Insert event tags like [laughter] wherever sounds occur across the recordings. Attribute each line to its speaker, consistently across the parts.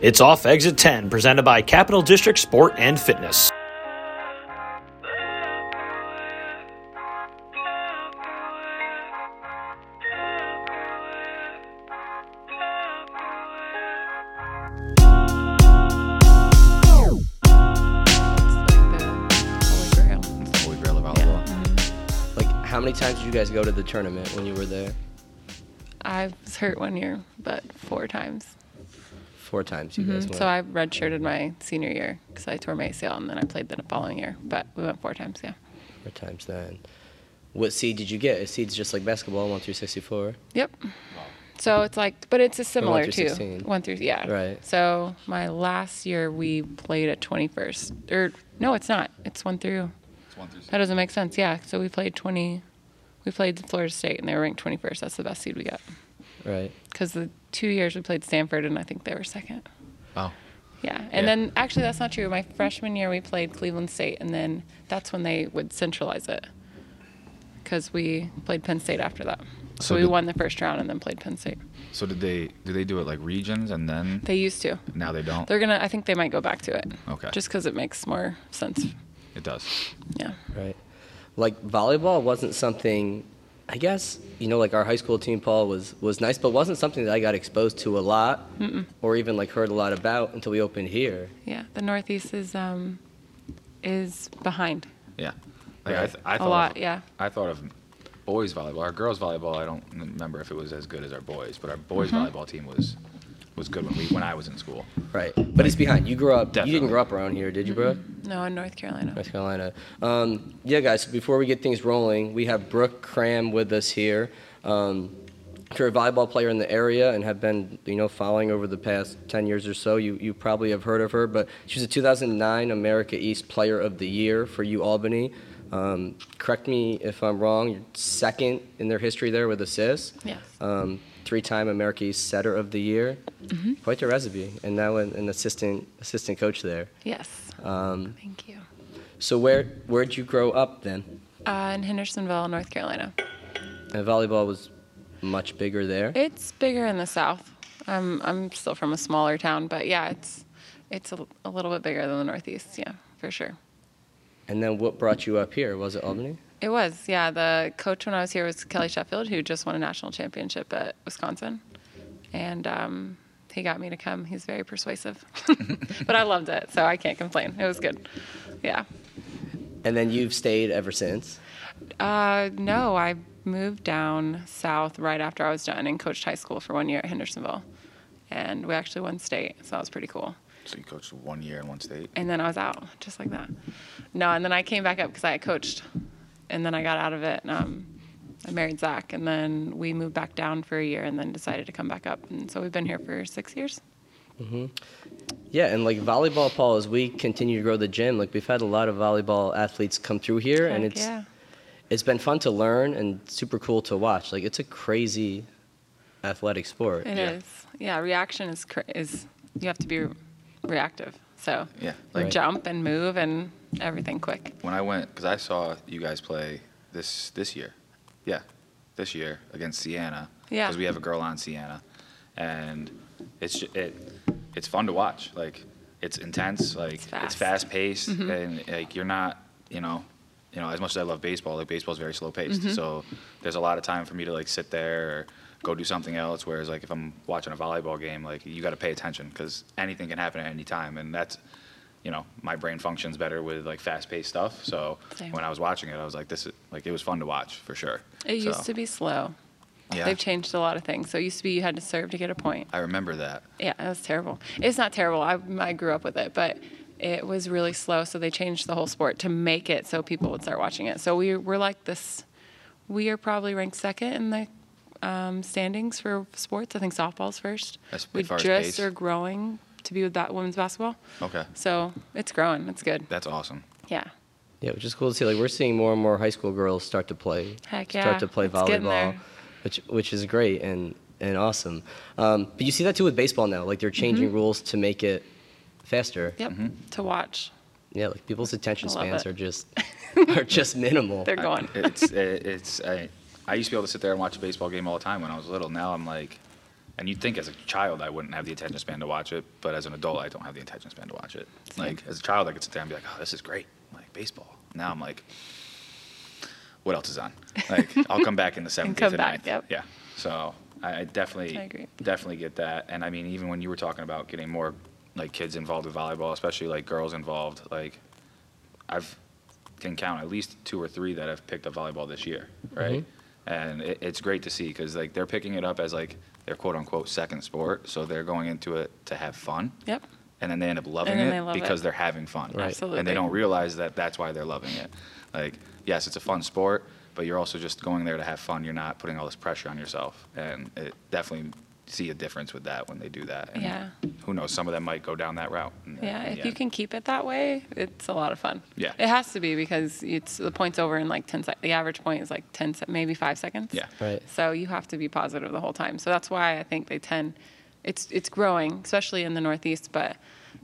Speaker 1: It's off exit 10, presented by Capital District Sport and Fitness.
Speaker 2: It's like the holy grail.
Speaker 3: It's the holy grail of outlaw. Like, how many times did you guys go to the tournament when you were there?
Speaker 2: I was hurt one year, but four times.
Speaker 3: Four times. You guys went.
Speaker 2: Mm-hmm. So I redshirted my senior year because I tore my ACL and then I played the following year. But we went four times, yeah.
Speaker 3: Four times then. What seed did you get? A seed's just like basketball, one through sixty-four.
Speaker 2: Yep. So it's like, but it's a similar
Speaker 3: through
Speaker 2: to
Speaker 3: 16.
Speaker 2: one through yeah.
Speaker 3: Right.
Speaker 2: So my last year we played at 21st or no, it's not. It's one through.
Speaker 4: It's one through
Speaker 2: That doesn't make sense. Yeah. So we played 20. We played Florida State and they were ranked 21st. That's the best seed we got
Speaker 3: Right.
Speaker 2: because the two years we played Stanford and I think they were second.
Speaker 4: Wow.
Speaker 2: Yeah. And
Speaker 4: Yeah.
Speaker 2: then actually, that's not true. My freshman year, we played Cleveland State, and then that's when they would centralize it because we played Penn State after that. So,
Speaker 4: So
Speaker 2: we
Speaker 4: did-
Speaker 2: won the first round and then played Penn State.
Speaker 4: So did they do they do it like regions and then
Speaker 2: They used to.
Speaker 4: now they don't?
Speaker 2: They're going to, I think they might go back to it.
Speaker 4: Okay.
Speaker 2: Just because it makes more sense.
Speaker 4: It does.
Speaker 2: Yeah.
Speaker 3: Right. Like volleyball wasn't something. I guess you know, like our high school team, Paul was was nice, but wasn't something that I got exposed to a lot, or even like heard a lot about until we opened here.
Speaker 2: Yeah. The Northeast is, um, is behind
Speaker 4: Yeah. Like I,
Speaker 3: Right.
Speaker 4: th- I
Speaker 2: a
Speaker 4: thought
Speaker 2: lot.
Speaker 4: Of,
Speaker 2: Yeah.
Speaker 4: I thought of boys volleyball. Our girls volleyball, I don't remember if it was as good as our boys, but our boys
Speaker 2: Mm-hmm.
Speaker 4: volleyball team was was good when we when I was in school.
Speaker 3: Right. But it's behind. You grew up. You
Speaker 4: Definitely.
Speaker 3: didn't grow up around here, did you, Brooke?
Speaker 2: No, in North Carolina.
Speaker 3: North Carolina. Um, yeah, guys, before we get things rolling, we have Brooke Cram with us here. Um, if you're a volleyball player in the area and have been, you know, following over the past 10 years or so, you, you probably have heard of her, but she was a 2009 America East Player of the Year for UAlbany. Um, correct me if I'm wrong, you're second in their history there with assists.
Speaker 2: Yes.
Speaker 3: Um, three-time America East Setter of the Year. Quite the resume, and now an, an assistant assistant coach there.
Speaker 2: Yes.
Speaker 3: Um,
Speaker 2: Thank you.
Speaker 3: so where where'd you grow up then?
Speaker 2: Uh, in Hendersonville, North Carolina.
Speaker 3: And volleyball was much bigger there.
Speaker 2: It's bigger in the south. Um, I'm still from a smaller town, but yeah, it's it's a, a little bit bigger than the northeast. Yeah, for sure.
Speaker 3: And then what brought you up here? Was it Albany?
Speaker 2: It was. Yeah, the coach when I was here was Kelly Sheffield, who just won a national championship at Wisconsin, and um, he got me to come. He's very persuasive, [laughs] but I loved it, so I can't complain. It was good. Yeah.
Speaker 3: And then you've stayed ever since.
Speaker 2: Uh, no, I moved down south right after I was done and coached high school for one year at Hendersonville, and we actually won state, so that was pretty cool.
Speaker 4: So you coached one year in one state.
Speaker 2: and then I was out just like that. No, and then I came back up because I had coached, and then I got out of it. And, um, I married Zach, and then we moved back down for a year, and then decided to come back up. And so we've been here for six years.
Speaker 3: Yeah, and like volleyball, Paul, as we continue to grow the gym, like we've had a lot of volleyball athletes come through here, and
Speaker 2: Heck
Speaker 3: it's
Speaker 2: yeah,
Speaker 3: it's been fun to learn and super cool to watch. Like it's a crazy athletic sport.
Speaker 2: it is.
Speaker 4: Yeah.
Speaker 2: yeah. reaction is cra- is you have to be re- reactive. So
Speaker 4: Yeah.
Speaker 2: you
Speaker 4: Like
Speaker 3: Right.
Speaker 2: jump and move and everything quick.
Speaker 4: when I went cuz I saw you guys play this this year. Yeah. This year against Sienna.
Speaker 2: Yeah.
Speaker 4: Cuz we have a girl on Sienna. And it's ju- it it's fun to watch. Like it's intense, like it's
Speaker 2: fast. Mm-hmm.
Speaker 4: paced and like you're not, you know, you know, as much as I love baseball, like baseball's very slow paced.
Speaker 2: Mm-hmm.
Speaker 4: So there's a lot of time for me to like sit there or go do something else whereas like if I'm watching a volleyball game, like you got to pay attention cuz anything can happen at any time and that's you know, my brain functions better with like fast-paced stuff. So
Speaker 2: Same.
Speaker 4: when I was watching it, I was like, "This is like it was fun to watch for sure."
Speaker 2: It
Speaker 4: So,
Speaker 2: used to be slow.
Speaker 4: Yeah,
Speaker 2: They've changed a lot of things. So it used to be you had to serve to get a point.
Speaker 4: I remember that.
Speaker 2: Yeah, it was terrible. It's not terrible. I, I grew up with it, but it was really slow. So they changed the whole sport to make it so people would start watching it. So we we're like this. We are probably ranked second in the um, standings for sports. I think softball's first.
Speaker 4: As-
Speaker 2: we
Speaker 4: as far as
Speaker 2: just
Speaker 4: pace?
Speaker 2: are growing to be with that women's basketball.
Speaker 4: Okay,
Speaker 2: So it's growing. It's good.
Speaker 4: that's awesome.
Speaker 2: Yeah.
Speaker 3: Yeah, which is cool to see. Like we're seeing more and more high school girls start to play,
Speaker 2: Heck
Speaker 3: start
Speaker 2: yeah,
Speaker 3: to play
Speaker 2: it's getting
Speaker 3: volleyball,
Speaker 2: there.
Speaker 3: which which is great and and awesome. Um, but you see that too with baseball now. Like they're changing
Speaker 2: Mm-hmm.
Speaker 3: rules to make it faster.
Speaker 2: Yep.
Speaker 4: Mm-hmm.
Speaker 2: To watch.
Speaker 3: Yeah, like people's attention
Speaker 2: I love
Speaker 3: spans
Speaker 2: it.
Speaker 3: are
Speaker 2: [laughs]
Speaker 3: just are just minimal.
Speaker 2: They're going.
Speaker 4: [laughs] I- it's it, it's I, I used to be able to sit there and watch a baseball game all the time when I was little. Now I'm like, And you'd think as a child I wouldn't have the attention span to watch it, but as an adult I don't have the attention span to watch it. Like as a child I could sit there and be like, oh, this is great, like baseball. Now I'm like, what else is on?
Speaker 2: [laughs]
Speaker 4: Like I'll come back in the seventh,
Speaker 2: come
Speaker 4: eighth, and
Speaker 2: back,
Speaker 4: ninth.
Speaker 2: yep.
Speaker 4: Yeah. So I I definitely
Speaker 2: I agree.
Speaker 4: definitely get that. And I mean, even when you were talking about getting more like kids involved with volleyball, especially like girls involved, like I've can count at least two or three that have picked up volleyball this year,
Speaker 2: Mm-hmm.
Speaker 4: right? And it, it's great to see because like they're picking it up as like their quote unquote second sport, so they're going into it to have fun.
Speaker 2: Yep.
Speaker 4: And then they end up loving
Speaker 2: then
Speaker 4: it
Speaker 2: they love it.
Speaker 4: because they're having fun,
Speaker 3: Right.
Speaker 4: and
Speaker 2: Absolutely.
Speaker 4: they don't realize that that's why they're loving it. Like, yes, it's a fun sport, but you're also just going there to have fun. You're not putting all this pressure on yourself, and it definitely see a difference with that when they do that. And
Speaker 2: Yeah.
Speaker 4: Who knows? Some of them might go down that route. in the-
Speaker 2: Yeah,
Speaker 4: in the
Speaker 2: if you
Speaker 4: end.
Speaker 2: can keep it that way, it's a lot of fun.
Speaker 4: Yeah.
Speaker 2: It has to be because it's the point's over in like 10 seconds. The average point is like 10, se- maybe five seconds.
Speaker 4: Yeah.
Speaker 3: Right.
Speaker 2: So you have to be positive the whole time. So that's why I think they tend, it's, it's growing, especially in the Northeast, but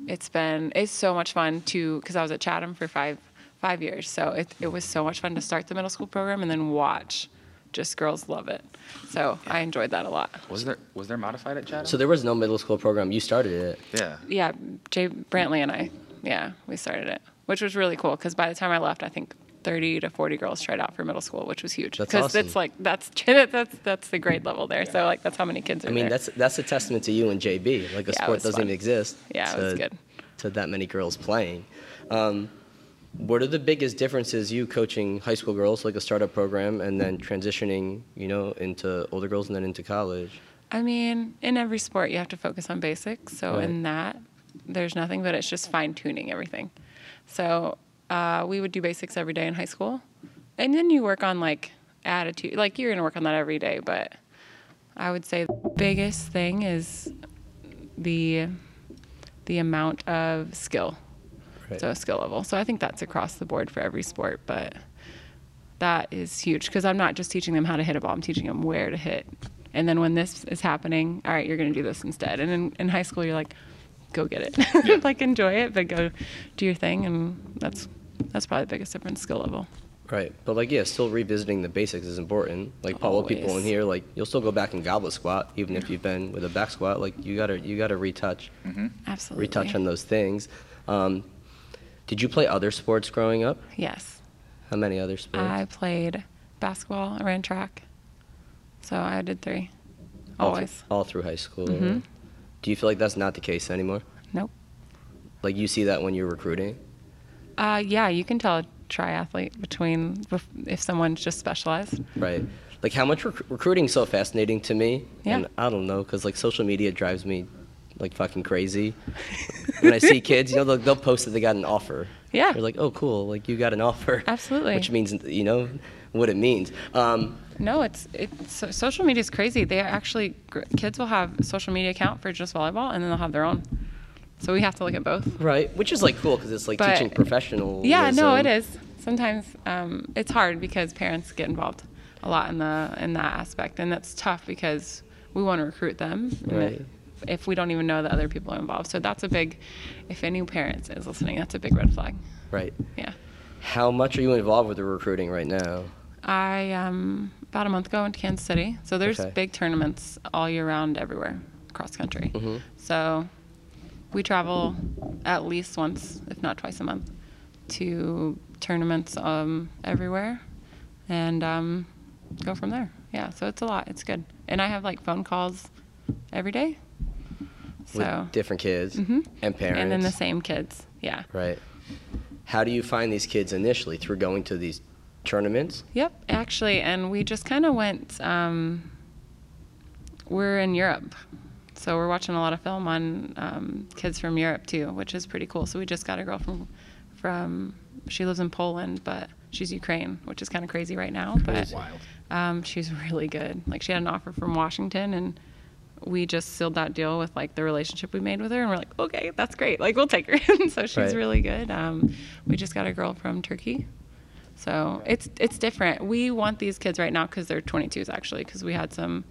Speaker 2: it's been, it's so much fun to, because I was at Chatham for five, five years. So it, it was so much fun to start the middle school program and then watch. Just girls love it. So I enjoyed that a lot.
Speaker 4: Was there was there modified at Chatham?
Speaker 3: So there was no middle school program. You started it.
Speaker 4: yeah.
Speaker 2: yeah, Jay Brantley and I, yeah, we started it, which was really cool because by the time I left, I think 30 to 40 girls tried out for middle school, which was huge.
Speaker 3: That's
Speaker 2: Because
Speaker 3: awesome.
Speaker 2: it's like, that's, [laughs] that's, that's the grade level there. So, like, that's how many kids are
Speaker 3: I mean,
Speaker 2: there.
Speaker 3: that's that's a testament to you and JB. Like
Speaker 2: Yeah,
Speaker 3: a
Speaker 2: it
Speaker 3: sport
Speaker 2: was
Speaker 3: doesn't
Speaker 2: fun.
Speaker 3: even exist.
Speaker 2: Yeah, it
Speaker 3: to,
Speaker 2: was good.
Speaker 3: To that many girls playing. Um, what are the biggest differences you coaching high school girls, like a startup program, and then transitioning, you know, into older girls and then into college?
Speaker 2: I mean, in every sport, you have to focus on basics. So
Speaker 3: Right.
Speaker 2: in that, there's nothing but it's just fine tuning everything. So uh, we would do basics every day in high school, and then you work on like attitude. Like you're gonna work on that every day, but I would say the biggest thing is the the amount of skill.
Speaker 3: Right.
Speaker 2: So skill level. So I think that's across the board for every sport, but that is huge because I'm not just teaching them how to hit a ball, I'm teaching them where to hit. And then when this is happening, all right, you're going to do this instead. And in, in high school, you're like, go get it. [laughs] like, enjoy it, but go do your thing. And that's that's probably the biggest difference skill level.
Speaker 3: Right, but like yeah, still revisiting the basics is important. Like Paul, what people in
Speaker 2: Always.
Speaker 3: here, like you'll still go back and goblet squat, even if you've been with a back squat. Like you gotta you gotta retouch,
Speaker 2: Absolutely.
Speaker 3: retouch on those things. Um, did you play other sports growing up?
Speaker 2: Yes.
Speaker 3: How many other sports?
Speaker 2: I played basketball, I ran track. So I did three.
Speaker 3: All thr-
Speaker 2: Always. Mm-hmm.
Speaker 3: all through high school. Do you feel like that's not the case anymore?
Speaker 2: Nope.
Speaker 3: Like you see that when you're recruiting?
Speaker 2: Uh, yeah, you can tell a triathlete between bef- if someone's just specialized.
Speaker 3: Right. Like how much rec- recruiting's so fascinating to me.
Speaker 2: Yeah.
Speaker 3: And I don't know, cause like social media drives me like fucking crazy. when
Speaker 2: [laughs]
Speaker 3: I see kids, you know, they'll, they'll post that they got an offer.
Speaker 2: Yeah.
Speaker 3: You're like, oh, cool. Like you got an offer.
Speaker 2: Absolutely.
Speaker 3: Which means you know what it means. Um,
Speaker 2: No, it's it's so, social media is crazy. They are actually gr- kids will have a social media account for just volleyball, and then they'll have their own. So we have to look at both.
Speaker 3: right. Which is like cool because it's like
Speaker 2: But-
Speaker 3: teaching professional.
Speaker 2: Yeah, no, it is. Sometimes um, it's hard because parents get involved a lot in the in that aspect, and that's tough because we want to recruit them. and if-
Speaker 3: Right.
Speaker 2: If we don't even know that other people are involved, so that's a big. If any parents is listening, that's a big red flag.
Speaker 3: Right.
Speaker 2: Yeah.
Speaker 3: How much are you involved with the recruiting right now?
Speaker 2: I um about a month ago went to Kansas City. So there's
Speaker 3: Okay.
Speaker 2: big tournaments all year round everywhere, cross country.
Speaker 3: Mm-hmm.
Speaker 2: So we travel at least once, if not twice a month, to tournaments um everywhere, and um go from there. Yeah, so it's a lot. It's good, and I have like phone calls every day. So mm-hmm.
Speaker 3: With different kids and parents.
Speaker 2: and then the same kids. Yeah.
Speaker 3: Right. How do you find these kids initially through going to these tournaments?
Speaker 2: Yep, actually, and we just kind of went. Um, we're in Europe, so we're watching a lot of film on um, kids from Europe too, which is pretty cool. So we just got a girl from from she lives in Poland, but she's Ukraine, which is kind of crazy right now. But
Speaker 4: Wild.
Speaker 2: um, she's [laughs] really good. Like she had an offer from Washington, and we just sealed that deal with like the relationship we made with her, and we're like, okay, that's great. Like we'll take her. [laughs] And so she's
Speaker 3: Right.
Speaker 2: really good. Um, we just got a girl from Turkey, so it's it's different. We want these kids right now because they're 22s actually, because we had some,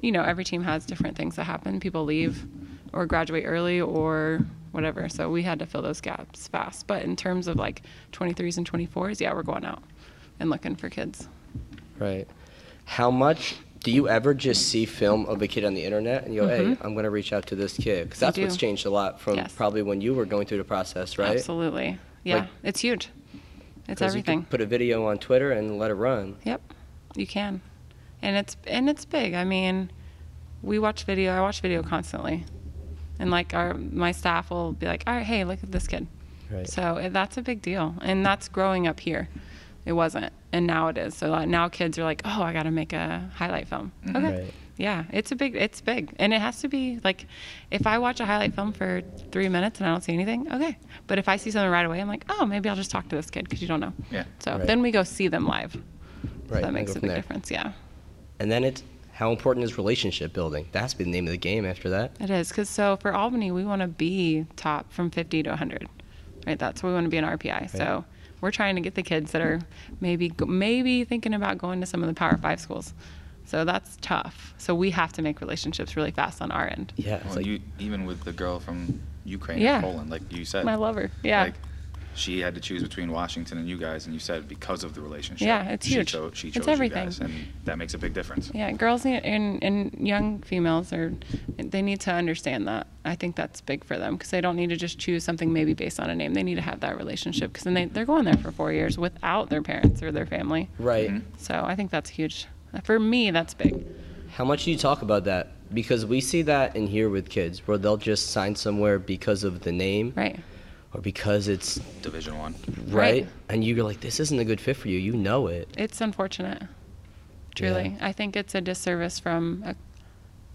Speaker 2: you know, every team has different things that happen. People leave, or graduate early, or whatever. So we had to fill those gaps fast. But in terms of like 23s and 24s, yeah, we're going out and looking for kids.
Speaker 3: Right. How much do you ever just see film of a kid on the internet and you go, hey, I'm going to reach out to this kid? Because
Speaker 2: I
Speaker 3: that's what's
Speaker 2: Mm-hmm. do.
Speaker 3: changed a lot from
Speaker 2: Yes.
Speaker 3: probably when you were going through the process, right?
Speaker 2: Absolutely. Yeah.
Speaker 3: Like-
Speaker 2: it's huge. It's
Speaker 3: 'Cause you could
Speaker 2: everything.
Speaker 3: put a video on Twitter and let it run.
Speaker 2: Yep, you can, and it's and it's big. I mean, we watch video. I watch video constantly, and like our my staff will be like, "All right, hey, look at this kid."
Speaker 3: Right.
Speaker 2: So eh, that's a big deal, and that's growing up here. It wasn't, and now it is. So like, now kids are like, "Oh, I got to make a highlight film." Okay.
Speaker 3: Right.
Speaker 2: Yeah, it's a big, it's big, and it has to be like, if I watch a highlight film for three minutes and I don't see anything, okay. But if I see something right away, I'm like, oh, maybe I'll just talk to this kid because you don't know.
Speaker 4: Yeah.
Speaker 2: So
Speaker 3: Right.
Speaker 2: then we go see them live.
Speaker 3: Right.
Speaker 2: So that
Speaker 3: and
Speaker 2: makes
Speaker 3: go
Speaker 2: a
Speaker 3: from
Speaker 2: big
Speaker 3: there.
Speaker 2: difference. Yeah,
Speaker 3: And then it's how important is relationship building? That's been the name of the game after that.
Speaker 2: it is. Because so for Albany, we want to be top from 50 to 100, right? That's what we want to be in RPI. So we're trying to get the kids that are maybe go- maybe thinking about going to some of the Power Five schools. So that's tough. So we have to make relationships really fast on our end.
Speaker 3: Yeah. It's
Speaker 4: Well,
Speaker 3: like,
Speaker 4: you even with the girl from Ukraine
Speaker 2: Yeah.
Speaker 4: or Poland, like you said,
Speaker 2: I love her. Yeah.
Speaker 4: Like, she had to choose between Washington and you guys, and you said because of the relationship.
Speaker 2: Yeah, it's
Speaker 4: she
Speaker 2: huge.
Speaker 4: Cho- she
Speaker 2: It's
Speaker 4: chose
Speaker 2: everything.
Speaker 4: you guys, and that makes a big difference.
Speaker 2: Yeah, girls need- and, and young females are they need to understand that. I think that's big for them because they don't need to just choose something maybe based on a name. They need to have that relationship because then they, they're going there for four years without their parents or their family.
Speaker 3: right.
Speaker 4: Mm-hmm.
Speaker 2: So I think that's huge. For me, that's big.
Speaker 3: How much do you talk about that? Because we see that in here with kids where they'll just sign somewhere because of the name
Speaker 2: Right.
Speaker 3: or because it's
Speaker 4: Division one.
Speaker 3: right.
Speaker 2: Right.
Speaker 3: And you're like, this isn't a good fit for you. You know it.
Speaker 2: It's unfortunate. Truly. I think it's a disservice from a,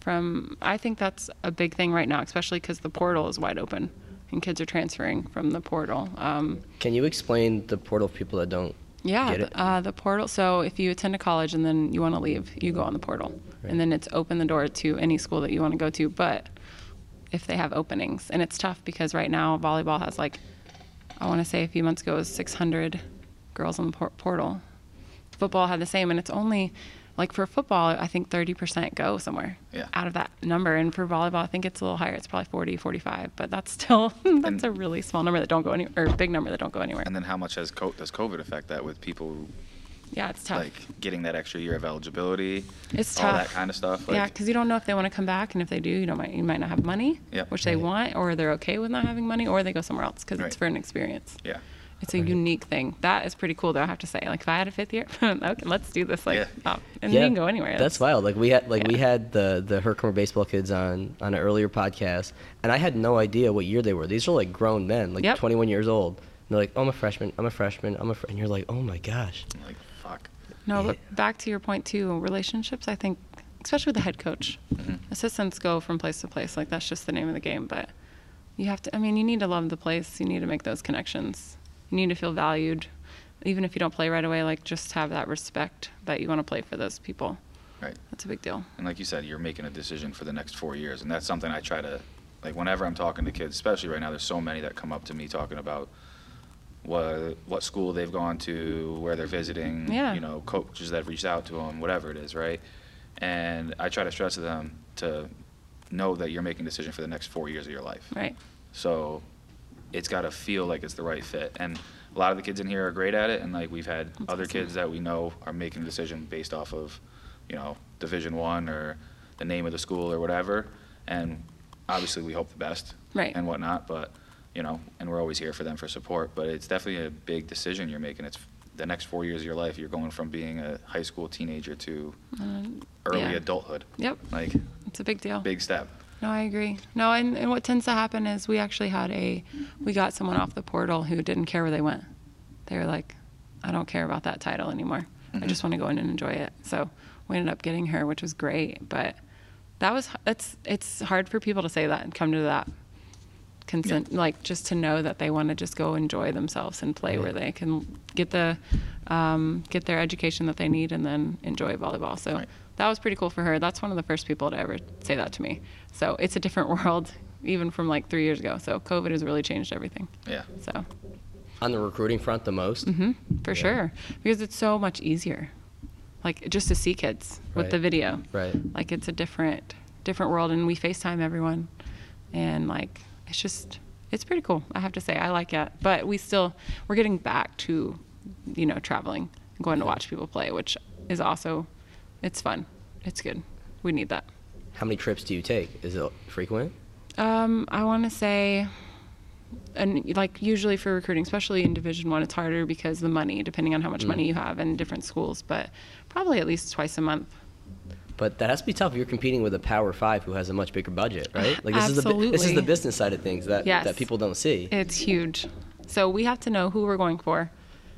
Speaker 2: from I think that's a big thing right now, especially cuz the portal is wide open and kids are transferring from the portal. Um,
Speaker 3: Can you explain the portal for people that don't?
Speaker 2: Yeah,
Speaker 3: Get
Speaker 2: th-
Speaker 3: it?
Speaker 2: uh, the portal. So if you attend a college and then you want to leave, you go on the portal, and then it's open the door to any school that you want to go to. But if they have openings, and it's tough because right now volleyball has like, I want to say a few months ago it was 600 girls on the por- portal. Football had the same, and it's only like for football, I think 30% go somewhere
Speaker 4: Yeah.
Speaker 2: out of that number. And for volleyball, I think it's a little higher. It's probably 40, 45, but that's still [laughs] that's
Speaker 4: And-
Speaker 2: a really small number that don't go any or big number that don't go anywhere.
Speaker 4: And then how much has co- does COVID affect that with people
Speaker 2: yeah, it's tough.
Speaker 4: like getting that extra year of eligibility?
Speaker 2: It's
Speaker 4: all that
Speaker 2: tough.
Speaker 4: kind of stuff.
Speaker 2: Yeah, 'cause yeah,
Speaker 4: Like,
Speaker 2: because you don't know if they want to come back, and if they do, you don't might you might not have money,
Speaker 4: Yep.
Speaker 2: which they want, or they're okay with not having money, or they go somewhere else because
Speaker 4: Right.
Speaker 2: it's for an experience.
Speaker 4: yeah.
Speaker 2: It's a unique thing. That is pretty cool, though. I have to say, like if I had a fifth year, [laughs] okay, let's do this. Like,
Speaker 4: Yeah.
Speaker 2: oh, and you can go anywhere.
Speaker 3: That's wild. Like we had like we
Speaker 2: Yeah.
Speaker 3: had the the Herkimer baseball kids on on an earlier podcast, and I had no idea what year they were. These are like grown men, like
Speaker 2: Yep.
Speaker 3: 21 years old. And they're like, oh, I'm a freshman. I'm a freshman. I'm a. Fr-. And you're like, oh my gosh.
Speaker 4: I'm Like fuck.
Speaker 2: No, but back to your point too, relationships. I think, especially with the head coach, assistants go from place to place. Like that's just the name of the game. But you have to. I mean, you need to love the place. You need to make those connections. You need to feel valued, even if you don't play right away. Like just have that respect that you want to play for those people.
Speaker 4: Right.
Speaker 2: That's a big deal.
Speaker 4: And like you said, you're making a decision for the next four years, and that's something I try to, like, whenever I'm talking to kids, especially right now, there's so many that come up to me talking about what what school they've gone to, where they're visiting,
Speaker 2: Yeah.
Speaker 4: you know, coaches that reached out to them, whatever it is, right? And I try to stress to them to know that you're making a decision for the next four years of your life.
Speaker 2: Right.
Speaker 4: So it's got to feel like it's the right fit. And a lot of the kids in here are great at it, and like we've had other kids that we know are making a decision based off of, you know, Division One or the name of the school or whatever. And obviously, we hope the best
Speaker 2: Right.
Speaker 4: and whatnot. But you know, and we're always here for them for support. But it's definitely a big decision you're making. It's the next four years of your life. You're going from being a high school teenager to early
Speaker 2: Uh, yeah.
Speaker 4: adulthood.
Speaker 2: Yep.
Speaker 4: Like
Speaker 2: It's a big deal.
Speaker 4: big step.
Speaker 2: No, I agree. No, and, and what tends to happen is we actually had a, we got someone off the portal who didn't care where they went. They were like, I don't care about that title anymore. I just want to go in and enjoy it. So we ended up getting her, which was great. But that was, that's, it's hard for people to say that and come to that consent, like just to know that they want to just go enjoy themselves and play where they can get the, um, get their education that they need and then enjoy volleyball. So
Speaker 4: Right.
Speaker 2: that was pretty cool for her. That's one of the first people to ever say that to me. So it's a different [laughs] world, even from like three years ago. So COVID has really changed everything.
Speaker 4: Yeah.
Speaker 2: So
Speaker 3: On the recruiting front, the most.
Speaker 2: Mm-hmm. for sure, because it's so much easier, like just to see kids with the
Speaker 3: Right.
Speaker 2: video.
Speaker 3: Right.
Speaker 2: Like it's a different, different world, and we FaceTime everyone, and like it's just, it's pretty cool. I have to say, I like it. But we still, we're getting back to, you know, traveling, going to watch people play, which is also, it's fun. It's good. We need that.
Speaker 3: How many trips do you take? Is it frequent?
Speaker 2: Um, I want to say, and like usually for recruiting, especially in Division One, it's harder because the money, depending on how much money you have, in different schools. But probably at least twice a month.
Speaker 3: But that has to be tough. You're competing with a Power Five who has a much bigger budget,
Speaker 2: [sighs]
Speaker 3: right? Like this is the bu- this is
Speaker 2: Absolutely.
Speaker 3: the business side of things that
Speaker 2: Yes.
Speaker 3: that people don't see.
Speaker 2: It's huge. So we have to know who we're going for.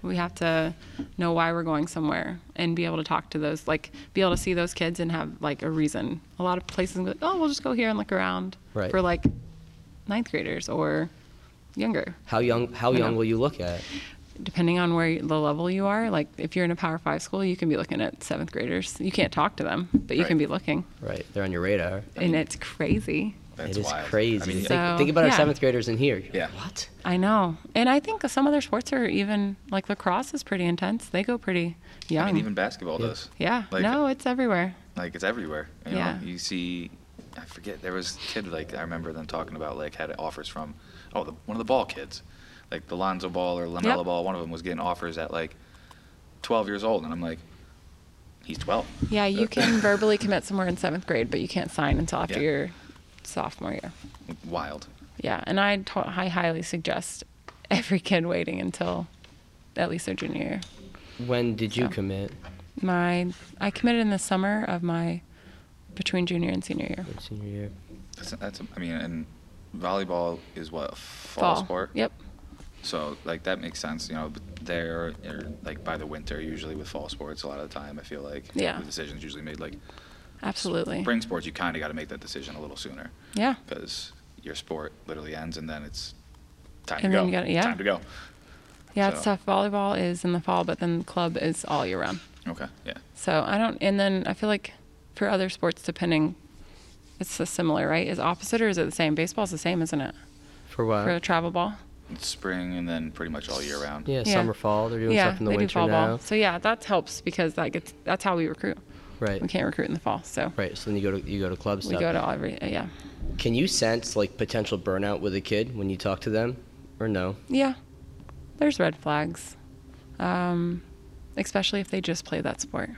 Speaker 2: We have to know why we're going somewhere and be able to talk to those, like be able to see those kids and have like a reason. A lot of places, go, oh, we'll just go here and look around
Speaker 3: Right.
Speaker 2: for like ninth graders or younger,
Speaker 3: How young how
Speaker 2: I
Speaker 3: young
Speaker 2: know.
Speaker 3: will you look at?
Speaker 2: depending on where you- the level you are. Like if you're in a Power Five school, you can be looking at seventh graders. You can't talk to them, but you
Speaker 4: Right.
Speaker 2: can be looking,
Speaker 3: Right, they're on your radar.
Speaker 2: and it's crazy.
Speaker 4: That's
Speaker 3: it is
Speaker 4: wild.
Speaker 3: crazy.
Speaker 4: I mean,
Speaker 3: think,
Speaker 2: So,
Speaker 3: think about our
Speaker 2: yeah.
Speaker 3: seventh graders in here. You're
Speaker 4: Yeah.
Speaker 3: like, What?
Speaker 2: I know, and I think some other sports are even like lacrosse is pretty intense. They go pretty young.
Speaker 4: I mean, even basketball does.
Speaker 2: Yeah.
Speaker 4: Like,
Speaker 2: no, it's everywhere.
Speaker 4: like it's everywhere. You
Speaker 2: Yeah.
Speaker 4: know, you see, I forget there was a kid like I remember them talking about like had offers from, oh, the, one of the ball kids, like the Lonzo Ball or Lamelo
Speaker 2: Yep.
Speaker 4: Ball. One of them was getting offers at like 12 years old, and I'm like, he's 12.
Speaker 2: Yeah, you
Speaker 4: [laughs]
Speaker 2: can verbally commit somewhere in seventh grade, but you can't sign until after
Speaker 4: Yeah.
Speaker 2: your sophomore year.
Speaker 4: Wild.
Speaker 2: Yeah, and I t- I highly suggest every kid waiting until at least their junior year.
Speaker 3: When did you
Speaker 2: So.
Speaker 3: commit?
Speaker 2: My I committed in the summer of my between junior and senior year.
Speaker 3: Senior year.
Speaker 4: That's, that's I mean, and volleyball is what a fall, sport.
Speaker 2: Yep.
Speaker 4: So like that makes sense, you know. There or like by the winter, usually with fall sports, a lot of the time I feel like
Speaker 2: Yeah.
Speaker 4: the decision's usually made. Like
Speaker 2: Absolutely.
Speaker 4: spring sports, you kind of got to make that decision a little sooner.
Speaker 2: Yeah.
Speaker 4: because your sport literally ends and then it's time
Speaker 2: And
Speaker 4: to
Speaker 2: then
Speaker 4: go.
Speaker 2: you gotta- yeah.
Speaker 4: Time to go.
Speaker 2: Yeah, it's
Speaker 4: So-
Speaker 2: tough. Volleyball is in the fall, but then club is all year round.
Speaker 4: Okay. Yeah.
Speaker 2: So I don't, and then I feel like for other sports, depending, it's a similar, right? Is opposite or is it the same? Baseball's the same, isn't it?
Speaker 3: For
Speaker 2: For a
Speaker 3: what?
Speaker 2: travel ball.
Speaker 4: It's spring and then pretty much all year round.
Speaker 3: Yeah,
Speaker 2: Yeah.
Speaker 3: summer, fall. They're doing
Speaker 2: yeah,
Speaker 3: stuff in the
Speaker 2: they do
Speaker 3: winter
Speaker 2: fall
Speaker 3: now.
Speaker 2: ball. So yeah, that helps because that gets that's how we recruit.
Speaker 3: Right.
Speaker 2: We can't recruit in the fall, so
Speaker 3: Right. So then you go to you go to club
Speaker 2: we
Speaker 3: stuff.
Speaker 2: go to all every yeah,
Speaker 3: Can you sense like potential burnout with a kid when you talk to them, or no?
Speaker 2: yeah. There's red flags, um, especially if they just play that sport.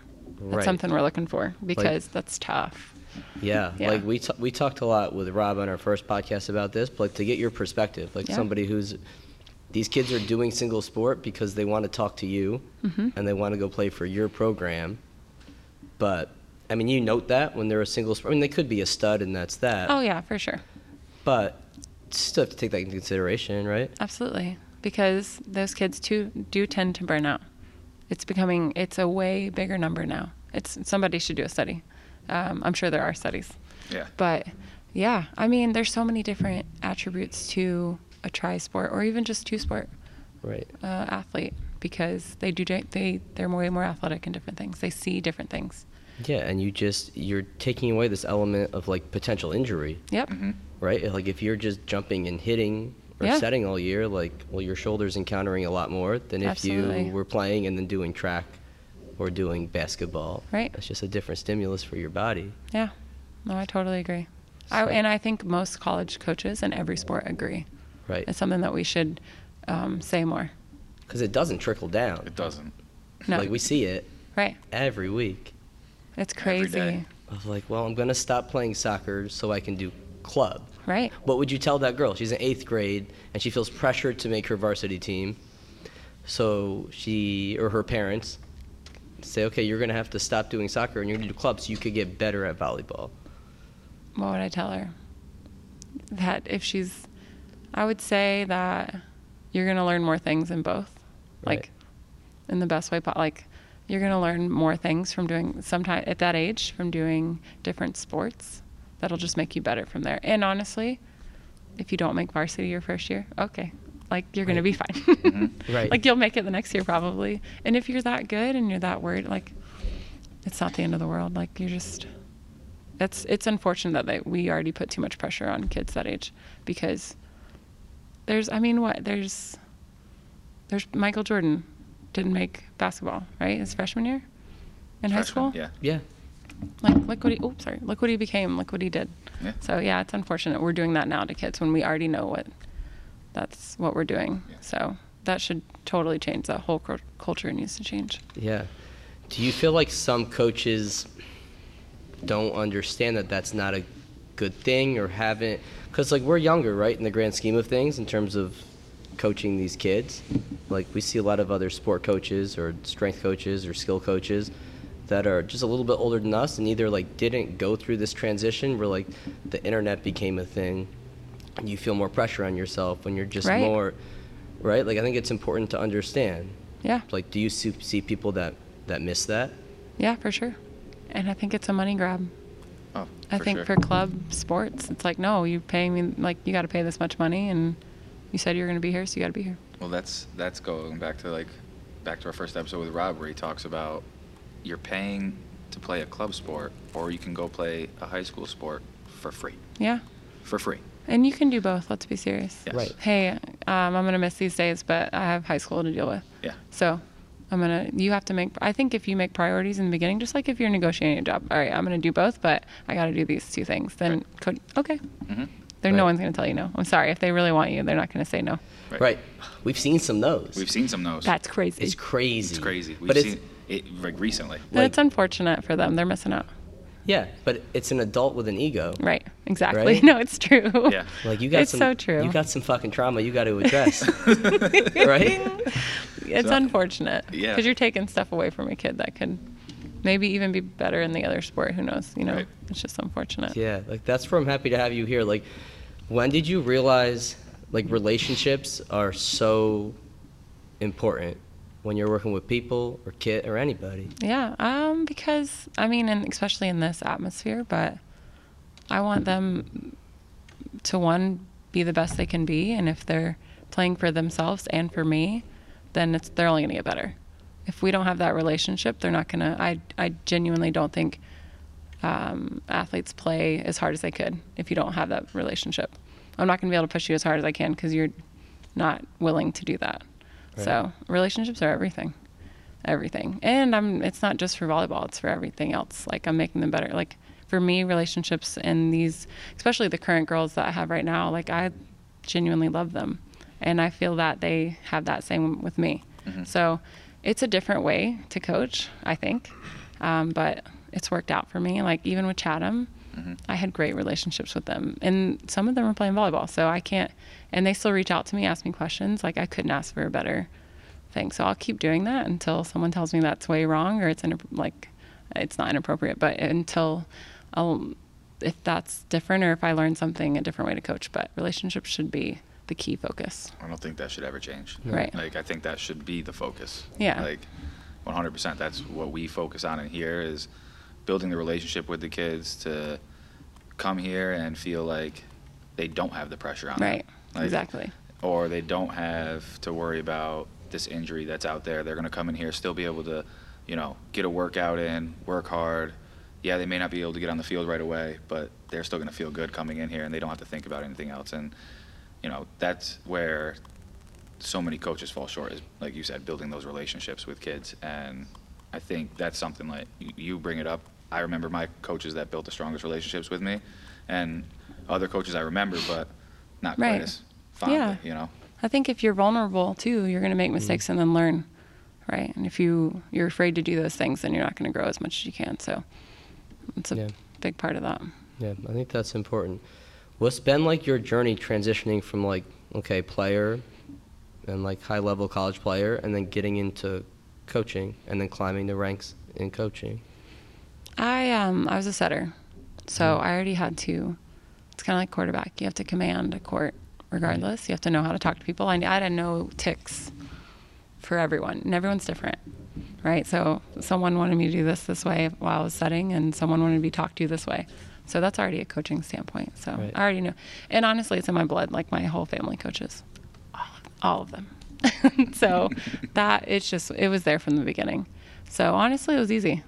Speaker 2: That's
Speaker 3: Right.
Speaker 2: something we're looking for because that's tough.
Speaker 3: Yeah,
Speaker 2: Yeah.
Speaker 3: like we t- we talked a lot with Rob on our first podcast about this, but to get your perspective, like
Speaker 2: Yeah.
Speaker 3: somebody who's these kids are doing single sport because they want to talk to you
Speaker 2: Mm-hmm.
Speaker 3: and they want to go play for your program. But I mean, you note that when they're a single sport. I mean, they could be a stud and that's that.
Speaker 2: Oh yeah, for sure.
Speaker 3: But still have to take that into consideration, right?
Speaker 2: Absolutely, because those kids too do tend to burn out. It's becoming it's a way bigger number now. It's somebody should do a study. Um, I'm sure there are studies,
Speaker 4: Yeah.
Speaker 2: but yeah, I mean, there's so many different attributes to a tri sport or even just two sport
Speaker 3: Right.
Speaker 2: uh, athlete because they do they they're way more athletic in different things. They see different things.
Speaker 3: Yeah, and you just you're taking away this element of like potential injury.
Speaker 2: Yep.
Speaker 3: right? Like if you're just jumping and hitting or
Speaker 2: Yeah.
Speaker 3: setting all year, like well, your shoulders encountering a lot more than if
Speaker 2: Absolutely.
Speaker 3: you were playing and then doing track or doing basketball.
Speaker 2: Right.
Speaker 3: It's just a different stimulus for your body.
Speaker 2: Yeah. No, I totally agree. I,
Speaker 3: So-
Speaker 2: and I think most college coaches in every sport agree.
Speaker 3: Right.
Speaker 2: It's something that we should um, say more.
Speaker 3: Because it doesn't trickle down.
Speaker 4: It doesn't.
Speaker 2: No.
Speaker 3: Like we see it
Speaker 2: right.
Speaker 3: every week
Speaker 2: It's
Speaker 4: Every day.
Speaker 2: crazy.
Speaker 3: of like, well, I'm gonna stop playing soccer so I can do club.
Speaker 2: Right.
Speaker 3: What would you tell that girl? She's in eighth grade and she feels pressured to make her varsity team. So she or her parents say, okay, you're going to have to stop doing soccer and you're going to do clubs so you could get better at volleyball.
Speaker 2: What would I tell her? That if she's, I would say that you're going to learn more things in both.
Speaker 3: Right.
Speaker 2: Like, in the best way, po- like, you're going to learn more things from doing, sometime at that age, from doing different sports. That'll just make you better from there. And honestly, if you don't make varsity your first year, okay. Like, you're going to be fine. [laughs]
Speaker 3: Right.
Speaker 2: Like, you'll make it the next year probably. And if you're that good and you're that worried, like, it's not the end of the world. Like you just, it's it's unfortunate that they, we already put too much pressure on kids that age because there's, I mean, what there's, there's Michael Jordan didn't make basketball right his freshman year in high
Speaker 4: Freshman,
Speaker 2: school.
Speaker 4: Yeah.
Speaker 3: yeah.
Speaker 2: Like look what he, oops, sorry, look what he became, look what he did.
Speaker 4: Yeah.
Speaker 2: So yeah, it's unfortunate we're doing that now to kids when we already know what that's what we're doing.
Speaker 4: Yeah.
Speaker 2: So that should totally change. That whole cul- culture needs to change.
Speaker 3: Yeah. Do you feel like some coaches don't understand that that's not a good thing or haven't because like we're younger right in the grand scheme of things in terms of coaching these kids like we see a lot of other sport coaches or strength coaches or skill coaches that are just a little bit older than us and either like didn't go through this transition where like the internet became a thing and you feel more pressure on yourself when you're just
Speaker 2: Right.
Speaker 3: more right like i think it's important to understand
Speaker 2: Yeah.
Speaker 3: like do you see, see people that that miss that
Speaker 2: Yeah, for sure. And I think it's a money grab.
Speaker 4: Oh,
Speaker 2: I think
Speaker 4: sure.
Speaker 2: for club sports, it's like, no, you're paying me, like, you got to pay this much money, and you said you're going to be here, so you got to be here.
Speaker 4: Well, that's that's going back to like back to our first episode with Rob, where he talks about you're paying to play a club sport, or you can go play a high school sport for free.
Speaker 2: Yeah.
Speaker 4: For free.
Speaker 2: And you can do both. Let's be serious.
Speaker 4: Yes.
Speaker 3: Right.
Speaker 2: Hey, um, I'm going to miss these days, but I have high school to deal with.
Speaker 4: Yeah.
Speaker 2: So I'm going to, you have to make, I think if you make priorities in the beginning, just like if you're negotiating a job, all right, I'm going to do both, but I got to do these two things, then
Speaker 4: Right.
Speaker 2: could, okay.
Speaker 4: Mhm.
Speaker 2: There, no
Speaker 3: Right.
Speaker 2: one's going to tell you no. I'm sorry. If they really want you, they're not going to say no.
Speaker 4: Right.
Speaker 3: right we've seen some no's
Speaker 4: We've seen some no's.
Speaker 2: That's crazy.
Speaker 3: it's crazy
Speaker 4: it's crazy. We've
Speaker 3: but it's
Speaker 4: seen it like recently.
Speaker 2: But
Speaker 3: like-
Speaker 2: it's unfortunate for them. They're missing out.
Speaker 3: yeah but it's an adult with an ego
Speaker 2: Right. Exactly. [laughs]
Speaker 3: Right?
Speaker 2: No, it's true.
Speaker 4: Yeah.
Speaker 3: Like you got
Speaker 2: It's
Speaker 3: some,
Speaker 2: so true.
Speaker 3: You got some fucking trauma you got to
Speaker 4: [laughs]
Speaker 3: address, right?
Speaker 2: It's
Speaker 4: So-
Speaker 2: unfortunate.
Speaker 4: Yeah.
Speaker 2: Because you're taking stuff away from a kid that could maybe even be better in the other sport. Who knows? You know,
Speaker 4: Right.
Speaker 2: it's just unfortunate.
Speaker 3: Yeah, like that's where I'm happy to have you here. Like, when did you realize like relationships are so important when you're working with people or kid or anybody?
Speaker 2: Yeah, um, because I mean, and especially in this atmosphere, but I want them to one be the best they can be, and if they're playing for themselves and for me, then it's they're only gonna get better. If we don't have that relationship, they're not gonna. I I genuinely don't think um, athletes play as hard as they could if you don't have that relationship. I'm not gonna be able to push you as hard as I can because you're not willing to do that. So relationships are everything everything. And I'm it's not just for volleyball, it's for everything else. Like I'm making them better. Like for me, relationships and these especially the current girls that I have right now, like I genuinely love them. And I feel that they have that same with me. So it's a different way to coach, I think. Um, but it's worked out for me. Like even with Chatham, I had great relationships with them. And some of them are playing volleyball. So I can't and they still reach out to me, ask me questions. Like I couldn't ask for a better thing. So I'll keep doing that until someone tells me that's way wrong or it's in, like it's not inappropriate. But until I'll, if that's different or if I learn something a different way to coach, but relationships should be the key focus.
Speaker 4: I don't think that should ever change.
Speaker 2: Right.
Speaker 4: Like I think that should be the focus.
Speaker 2: Yeah.
Speaker 4: Like 100%. That's what we focus on in here is building the relationship with the kids to come here and feel like they don't have the pressure on them.
Speaker 2: Right.
Speaker 4: Like,
Speaker 2: exactly.
Speaker 4: Or they don't have to worry about this injury that's out there. They're going to come in here still be able to, you know, get a workout in, work hard. Yeah, they may not be able to get on the field right away, but they're still going to feel good coming in here and they don't have to think about anything else and you know, that's where so many coaches fall short is like you said building those relationships with kids and i think that's something like you- you bring it up i remember my coaches that built the strongest relationships with me and other coaches i remember but not quite
Speaker 2: Right.
Speaker 4: as fondly
Speaker 2: Yeah.
Speaker 4: you know
Speaker 2: I think if you're vulnerable too, you're going to make mistakes and then learn, right? And if you you're afraid to do those things, then you're not going to grow as much as you can. So it's a
Speaker 3: Yeah.
Speaker 2: big part of that.
Speaker 3: Yeah, I think that's important. What's been like your journey transitioning from like okay player and like high level college player and then getting into coaching and then climbing the ranks in coaching?
Speaker 2: I um I was a setter, so I already had to. It's kind of like quarterback. You have to command a court regardless. You have to know how to talk to people. I I didn't know ticks for everyone, and everyone's different, right? So someone wanted me to do this this way while I was setting, and someone wanted to be talked to this way. So that's already a coaching standpoint. So
Speaker 3: Right.
Speaker 2: I already know, and honestly, it's in my blood. Like my whole family coaches, all of, all of them. [laughs] so that it's just it was there from the beginning. So honestly, it was easy.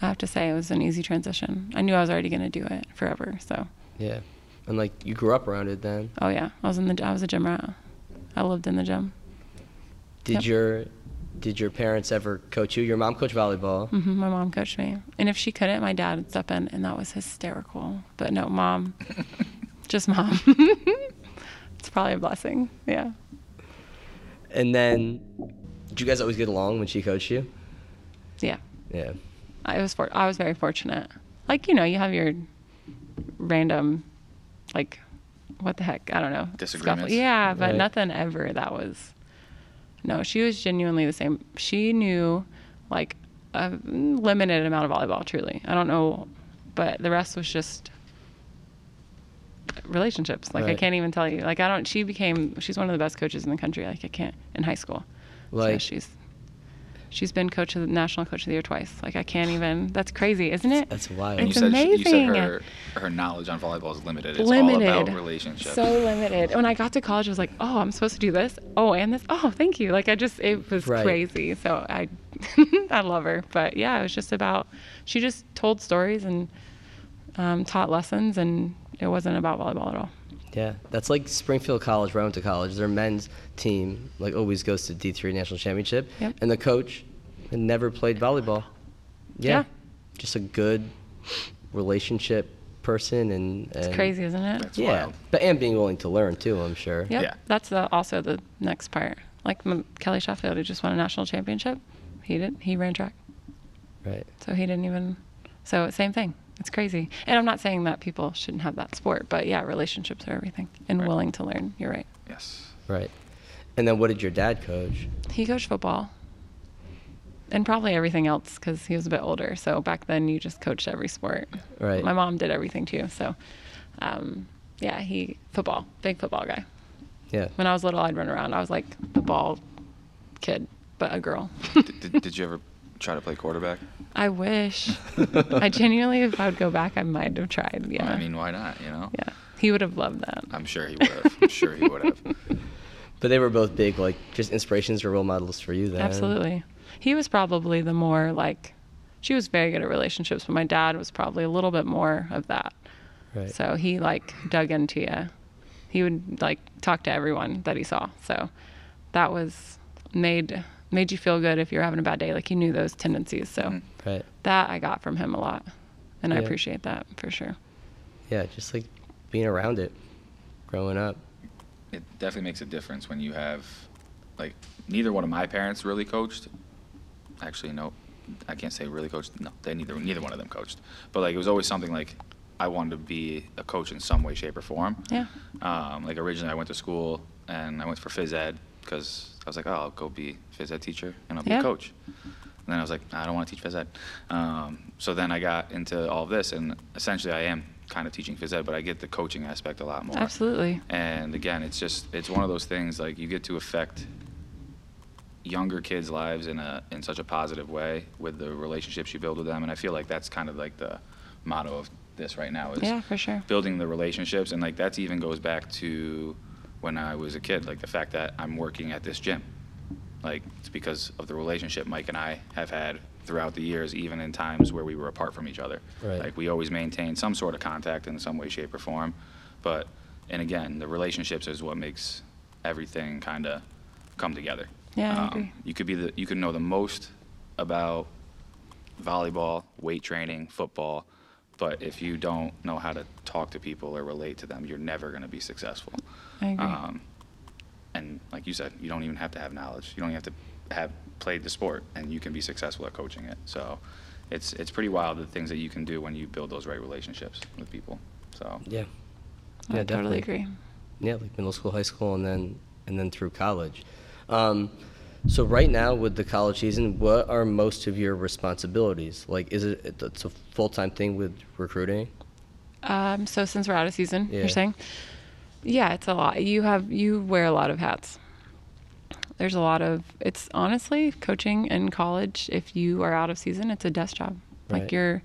Speaker 2: I have to say it was an easy transition. I knew I was already going to do it forever. So,
Speaker 3: Yeah, and like you grew up around it then.
Speaker 2: oh yeah, I was in the I was a gym rat. I lived in the gym.
Speaker 3: Did
Speaker 2: Yep.
Speaker 3: your did your parents ever coach you? Your mom coached volleyball.
Speaker 2: hmm My mom coached me, and if she couldn't, my dad would step in, and that was hysterical. But no, mom, just mom. [laughs] it's probably a blessing. Yeah.
Speaker 3: And then did you guys always get along when she coached you?
Speaker 2: Yeah.
Speaker 3: Yeah.
Speaker 2: I was for- I was very fortunate. like you know you have your random like what the heck I don't know
Speaker 4: Disagreements.
Speaker 2: scuffle. Yeah, but
Speaker 3: Right.
Speaker 2: nothing ever that was. No, she was genuinely the same. She knew like a limited amount of volleyball. Truly, I don't know, but the rest was just relationships. Like I
Speaker 3: Right.
Speaker 2: can't even tell you. Like I don't. She became. She's one of the best coaches in the country. Like I can't in high school. so
Speaker 3: Like-
Speaker 2: she's she's been coach of the national coach of the year twice. Like I can't even. That's crazy, isn't it?
Speaker 3: That's wild.
Speaker 4: And
Speaker 2: It's
Speaker 4: you said she-
Speaker 2: amazing.
Speaker 4: you said her her knowledge on volleyball is limited. It's
Speaker 2: limited.
Speaker 4: all about relationships.
Speaker 2: So limited. When I got to college, I was like, oh, I'm supposed to do this. Oh, and this. Oh, thank you. Like I just, it was
Speaker 3: Right.
Speaker 2: crazy. So I, [laughs] I love her. But yeah, it was just about. She just told stories and um, taught lessons, and it wasn't about volleyball at all.
Speaker 3: Yeah, that's like Springfield College, where I went to college. Their men's team like always goes to D three national championship,
Speaker 2: Yep.
Speaker 3: and the coach had never played volleyball. Yeah,
Speaker 2: Yeah.
Speaker 3: just a good relationship person, and, and
Speaker 2: It's crazy, isn't it?
Speaker 4: That's
Speaker 3: Yeah,
Speaker 4: wild.
Speaker 3: but and being willing to learn too, I'm sure.
Speaker 2: Yep.
Speaker 4: Yeah.
Speaker 2: That's the, also the next part. Like M- Kelly Sheffield, who just won a national championship, he did. He ran track,
Speaker 3: Right.
Speaker 2: so he didn't even. So same thing. It's crazy. And I'm not saying that people shouldn't have that sport, but yeah, relationships are everything, and
Speaker 4: Right.
Speaker 2: willing to learn. You're right.
Speaker 4: Yes.
Speaker 3: Right. And then what did your dad coach?
Speaker 2: He coached football, and probably everything else because he was a bit older. So back then, you just coached every sport.
Speaker 3: Right.
Speaker 2: My mom did everything too. So, um, yeah, he football, big football guy.
Speaker 3: Yeah.
Speaker 2: When I was little, I'd run around. I was like the ball kid, but a
Speaker 4: [laughs]
Speaker 2: girl.
Speaker 4: did, did, did you ever try to play quarterback?
Speaker 2: I wish. I genuinely, if I would go back, I might have tried. Yeah.
Speaker 4: I mean, why not? You know.
Speaker 2: yeah. He would have loved that.
Speaker 4: I'm sure he would have. I'm sure he would
Speaker 2: [laughs]
Speaker 4: have.
Speaker 3: But they were both big, like just inspirations or role models for you then.
Speaker 2: Absolutely. He was probably the more like, she was very good at relationships, but my dad was probably a little bit more of that.
Speaker 3: Right.
Speaker 2: So he like dug into you. He would like talk to everyone that he saw. So that was made made you feel good if you're having a bad day. Like you knew those tendencies. So
Speaker 3: Right.
Speaker 2: that I got from him a lot, and I
Speaker 3: Mm-hmm. Yeah.
Speaker 2: appreciate that for sure.
Speaker 3: Yeah, just like being around it, growing up.
Speaker 4: It definitely makes a difference when you have, like, neither one of my parents really coached. Actually, no, I can't say really coached. No, they neither neither one of them coached. But like, it was always something like I wanted to be a coach in some way, shape, or form.
Speaker 2: Yeah.
Speaker 4: Um, like originally, I went to school and I went for phys ed because I was like, oh, I'll go be phys ed teacher and I'll be
Speaker 2: Yeah.
Speaker 4: a coach. And then I was like, I don't want to teach phys ed. Um, so then I got into all of this, and essentially, I am kind of teaching phys ed, but I get the coaching aspect a lot more.
Speaker 2: Absolutely.
Speaker 4: And again, it's just it's one of those things like you get to affect younger kids' lives in a in such a positive way with the relationships you build with them, and I feel like that's kind of like the motto of this right now is
Speaker 2: Yeah, for sure.
Speaker 4: building the relationships and like that's even goes back to when I was a kid, like the fact that I'm working at this gym. Like it's because of the relationship Mike and I have had throughout the years, even in times where we were apart from each other.
Speaker 3: Right.
Speaker 4: Like we always maintained some sort of contact in some way, shape or form. But and again, the relationships is what makes everything kinda come together.
Speaker 2: Yeah, I agree.
Speaker 4: Um, You could be the you could know the most about volleyball, weight training, football. But if you don't know how to talk to people or relate to them, you're never going to be successful.
Speaker 2: I agree.
Speaker 3: Uh,
Speaker 4: Um, and like you said, you don't even have to have knowledge. You don't even have to have played the sport, and you can be successful at coaching it. So, it's it's pretty wild the things that you can do when you build those right relationships with people. So
Speaker 3: Yeah.
Speaker 2: I
Speaker 3: yeah,
Speaker 2: totally
Speaker 3: definitely.
Speaker 2: agree.
Speaker 3: Yeah, like middle school, high school, and then and then through college. Um, so right now with the college season, what are most of your responsibilities? Like, is it it's a full time thing with recruiting?
Speaker 2: Um, so since we're out of season,
Speaker 3: Yeah.
Speaker 2: you're saying, yeah, it's a lot. You have you wear a lot of hats. There's a lot of it's honestly coaching in college. If you are out of season, it's a desk job.
Speaker 3: Right.
Speaker 2: Like you're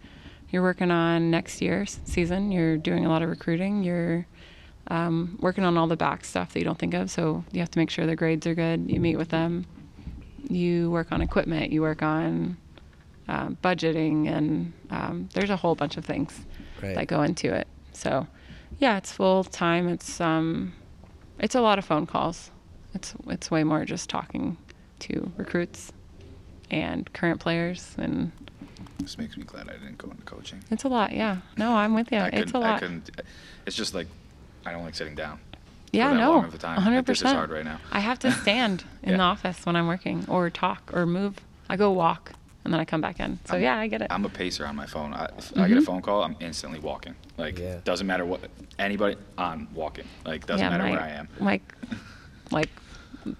Speaker 2: you're working on next year's season. You're doing a lot of recruiting. You're um, working on all the back stuff that you don't think of. So you have to make sure their grades are good. You meet with them. You work on equipment. You work on um, budgeting, and um, there's a whole bunch of things
Speaker 3: Right.
Speaker 2: that go into it. So, yeah, it's full time. It's um, it's a lot of phone calls. It's it's way more just talking to recruits and current players, and
Speaker 4: this makes me glad I didn't go into coaching.
Speaker 2: it's a lot. Yeah, no, I'm with you.
Speaker 4: I
Speaker 2: it's
Speaker 4: couldn't-
Speaker 2: a
Speaker 4: I
Speaker 2: lot.
Speaker 4: couldn't. It's just like I don't like sitting down.
Speaker 2: yeah,
Speaker 4: that
Speaker 2: no,
Speaker 4: long of a time. Like, this is
Speaker 2: 100%.
Speaker 4: hard right now. [laughs]
Speaker 2: I have to stand in
Speaker 4: Yeah.
Speaker 2: the office when I'm working, or talk, or move. I go walk and then I come back in. So
Speaker 4: I'm-
Speaker 2: yeah, I get it.
Speaker 4: I'm a pacer on my phone. I, if I get a phone call, I'm instantly walking. Like
Speaker 3: Yeah.
Speaker 4: doesn't matter what anybody, I'm walking. Like doesn't matter
Speaker 2: my,
Speaker 4: where I am.
Speaker 2: Like, like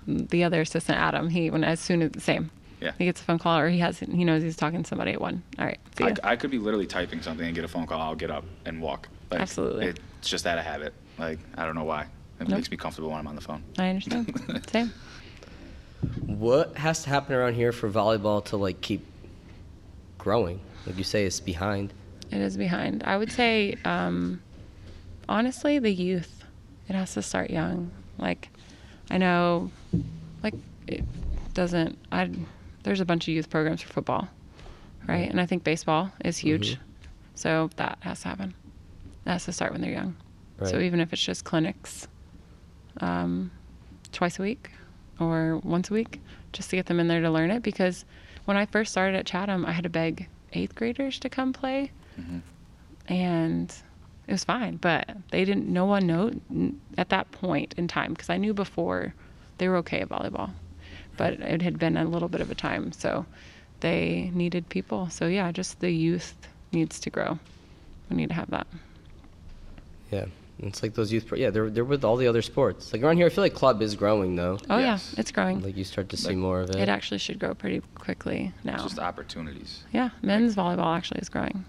Speaker 2: the other assistant Adam, he when as soon as same.
Speaker 4: Yeah.
Speaker 2: He gets a phone call or he has he knows he's talking to somebody at one. All right. See ya.
Speaker 4: I, I could be literally typing something and get a phone call. I'll get up and walk. Like,
Speaker 2: Absolutely.
Speaker 4: It's just out of habit. Like I don't know why. It
Speaker 2: Nope.
Speaker 4: makes me comfortable when I'm on the phone.
Speaker 2: I understand.
Speaker 4: [laughs]
Speaker 2: Same.
Speaker 3: What has to happen around here for volleyball to like keep growing? Like you say, it's behind.
Speaker 2: It is behind. I would say, um, honestly, the youth. It has to start young. Like, I know, like it doesn't. I there's a bunch of youth programs for football, right? And I think baseball is huge. So that has to happen. That has to start when they're young. So
Speaker 3: Right.
Speaker 2: even if it's just clinics, um, twice a week or once a week, just to get them in there to learn it. Because when I first started at Chatham, I had to beg eighth graders to come play, and it was fine. But they didn't. No one know n- at that point in time because I knew before they were okay at volleyball, but it had been a little bit of a time, so they needed people. So yeah, just the youth needs to grow. We need to have that.
Speaker 3: Yeah, it's like those youth. Pro- yeah, they're they're with all the other sports. Like around here, I feel like club is growing though.
Speaker 2: Oh
Speaker 4: Yes.
Speaker 2: yeah, it's growing.
Speaker 3: Like you start to see
Speaker 4: Like-
Speaker 3: more of it.
Speaker 2: It actually should grow pretty quickly now.
Speaker 4: It's just opportunities.
Speaker 2: yeah, men's volleyball actually is growing.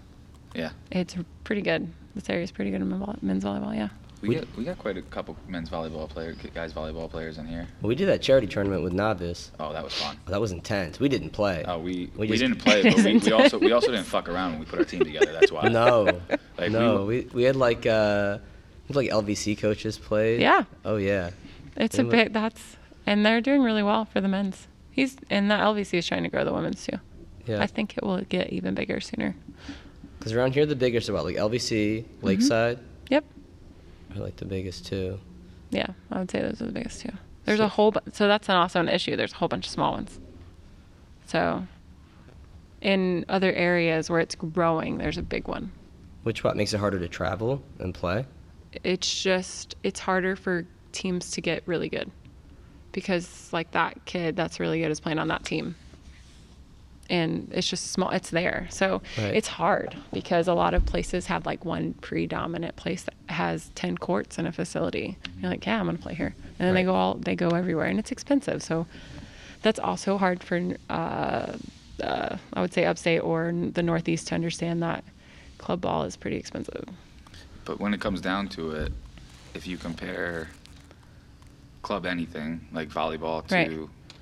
Speaker 4: Yeah.
Speaker 2: It's pretty good. This area is pretty good in men- men's volleyball. Yeah.
Speaker 4: We,
Speaker 3: We-
Speaker 4: get we got quite a couple men's volleyball player guys volleyball players in here.
Speaker 3: we did that charity tournament with novice.
Speaker 4: Oh, that was fun.
Speaker 3: That was intense. We didn't play.
Speaker 4: Oh, we
Speaker 3: We
Speaker 4: we,
Speaker 3: just-
Speaker 4: didn't play, but we, we also we also didn't fuck around when we put our team together. That's
Speaker 2: [laughs]
Speaker 3: [laughs]
Speaker 4: why.
Speaker 3: no,
Speaker 4: Like,
Speaker 3: no.
Speaker 4: we-
Speaker 3: We, we had like uh, we had, like LVC coaches play.
Speaker 2: Yeah.
Speaker 3: Oh yeah.
Speaker 2: It's
Speaker 3: They
Speaker 2: a
Speaker 3: look-
Speaker 2: big. That's and they're doing really well for the men's. He's and the LVC is trying to grow the women's too.
Speaker 3: Yeah.
Speaker 2: I think it will get even bigger sooner.
Speaker 3: Because around here, the biggest are about like LVC, Lakeside
Speaker 2: Yep.
Speaker 3: are like the biggest too.
Speaker 2: Yeah, I would say those are the biggest two. There's a whole, bu- so that's an, also an issue. There's a whole bunch of small ones. So, in other areas where it's growing, there's a big one.
Speaker 3: Which what makes it harder to travel and play?
Speaker 2: It's just it's harder for teams to get really good because like that kid that's really good is playing on that team. And it's just small. It's there, so
Speaker 3: Right.
Speaker 2: it's hard because a lot of places have like one predominant place that has ten courts and a facility. You're like, yeah, I'm gonna play here, and then they
Speaker 3: Right.
Speaker 2: go all they go everywhere, and it's expensive. So that's also hard for uh, uh, I would say upstate or n- the Northeast to understand that club ball is pretty expensive.
Speaker 4: But when it comes down to it, if you compare club anything like volleyball to
Speaker 2: Right.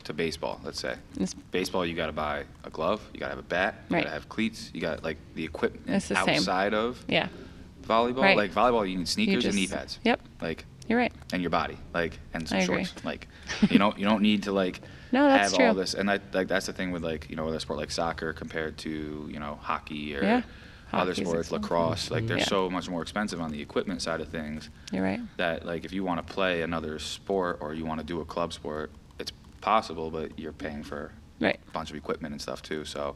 Speaker 4: to baseball, let's say
Speaker 2: It's-
Speaker 4: baseball, you got to buy a glove, you got to have a bat, you got
Speaker 2: Right.
Speaker 4: to have cleats, you got like the equipment
Speaker 2: It's the same.
Speaker 4: outside of
Speaker 2: Yeah,
Speaker 4: volleyball.
Speaker 2: Right.
Speaker 4: Like volleyball, you need sneakers and knee
Speaker 2: just-
Speaker 4: pads.
Speaker 2: yep.
Speaker 4: Like
Speaker 2: you're right.
Speaker 4: and your body, like and some
Speaker 2: I agree.
Speaker 4: shorts, like you know you don't need to like
Speaker 2: [laughs] No, that's
Speaker 4: have all
Speaker 2: true.
Speaker 4: this. And that like that's the thing with like you know with a sport like soccer compared to you know hockey or
Speaker 2: Yeah.
Speaker 4: other
Speaker 2: Hockey's
Speaker 4: sports,
Speaker 2: expensive.
Speaker 4: lacrosse. Like they're
Speaker 2: Yeah.
Speaker 4: so much more expensive on the equipment side of things
Speaker 2: You're right.
Speaker 4: that like if you want to play another sport or you want to do a club sport, it's possible, but you're paying for
Speaker 2: Right.
Speaker 4: a bunch of equipment and stuff too. So.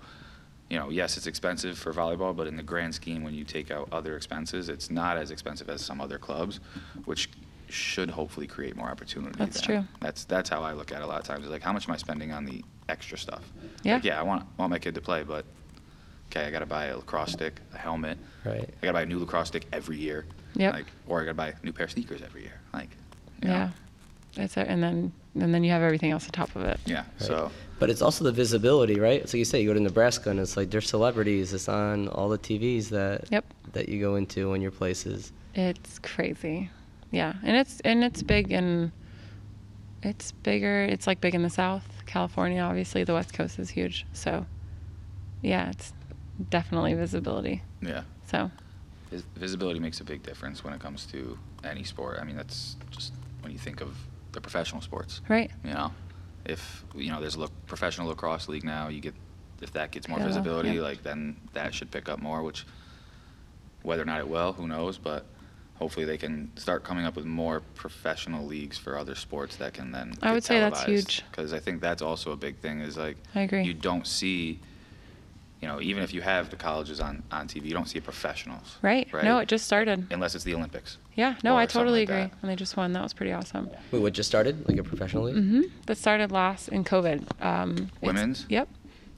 Speaker 4: You know, yes, it's expensive for volleyball, but in the grand scheme, when you take out other expenses, it's not as expensive as some other clubs, which should hopefully create more opportunity.
Speaker 2: That's
Speaker 4: then.
Speaker 2: true.
Speaker 4: That's that's how I look at it a lot of times. Is like, how much am I spending on the extra stuff?
Speaker 2: Yeah.
Speaker 4: Like, yeah, I want want my kid to play, but okay, I got to buy a lacrosse stick, a helmet.
Speaker 3: Right.
Speaker 4: I got to buy a new lacrosse stick every year.
Speaker 2: Yep.
Speaker 4: Like, or I got to buy a new pair of sneakers every year. Like. you know?
Speaker 2: Yeah. That's it. And then and then you have everything else on top of it.
Speaker 4: Yeah. So.
Speaker 3: But it's also the visibility, right? It's like you say, you go to Nebraska and it's like they're celebrities. It's on all the TVs that
Speaker 2: Yep.
Speaker 3: that you go into when your places.
Speaker 2: It's crazy. Yeah. And it's and it's big and it's bigger. It's like big in the South. California, obviously, the West Coast is huge. So yeah, it's definitely visibility.
Speaker 4: Yeah.
Speaker 2: So
Speaker 4: Vis- Visibility makes a big difference when it comes to any sport. I mean, that's just when you think of the professional sports.
Speaker 2: right.
Speaker 4: You know, if you know, there's a look, professional lacrosse league now. You get if that gets more
Speaker 2: Yeah,
Speaker 4: visibility,
Speaker 2: yeah.
Speaker 4: like then that should pick up more. Which whether or not it will, who knows? But hopefully they can start coming up with more professional leagues for other sports that can then.
Speaker 2: I would say that's huge.
Speaker 4: because I think that's also a big thing. Is like
Speaker 2: I agree.
Speaker 4: You don't see. You know, even if you have the colleges on, on TV, you don't see professionals.
Speaker 2: Right. No, it just started.
Speaker 4: unless it's the Olympics.
Speaker 2: Yeah. No,
Speaker 4: Or
Speaker 2: I
Speaker 4: something
Speaker 2: totally
Speaker 4: like
Speaker 2: agree.
Speaker 4: that.
Speaker 2: And they just won. That was pretty awesome.
Speaker 3: Wait,
Speaker 2: Mm-hmm.
Speaker 3: what just started? Like a professional league?
Speaker 2: that started last in COVID. Um, it's-
Speaker 4: Women's?
Speaker 2: Yep.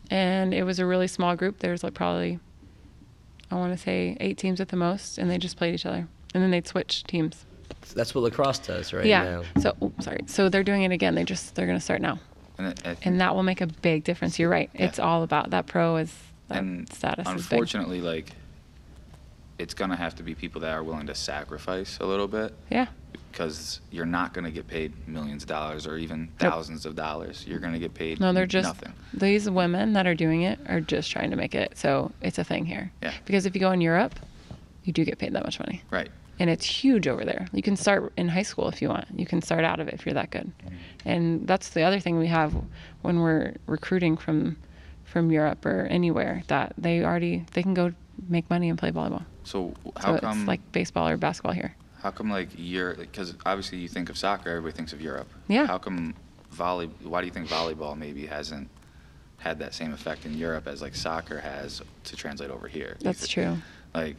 Speaker 2: and it was a really small group. There's like probably, I want to say eight teams at the most, and they just played each other, and then they'd switch teams.
Speaker 3: That's what lacrosse does right
Speaker 2: yeah.
Speaker 3: now.
Speaker 2: So oh, sorry. So they're doing it again. They just they're gonna start now,
Speaker 4: And, it- it-
Speaker 2: and that will make a big difference. You're right. It's
Speaker 4: Yeah.
Speaker 2: all about that pro is that
Speaker 4: and
Speaker 2: status. is big.
Speaker 4: unfortunately, like it's gonna have to be people that are willing to sacrifice a little bit
Speaker 2: Yeah.
Speaker 4: because you're not gonna get paid millions of dollars or even
Speaker 2: Nope.
Speaker 4: thousands of dollars. You're gonna get paid
Speaker 2: No, they're just
Speaker 4: nothing.
Speaker 2: these women that are doing it are just trying to make it. So it's a thing here.
Speaker 4: Yeah.
Speaker 2: Because if you go in Europe, you do get paid that much money,
Speaker 4: Right.
Speaker 2: and it's huge over there. You can start in high school if you want. You can start out of it if you're that good,
Speaker 4: Mm-hmm.
Speaker 2: and that's the other thing we have when we're recruiting from from Europe or anywhere that they already they can go make money and play volleyball.
Speaker 4: So
Speaker 2: So
Speaker 4: how
Speaker 2: it's
Speaker 4: come
Speaker 2: like baseball or basketball here.
Speaker 4: How come like you're because obviously you think of soccer, everybody thinks of Europe.
Speaker 2: Yeah.
Speaker 4: How come volley? Why do you think volleyball maybe hasn't had that same effect in Europe as like soccer has to translate over here? Do you
Speaker 2: That's
Speaker 4: thi-
Speaker 2: true.
Speaker 4: Like,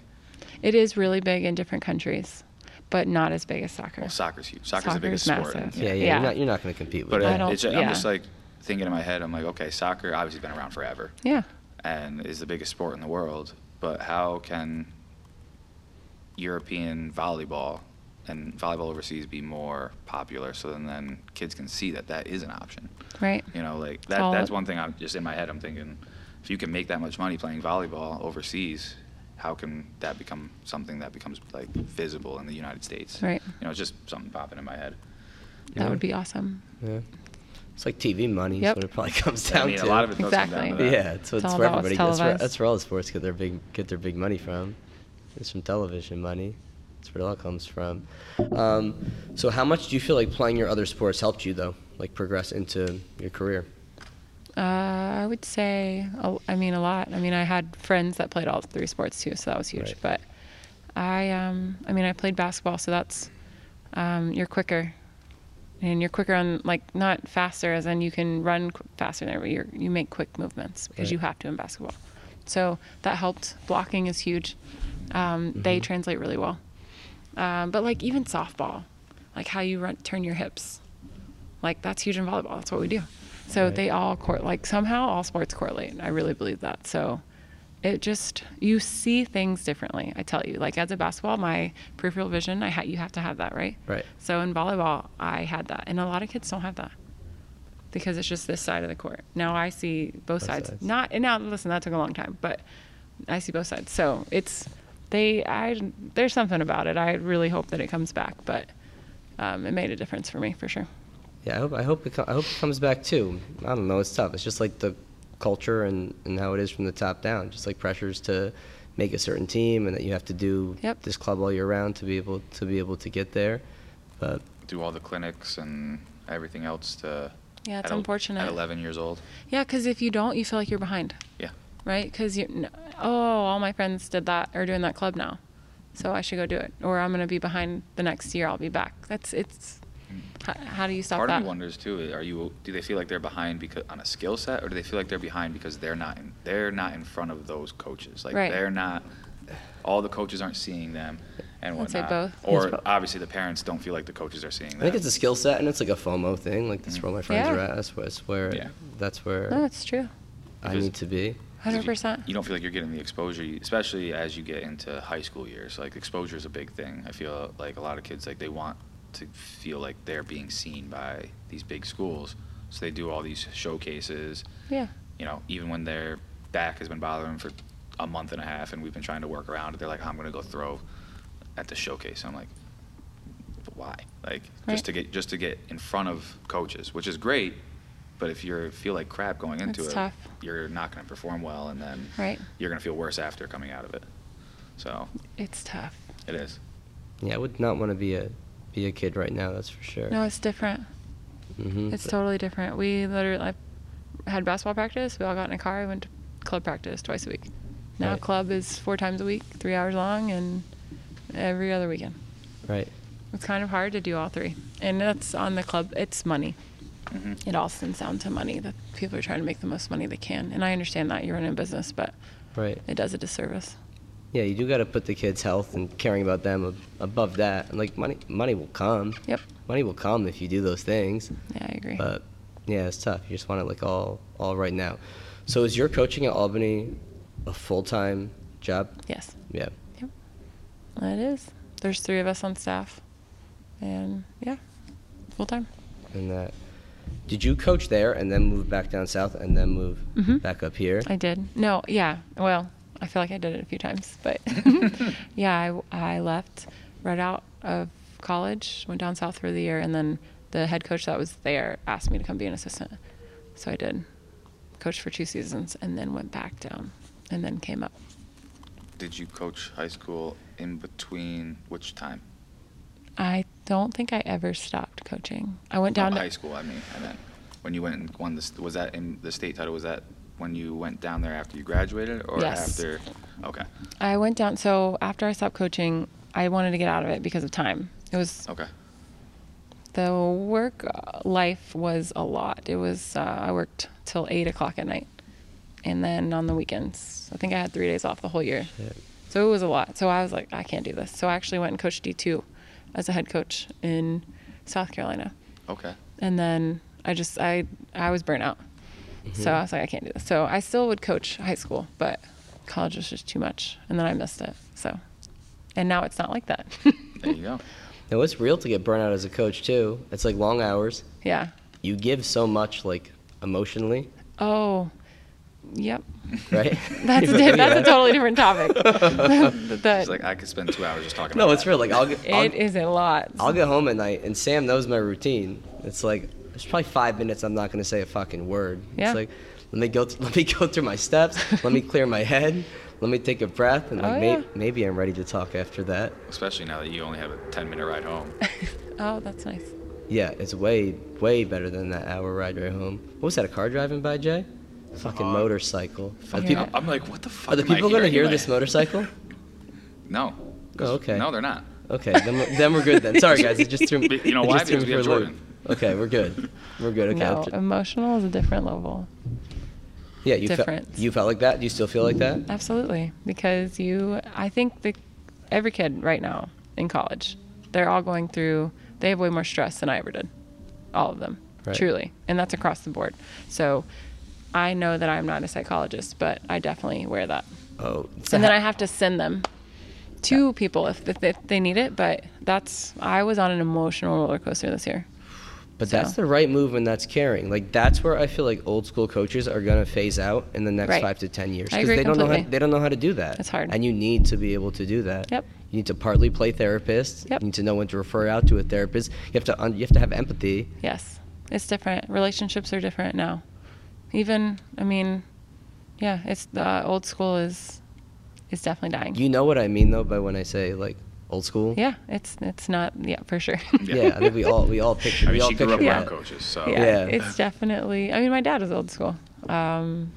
Speaker 2: It is really big in different countries, but not as big as soccer.
Speaker 4: well, soccer's huge. Soccer's the
Speaker 2: Soccer's
Speaker 4: biggest sport.
Speaker 2: massive.
Speaker 4: Yeah.
Speaker 3: Yeah, yeah.
Speaker 2: Yeah.
Speaker 3: You're not, you're not going to compete with
Speaker 4: But
Speaker 2: I
Speaker 4: it-
Speaker 3: that.
Speaker 2: don't-
Speaker 4: it's just,
Speaker 2: yeah.
Speaker 4: I'm just like thinking in my head, I'm like, okay, soccer obviously been around forever
Speaker 2: Yeah.
Speaker 4: and is the biggest sport in the world. But how can European volleyball and volleyball overseas be more popular so then, then kids can see that that is an option?
Speaker 2: Right.
Speaker 4: You know, like that,
Speaker 2: all-
Speaker 4: that's one thing I'm just in my head. I'm thinking, if you can make that much money playing volleyball overseas, how can that become something that becomes like visible in the United States?
Speaker 2: Right.
Speaker 4: You know, it's just something popping in my head.
Speaker 2: That would be awesome.
Speaker 3: It's like TV money. is
Speaker 2: Yep.
Speaker 3: what it probably [laughs] comes
Speaker 4: I
Speaker 3: down
Speaker 4: mean,
Speaker 3: to.
Speaker 4: a lot of it does come down
Speaker 2: Exactly.
Speaker 4: to that.
Speaker 3: Yeah, it's,
Speaker 2: It's
Speaker 3: it's,
Speaker 2: all
Speaker 3: where
Speaker 2: about what's
Speaker 3: everybody gets. That's where,
Speaker 2: televised.
Speaker 3: that's where all the sports get their big get their big money from. It's from television money. That's where it all comes from. Um, so, how much do you feel like playing your other sports helped you though, like progress into your career?
Speaker 2: Uh, I would say, a- I mean, a lot. I mean, I had friends that played all three sports too, so that was huge.
Speaker 3: Right.
Speaker 2: But I, um, I mean, I played basketball, so that's um, you're quicker, and you're quicker on like not faster, as in you can run qu- faster than everybody. You're, you make quick movements because you
Speaker 3: Right.
Speaker 2: have to in basketball. So that helped. Blocking is huge. Um, They
Speaker 3: Mm-hmm.
Speaker 2: translate really well. Um, but like even softball, like how you run, turn your hips, like that's huge in volleyball. That's what we do. So
Speaker 3: Right.
Speaker 2: they all court like somehow all sports correlate. I really believe that. So it just you see things differently. I tell you, like as a basketball, my peripheral vision, I ha- you have to have that, right?
Speaker 3: Right.
Speaker 2: So in volleyball, I had that, and a lot of kids don't have that because it's just this side of the court. Now I see both,
Speaker 3: Both
Speaker 2: sides.
Speaker 3: sides.
Speaker 2: Not and now listen, that took a long time, but I see both sides. So it's they I there's something about it. I really hope that it comes back, but um, it made a difference for me for sure.
Speaker 3: Yeah, I hope I hope it co- I hope it comes back too. I don't know, it's tough. It's just like the culture and, and how it is from the top down. Just like pressures to make a certain team and that you have to do
Speaker 2: Yep.
Speaker 3: this club all year round to be able to be able to get there. But
Speaker 4: Do all the clinics and everything else to.
Speaker 2: Yeah, it's
Speaker 4: at el-
Speaker 2: unfortunate.
Speaker 4: At 11 years old.
Speaker 2: Yeah, because if you don't, you feel like you're behind,
Speaker 4: Yeah.
Speaker 2: right? Because you n- oh, all my friends did that are doing that club now, so I should go do it, or I'm gonna be behind the next year. I'll be back. That's it's. How, how do you stop
Speaker 4: Part
Speaker 2: that?
Speaker 4: of me wonders too. eh, Are you? Do they feel like they're behind because on a skill set, or do they feel like they're behind because they're not? In, they're not in front of those coaches. Like
Speaker 2: Right.
Speaker 4: they're not. All the coaches aren't seeing them, and
Speaker 2: I'd
Speaker 4: whatnot.
Speaker 2: say both.
Speaker 4: Or obviously the parents don't feel like the coaches are seeing them.
Speaker 3: I think it's a skill set and it's like a FOMO thing. Like that's where all my friends
Speaker 2: Yeah.
Speaker 3: are at. That's where, that's where,
Speaker 4: Yeah.
Speaker 3: that's where
Speaker 2: no, it's true.
Speaker 3: I
Speaker 4: Because-
Speaker 3: need to be.
Speaker 4: 'Cause if
Speaker 2: Hundred
Speaker 4: you-
Speaker 2: percent.
Speaker 4: You don't feel like you're getting the exposure, you- especially as you get into high school years. Like exposure is a big thing. I feel like a lot of kids like they want to feel like they're being seen by these big schools, so they do all these showcases.
Speaker 2: Yeah.
Speaker 4: You know, even when their back has been bothering them for a month and a half, and we've been trying to work around it, they're like, "I'm going to go throw at the showcase." I'm like, but "Why?" Like
Speaker 2: Right.
Speaker 4: just to get just to get in front of coaches, which is great. But if you feel like crap going into
Speaker 2: It's
Speaker 4: it,
Speaker 2: tough.
Speaker 4: you're not going to perform well, and then
Speaker 2: Right.
Speaker 4: you're going to feel worse after coming out of it. So
Speaker 2: It's tough.
Speaker 4: it is.
Speaker 3: Yeah, I would not want to be a be a kid right now. That's for sure.
Speaker 2: No, it's different.
Speaker 3: mm-hmm.
Speaker 2: It's totally different. We literally I had basketball practice. We all got in a car. We went to club practice twice a week. Now
Speaker 3: Right.
Speaker 2: club is four times a week, three hours long, and every other weekend.
Speaker 3: right.
Speaker 2: It's kind of hard to do all three, and that's on the club. It's money. It all stems down to money. That people are trying to make the most money they can, and I understand that you're running a business, but
Speaker 3: Right.
Speaker 2: it does a disservice.
Speaker 3: Yeah, you do got to put the kids' health and caring about them ab- above that. And like money, money will come.
Speaker 2: Yep.
Speaker 3: Money will come if you do those things.
Speaker 2: Yeah, I agree.
Speaker 3: But Yeah, it's tough. You just want it like all all right now. So is your coaching at Albany a full time job?
Speaker 2: Yes,
Speaker 3: Yeah.
Speaker 2: it is. There's three of us on staff, and yeah, full time.
Speaker 3: And that did you coach there and then move back down south and then move back up here?
Speaker 2: Mm-hmm. I did. No, yeah. Well, I feel like I did it a few times,
Speaker 4: [laughs]
Speaker 2: but [laughs] yeah, I, I left right out of college, went down south for the year, and then the head coach that was there asked me to come be an assistant. So I did. Coached for two seasons and then went back down and then came up.
Speaker 4: Did you coach high school in between which time?
Speaker 2: I don't think I ever stopped coaching. I went
Speaker 4: Not
Speaker 2: down
Speaker 4: high
Speaker 2: to,
Speaker 4: school, I mean, I meant when you went and won this. Was that in the state title? Was that when you went down there after you graduated or
Speaker 2: Yes.
Speaker 4: after? Okay,
Speaker 2: I went down so after I stopped coaching, I wanted to get out of it because of time. It was
Speaker 4: okay.
Speaker 2: the work uh, life was a lot. It was uh, I worked till eight o'clock at night, and then on the weekends. I think I had three days off the whole year, so it was a lot. So I was like, I can't do this. So I actually went and coached D two as a head coach in South Carolina,
Speaker 4: Okay.
Speaker 2: and then I just I I was burnt out. So I was like, I can't do this. So I still would coach high school, but college was just too much, and then I missed it. So, and now it's not like that. [laughs]
Speaker 4: There you go.
Speaker 3: Now it's real to get burnt out as a coach too. It's like long hours.
Speaker 2: yeah.
Speaker 3: You give so much like
Speaker 2: [laughs]
Speaker 3: emotionally,
Speaker 2: Oh, yep.
Speaker 3: right? [laughs]
Speaker 2: That's a, di- that's a totally different topic.
Speaker 4: It's
Speaker 2: that,
Speaker 4: like I could spend two hours just talking
Speaker 3: no,
Speaker 4: about
Speaker 3: it's real. Like I'll, get- I'll
Speaker 2: it is a lot.
Speaker 3: I'll get home at night, and Sam knows my routine. It's like there's probably five minutes I'm not gonna say a fucking word.
Speaker 2: Yeah.
Speaker 3: It's like let me go. Th- let me [laughs] go through my steps. let me clear my head. Let me take a breath, and like
Speaker 2: [laughs] Oh,
Speaker 3: may-
Speaker 2: yeah.
Speaker 3: maybe I'm ready to talk after that.
Speaker 4: Especially now that you only have a 10 minute
Speaker 2: [laughs]
Speaker 4: ride home.
Speaker 2: Oh, that's nice.
Speaker 3: Yeah, it's way way better than that hour ride right home. What was that? A car driving by Jay? Fucking
Speaker 4: Uh,
Speaker 3: motorcycle. Are the
Speaker 2: yeah.
Speaker 3: people,
Speaker 4: I'm like, what the fuck?
Speaker 3: are the
Speaker 4: am I
Speaker 3: people gonna
Speaker 4: hearing?
Speaker 3: hear
Speaker 4: Like,
Speaker 3: this
Speaker 4: [laughs]
Speaker 3: motorcycle?
Speaker 4: No.
Speaker 3: Oh, okay.
Speaker 4: No, they're not.
Speaker 3: Okay, then we're, then we're good then. Sorry guys, it just
Speaker 4: [laughs]
Speaker 3: threw
Speaker 4: But you know
Speaker 3: it
Speaker 4: why?
Speaker 3: just threw
Speaker 4: Because
Speaker 3: me
Speaker 4: we have
Speaker 3: for a loop.
Speaker 4: Jordan.
Speaker 3: Okay, we're good. We're good. Okay.
Speaker 2: no,
Speaker 3: I'll ju-
Speaker 2: emotional is a different level.
Speaker 3: yeah, you felt
Speaker 2: difference.
Speaker 3: you felt like that. Do you still feel like that?
Speaker 2: Absolutely, because you. I think the every kid right now in college, they're all going through. They have way more stress than I ever did, all of them,
Speaker 3: Right.
Speaker 2: truly, and that's across the board. So, I know that I'm not a psychologist, but I definitely wear that.
Speaker 3: Oh, so
Speaker 2: and then
Speaker 3: ha-
Speaker 2: I have to send them to people if, if, if they need it. But that's I was on an emotional roller coaster this year.
Speaker 3: But
Speaker 2: So-
Speaker 3: that's the right move when that's caring. Like that's where I feel like old school coaches are gonna phase out in the next
Speaker 2: Right.
Speaker 3: five to ten years
Speaker 2: I agree
Speaker 3: they don't know how
Speaker 2: completely.
Speaker 3: they don't know how to do that.
Speaker 2: It's hard.
Speaker 3: and you need to be able to do that.
Speaker 2: Yep.
Speaker 3: You need to partly play therapist.
Speaker 2: Yep.
Speaker 3: You need to know when to refer out to a therapist. You have to un- you have to have empathy.
Speaker 2: Yes, it's different. Relationships are different now. Even I mean, yeah, it's the old school is is definitely dying.
Speaker 3: You know what I mean though by when I say like old school.
Speaker 2: yeah, it's it's not yeah for sure.
Speaker 4: Yeah.
Speaker 3: Yeah, I think we all we
Speaker 4: [laughs]
Speaker 3: all picture.
Speaker 4: I
Speaker 3: we
Speaker 4: mean,
Speaker 3: all
Speaker 4: she grew up
Speaker 3: picture
Speaker 4: around
Speaker 3: that.
Speaker 4: coaches, so
Speaker 2: [laughs] yeah,
Speaker 3: Yeah.
Speaker 2: it's definitely. I mean, my dad was old school. Um,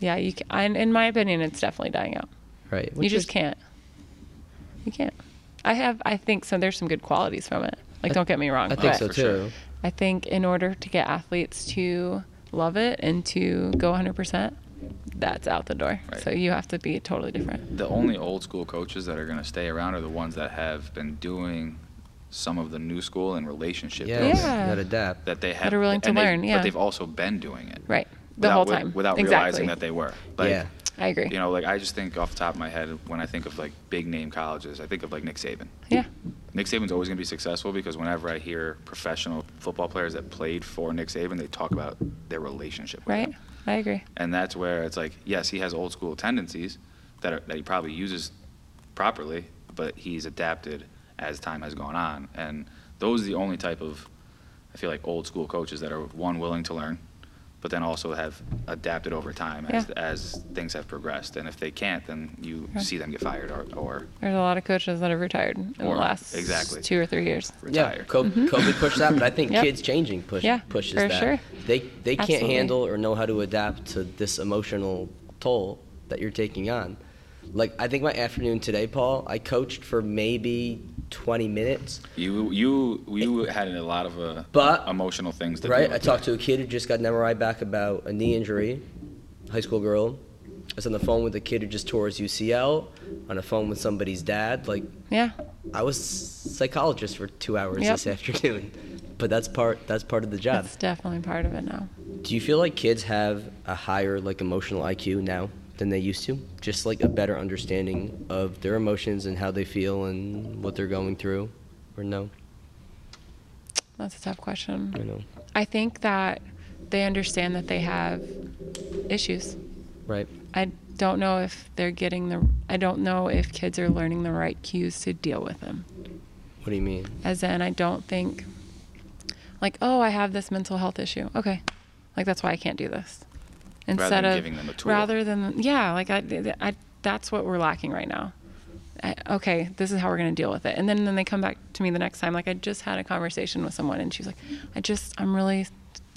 Speaker 2: yeah, you ca and in my opinion, it's definitely dying out.
Speaker 3: Right.
Speaker 2: you
Speaker 3: which
Speaker 2: just
Speaker 3: is-
Speaker 2: can't. You can't. I have. I think so. There's some good qualities from it. Like, don't get me wrong.
Speaker 3: I think
Speaker 2: but
Speaker 3: so
Speaker 4: For sure.
Speaker 3: too.
Speaker 2: I think in order to get athletes to love it and to go 100%, that's out the door.
Speaker 4: Right.
Speaker 2: So you have to be totally different.
Speaker 4: the only old school coaches that are going to stay around are the ones that have been doing some of the new school and relationship
Speaker 3: Yes.
Speaker 4: building
Speaker 2: Yeah.
Speaker 3: That adapt.
Speaker 4: that they have
Speaker 2: That are willing to
Speaker 4: and they've-
Speaker 2: learn, yeah.
Speaker 4: but they've also been doing it
Speaker 2: Right. The
Speaker 4: without-
Speaker 2: whole
Speaker 4: wi-
Speaker 2: time.
Speaker 4: without
Speaker 2: exactly.
Speaker 4: realizing that they were like
Speaker 3: yeah.
Speaker 2: I agree.
Speaker 4: you know like i just think off the top of my head when i think of like big name colleges i think of like nick saban
Speaker 2: yeah.
Speaker 4: nick saban's always going to be successful because whenever i hear professional football players that played for nick saban they talk about their relationship with
Speaker 2: Right.
Speaker 4: him.
Speaker 2: I agree.
Speaker 4: and that's where it's like yes he has old school tendencies that, are, that he probably uses properly but he's adapted as time has gone on and those are the only type of i feel like old school coaches that are one willing to learn but then also have adapted over time as,
Speaker 2: Yeah.
Speaker 4: as things have progressed and if they can't then you
Speaker 2: Right.
Speaker 4: see them get fired or, or
Speaker 2: There's a lot of coaches that have retired in
Speaker 4: Or-
Speaker 2: the last
Speaker 4: exactly.
Speaker 2: two or three years.
Speaker 3: Yeah,
Speaker 4: retired
Speaker 3: Co- COVID pushed that, but I think
Speaker 2: Mm-hmm. Yep.
Speaker 3: kids changing push,
Speaker 2: Yeah,
Speaker 3: pushes
Speaker 2: for
Speaker 3: that.
Speaker 2: sure.
Speaker 3: They they can't
Speaker 2: Absolutely.
Speaker 3: handle or know how to adapt to this emotional toll that you're taking on. Like I think my afternoon today, Paul, I coached for maybe 20 minutes.
Speaker 4: you you you had a lot of uh,
Speaker 3: But-
Speaker 4: emotional things to
Speaker 3: Right?
Speaker 4: deal
Speaker 3: I
Speaker 4: with.
Speaker 3: talked to a kid who just got an MRI back about a knee injury, high school girl. I was on the phone with a kid who just tore his UCL. On the phone with somebody's dad. Like
Speaker 2: Yeah.
Speaker 3: I was psychologist for two hours
Speaker 2: Yep.
Speaker 3: this [laughs] afternoon. but that's part that's part of the job.
Speaker 2: That's definitely part of it now.
Speaker 3: Do you feel like kids have a higher like emotional IQ now than they used to? Just like a better understanding of their emotions and how they feel and what they're going through, or no?
Speaker 2: That's a tough question.
Speaker 3: I know,
Speaker 2: I think that they understand that they have issues.
Speaker 3: right?
Speaker 2: I don't know if they're getting the. I don't know if kids are learning the right cues to deal with them.
Speaker 3: What do you mean?
Speaker 2: As in, I don't think, like, oh, I have this mental health issue. Okay, like that's why I can't do this. Instead
Speaker 4: than
Speaker 2: of
Speaker 4: giving them a tool.
Speaker 2: rather than yeah, like I, I that's what we're lacking right now. I, okay, this is how we're gonna deal with it. And then then they come back to me the next time. Like I just had a conversation with someone, and she's like, I just I'm really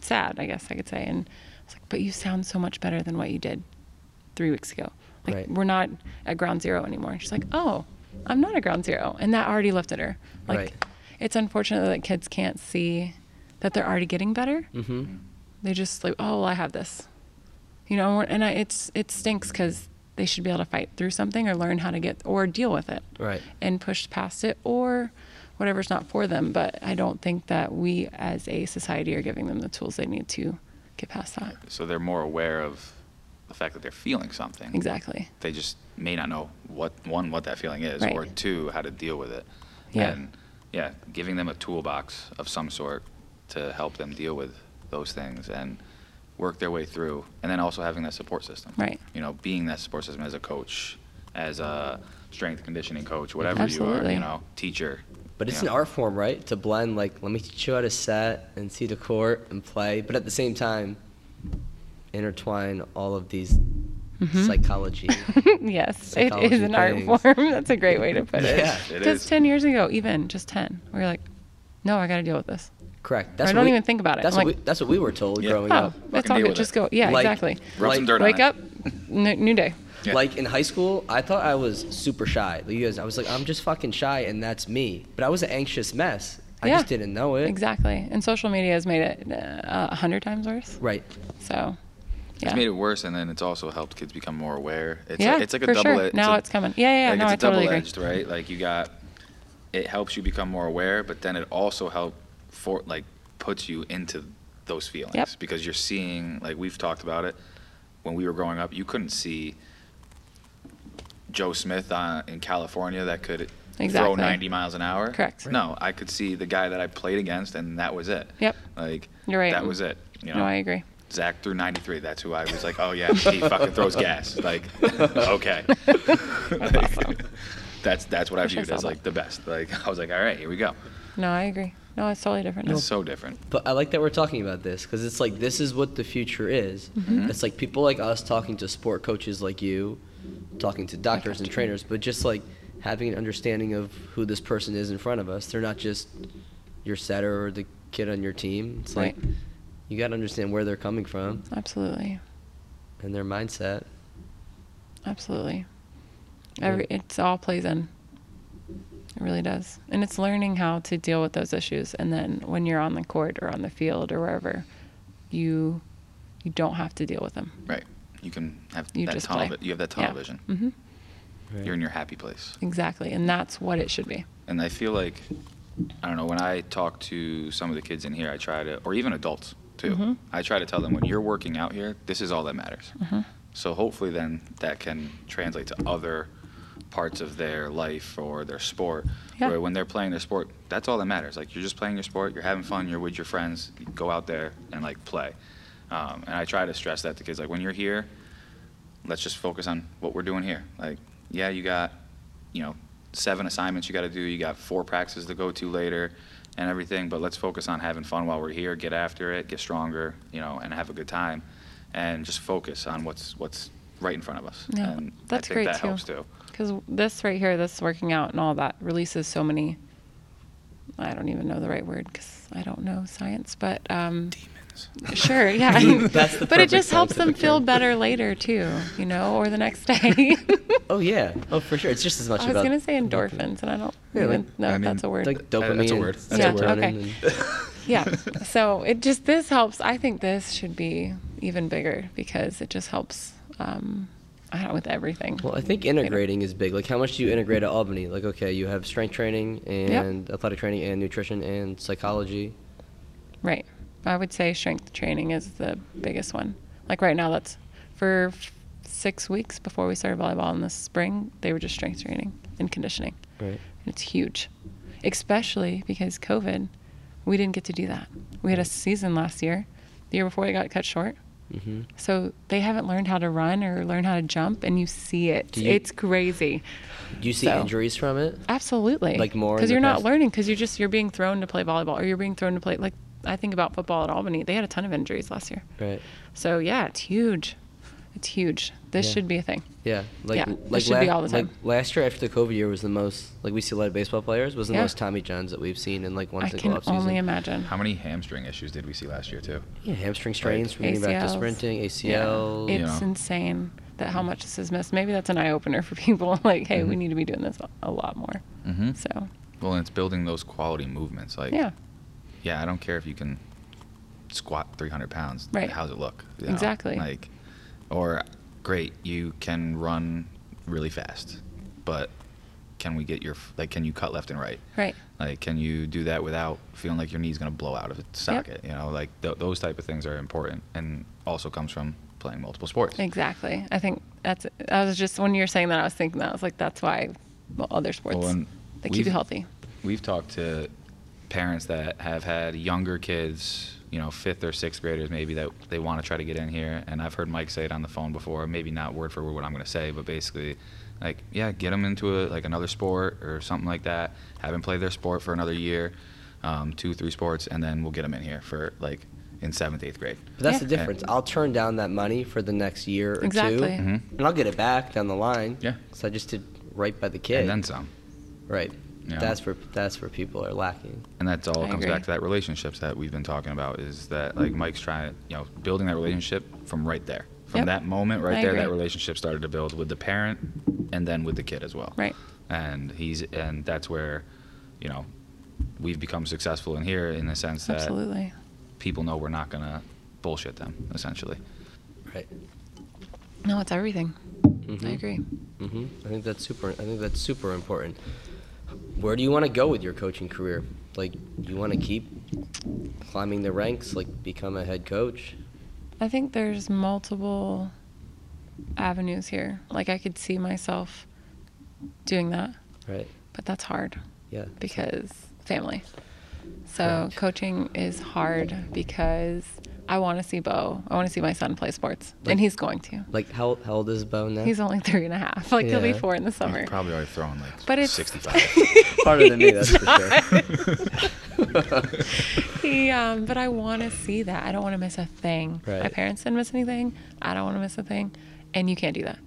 Speaker 2: sad. I guess I could say. And I was like, but you sound so much better than what you did three weeks ago. Like
Speaker 3: Right.
Speaker 2: we're not at ground zero anymore. And she's like, oh, I'm not at ground zero, and that already lifted her. Like
Speaker 3: Right.
Speaker 2: it's unfortunate that kids can't see that they're already getting better. Mm-hmm. They just like, oh, well, I have this, you know. And I, it's it stinks because they should be able to fight through something or learn how to get or deal with it
Speaker 3: Right.
Speaker 2: and push past it or whatever's not for them. But I don't think that we as a society are giving them the tools they need to get past that.
Speaker 4: So they're more aware of the fact that they're feeling something.
Speaker 2: Exactly.
Speaker 4: They just may not know what one what that feeling is,
Speaker 2: Right.
Speaker 4: or two how to deal with it.
Speaker 2: Yeah.
Speaker 4: And yeah, giving them a toolbox of some sort to help them deal with those things and work their way through, and then also having that support system.
Speaker 2: Right.
Speaker 4: You know, being that support system as a coach, as a strength conditioning coach, whatever you are,
Speaker 2: Absolutely.
Speaker 4: you know, teacher.
Speaker 3: But it's
Speaker 4: you
Speaker 3: an
Speaker 4: know.
Speaker 3: art form, right? To blend like let me teach you how to set and see the court and play, but at the same time, intertwine all of these
Speaker 2: Mm-hmm. [laughs]
Speaker 3: psychology.
Speaker 2: yes, it
Speaker 3: Psychology
Speaker 2: is an art
Speaker 3: things.
Speaker 2: form. [laughs] That's a great way to put it.
Speaker 3: yeah,
Speaker 4: It
Speaker 2: Because
Speaker 4: is.
Speaker 2: 10 years ago, even just 10, we were like, no, I got to deal with this.
Speaker 3: correct.
Speaker 2: I
Speaker 3: what
Speaker 2: don't
Speaker 3: we-
Speaker 2: even think about it.
Speaker 3: That's
Speaker 2: I'm
Speaker 3: what
Speaker 2: like-
Speaker 3: we, that's what we were told
Speaker 4: Yeah.
Speaker 3: growing
Speaker 2: Oh,
Speaker 3: up.
Speaker 2: that's
Speaker 4: Fucking
Speaker 2: all
Speaker 4: deal
Speaker 2: good.
Speaker 4: with
Speaker 2: Just
Speaker 4: it.
Speaker 2: go. Yeah,
Speaker 3: Like-
Speaker 2: exactly.
Speaker 4: Rub some
Speaker 3: Like-
Speaker 4: dirt on
Speaker 2: Wake
Speaker 4: it.
Speaker 2: up, n- new day.
Speaker 4: Yeah.
Speaker 3: Like in high school, I thought I was super shy. Like you guys, I was like, I'm just fucking shy, and that's me. But I was an anxious mess. I
Speaker 2: Yeah.
Speaker 3: just didn't know it.
Speaker 2: Exactly. And social media has made it uh, a hundred times worse.
Speaker 3: Right.
Speaker 2: So, yeah.
Speaker 4: It's made it worse, and then it's also helped kids become more aware. It's
Speaker 2: yeah,
Speaker 4: a, it's like a
Speaker 2: for
Speaker 4: double.
Speaker 2: sure.
Speaker 4: ed-
Speaker 2: now
Speaker 4: a-
Speaker 2: it's coming. Yeah, yeah, yeah.
Speaker 4: like
Speaker 2: no,
Speaker 4: it's
Speaker 2: I
Speaker 4: a
Speaker 2: totally agree.
Speaker 4: double-edged, right? Like you got, it helps you become more aware, but then it also help for like puts you into those feelings
Speaker 2: Yep.
Speaker 4: because you're seeing like we've talked about it when we were growing up. You couldn't see Joe Smith uh, in California that could throw
Speaker 2: Exactly.
Speaker 4: 90 miles an hour.
Speaker 2: Correct.
Speaker 4: No, I could see the guy that I played against, and that was it.
Speaker 2: Yep.
Speaker 4: Like
Speaker 2: You're right.
Speaker 4: That was it. You know?
Speaker 2: No, I agree.
Speaker 4: Zach threw 93. That's who I was like, oh yeah, he fucking throws gas. Like, okay,
Speaker 2: That's awesome.
Speaker 4: that's that's what I
Speaker 2: Wish I
Speaker 4: viewed
Speaker 2: saw
Speaker 4: as
Speaker 2: that.
Speaker 4: like the best. Like, I was like, all right, here we go.
Speaker 2: No, I agree. No, it's totally different. now.
Speaker 4: It's so different.
Speaker 3: But I like that we're talking about this because it's like this is what the future is.
Speaker 2: Mm-hmm.
Speaker 3: It's like people like us talking to sport coaches like you, talking to doctors and trainers, but just like having an understanding of who this person is in front of us. They're not just your setter or the kid on your team. It's like
Speaker 2: Right.
Speaker 3: you got to understand where they're coming from
Speaker 2: Absolutely.
Speaker 3: and their mindset.
Speaker 2: Absolutely. Every it's all plays in. It really does. And it's learning how to deal with those issues and then when you're on the court or on the field or wherever, you you don't have to deal with them.
Speaker 4: Right. You can have
Speaker 2: You
Speaker 4: that
Speaker 2: just
Speaker 4: tunnel.
Speaker 2: play.
Speaker 4: vi- You have that
Speaker 2: Yeah.
Speaker 4: tunnel vision. Mm-hmm. You're in your happy place.
Speaker 2: Exactly. And that's what it should be.
Speaker 4: And I feel like, I don't know, when I talk to some of the kids in here, I try to, or even adults too, I try to tell them when you're working out here, this is all that matters. So hopefully then that can translate to other parts of their life or their sport.
Speaker 2: Yeah.
Speaker 4: Where when they're playing their sport, that's all that matters. Like you're just playing your sport, you're having fun, you're with your friends, you go out there and like play. Um, and I try to stress that to kids, like when you're here, let's just focus on what we're doing here. Like, yeah, you got, you know, seven assignments you got to do, you got four practices to go to later and everything, but let's focus on having fun while we're here, get after it, get stronger, you know, and have a good time and just focus on what's what's right in front of us.
Speaker 2: Yeah,
Speaker 4: and
Speaker 2: that's
Speaker 4: I think
Speaker 2: great
Speaker 4: that
Speaker 2: too.
Speaker 4: helps too.
Speaker 2: Because this right here, this working out and all that releases so many. I don't even know the right word because I don't know science, but um,
Speaker 4: Demons.
Speaker 3: [laughs]
Speaker 2: sure,
Speaker 4: [laughs]
Speaker 2: yeah.
Speaker 3: That's
Speaker 2: [laughs]
Speaker 3: the
Speaker 2: but it
Speaker 3: perfect
Speaker 2: just helps them
Speaker 3: scientific
Speaker 2: feel
Speaker 3: term.
Speaker 2: better later too, you know, or the next day.
Speaker 3: [laughs]
Speaker 2: [laughs]
Speaker 3: Oh yeah. Oh for sure. It's just as much
Speaker 2: I was
Speaker 3: about
Speaker 2: gonna say endorphins, and I don't
Speaker 3: Yeah,
Speaker 2: even
Speaker 3: like-
Speaker 2: know
Speaker 4: I
Speaker 2: if
Speaker 4: mean,
Speaker 2: that's a word.
Speaker 3: like
Speaker 4: That's a
Speaker 3: dopamine. and
Speaker 4: word. That's
Speaker 2: a
Speaker 3: serotonin
Speaker 2: word. Okay.
Speaker 3: and-
Speaker 2: yeah.
Speaker 3: [laughs]
Speaker 2: So it just this helps. I think this should be even bigger because it just helps. Um, I don't know, with everything.
Speaker 3: Well, I think integrating is big. Like, how much do you integrate at Albany? Like, okay, you have strength training and athletic training and nutrition and psychology
Speaker 2: Right. I would say strength training is the biggest one. Like right now, that's for f- six weeks before we started volleyball in the spring, they were just strength training and conditioning.
Speaker 3: Right.
Speaker 2: And it's huge, especially because COVID, we didn't get to do that. We had a season last year, the year before it got cut short.
Speaker 3: Mm-hmm.
Speaker 2: So they haven't learned how to run or learn how to jump, and you see it.
Speaker 3: Do you-
Speaker 2: it's crazy.
Speaker 3: Do you see
Speaker 2: So-
Speaker 3: injuries from it?
Speaker 2: Absolutely.
Speaker 3: Like more in
Speaker 2: because
Speaker 3: the
Speaker 2: you're
Speaker 3: past-
Speaker 2: not learning because you're just you're being thrown to play volleyball or you're being thrown to play like I think about football at Albany. They had a ton of injuries last year.
Speaker 3: Right.
Speaker 2: So yeah, it's huge. It's huge. This
Speaker 3: Yeah.
Speaker 2: should be a thing.
Speaker 3: Yeah. Like
Speaker 2: Yeah, it
Speaker 3: like,
Speaker 2: should be all the
Speaker 3: like
Speaker 2: time.
Speaker 3: last year after the COVID year was the most like we see a lot of baseball players was the
Speaker 2: Yeah.
Speaker 3: most Tommy Johns that we've seen in like one
Speaker 2: I
Speaker 3: single
Speaker 2: can
Speaker 3: offseason.
Speaker 2: only imagine.
Speaker 4: How many hamstring issues did we see last year too?
Speaker 3: Yeah, hamstring strains from getting back to
Speaker 2: ACLs.
Speaker 3: sprinting,
Speaker 2: Yeah.
Speaker 3: ACLs.
Speaker 4: It-
Speaker 2: It's
Speaker 4: Yeah.
Speaker 2: insane that how much this is missed. Maybe that's an eye opener for [laughs] people. like, hey,
Speaker 3: Mm-hmm.
Speaker 2: we need to be doing this a- a lot more.
Speaker 4: Mhm.
Speaker 2: So
Speaker 4: Well, and it's building those quality movements. Like,
Speaker 2: yeah,
Speaker 4: yeah, I don't care if you can squat 300 pounds.
Speaker 2: Right.
Speaker 4: How's it look? you
Speaker 2: Exactly.
Speaker 4: Like, or great, you can run really fast, but can we get your f- like? Can you cut left and right?
Speaker 2: right.
Speaker 4: Like, can you do that without feeling like your knee's gonna blow out of its socket? You know, like th- those type of things are important, and also comes from playing multiple sports.
Speaker 2: Exactly. I think that's. I was just when you were saying that, I was thinking that. I was like, that's why well, other sports
Speaker 4: and
Speaker 2: they keep you
Speaker 4: we've-
Speaker 2: healthy.
Speaker 4: We've talked to parents that have had younger kids, you know, fifth or sixth graders maybe that they want to try to get in here. And I've heard Mike say it on the phone before, maybe not word for word what I'm going to say, but basically, like, yeah, get them into a, like another sport or something like that. Have them play their sport for another year, um, two, three sports, and then we'll get them in here for like in seventh, eighth grade.
Speaker 3: But that's
Speaker 2: Yeah.
Speaker 3: the difference. I'll turn down that money for the next year or two,
Speaker 2: Exactly. Mhm.
Speaker 3: and I'll get it back down the line.
Speaker 4: Mm-hmm. Yeah.
Speaker 3: So I just did right by the kid.
Speaker 4: And then some.
Speaker 3: right.
Speaker 4: Yeah.
Speaker 3: That's where that's where people are lacking.
Speaker 4: and that's all
Speaker 2: I
Speaker 4: it comes
Speaker 2: agree. Mm-hmm.
Speaker 4: back to that relationships that we've been talking about is that like mike's trying you know building that relationship from right there from
Speaker 2: Yep.
Speaker 4: that moment right
Speaker 2: I
Speaker 4: there that
Speaker 2: agree.
Speaker 4: relationship started to build with the parent and then with the kid as well
Speaker 2: Right.
Speaker 4: and he's and that's where you know we've become successful in here in the sense that
Speaker 2: Absolutely.
Speaker 4: people know we're not gonna bullshit them essentially
Speaker 3: Right.
Speaker 2: No, it's everything. I agree.
Speaker 3: hmm I think that's super. I think that's super important. Where do you want to go with your coaching career? Like, do you want to keep climbing the ranks, like become a head coach?
Speaker 2: I think there's multiple avenues here. Like I could see myself doing that,
Speaker 3: Right.
Speaker 2: but that's hard
Speaker 3: Yeah.
Speaker 2: because family. So
Speaker 3: Correct.
Speaker 2: coaching is hard because I want to see Bo. I want to see my son play sports,
Speaker 3: Like-
Speaker 2: and he's going to.
Speaker 3: Like, how, how old is Bo now?
Speaker 2: He's only three and a half. Like he'll be
Speaker 3: Yeah.
Speaker 2: four in the summer.
Speaker 4: You've probably already thrown like
Speaker 2: But it's-
Speaker 4: 65
Speaker 3: [laughs] harder than me,
Speaker 2: [laughs]
Speaker 3: that's for sure.
Speaker 2: He, um, but I want to see that. I don't want to miss a thing. My
Speaker 3: Right.
Speaker 2: parents didn't miss anything. I don't want to miss a thing, and you can't do that.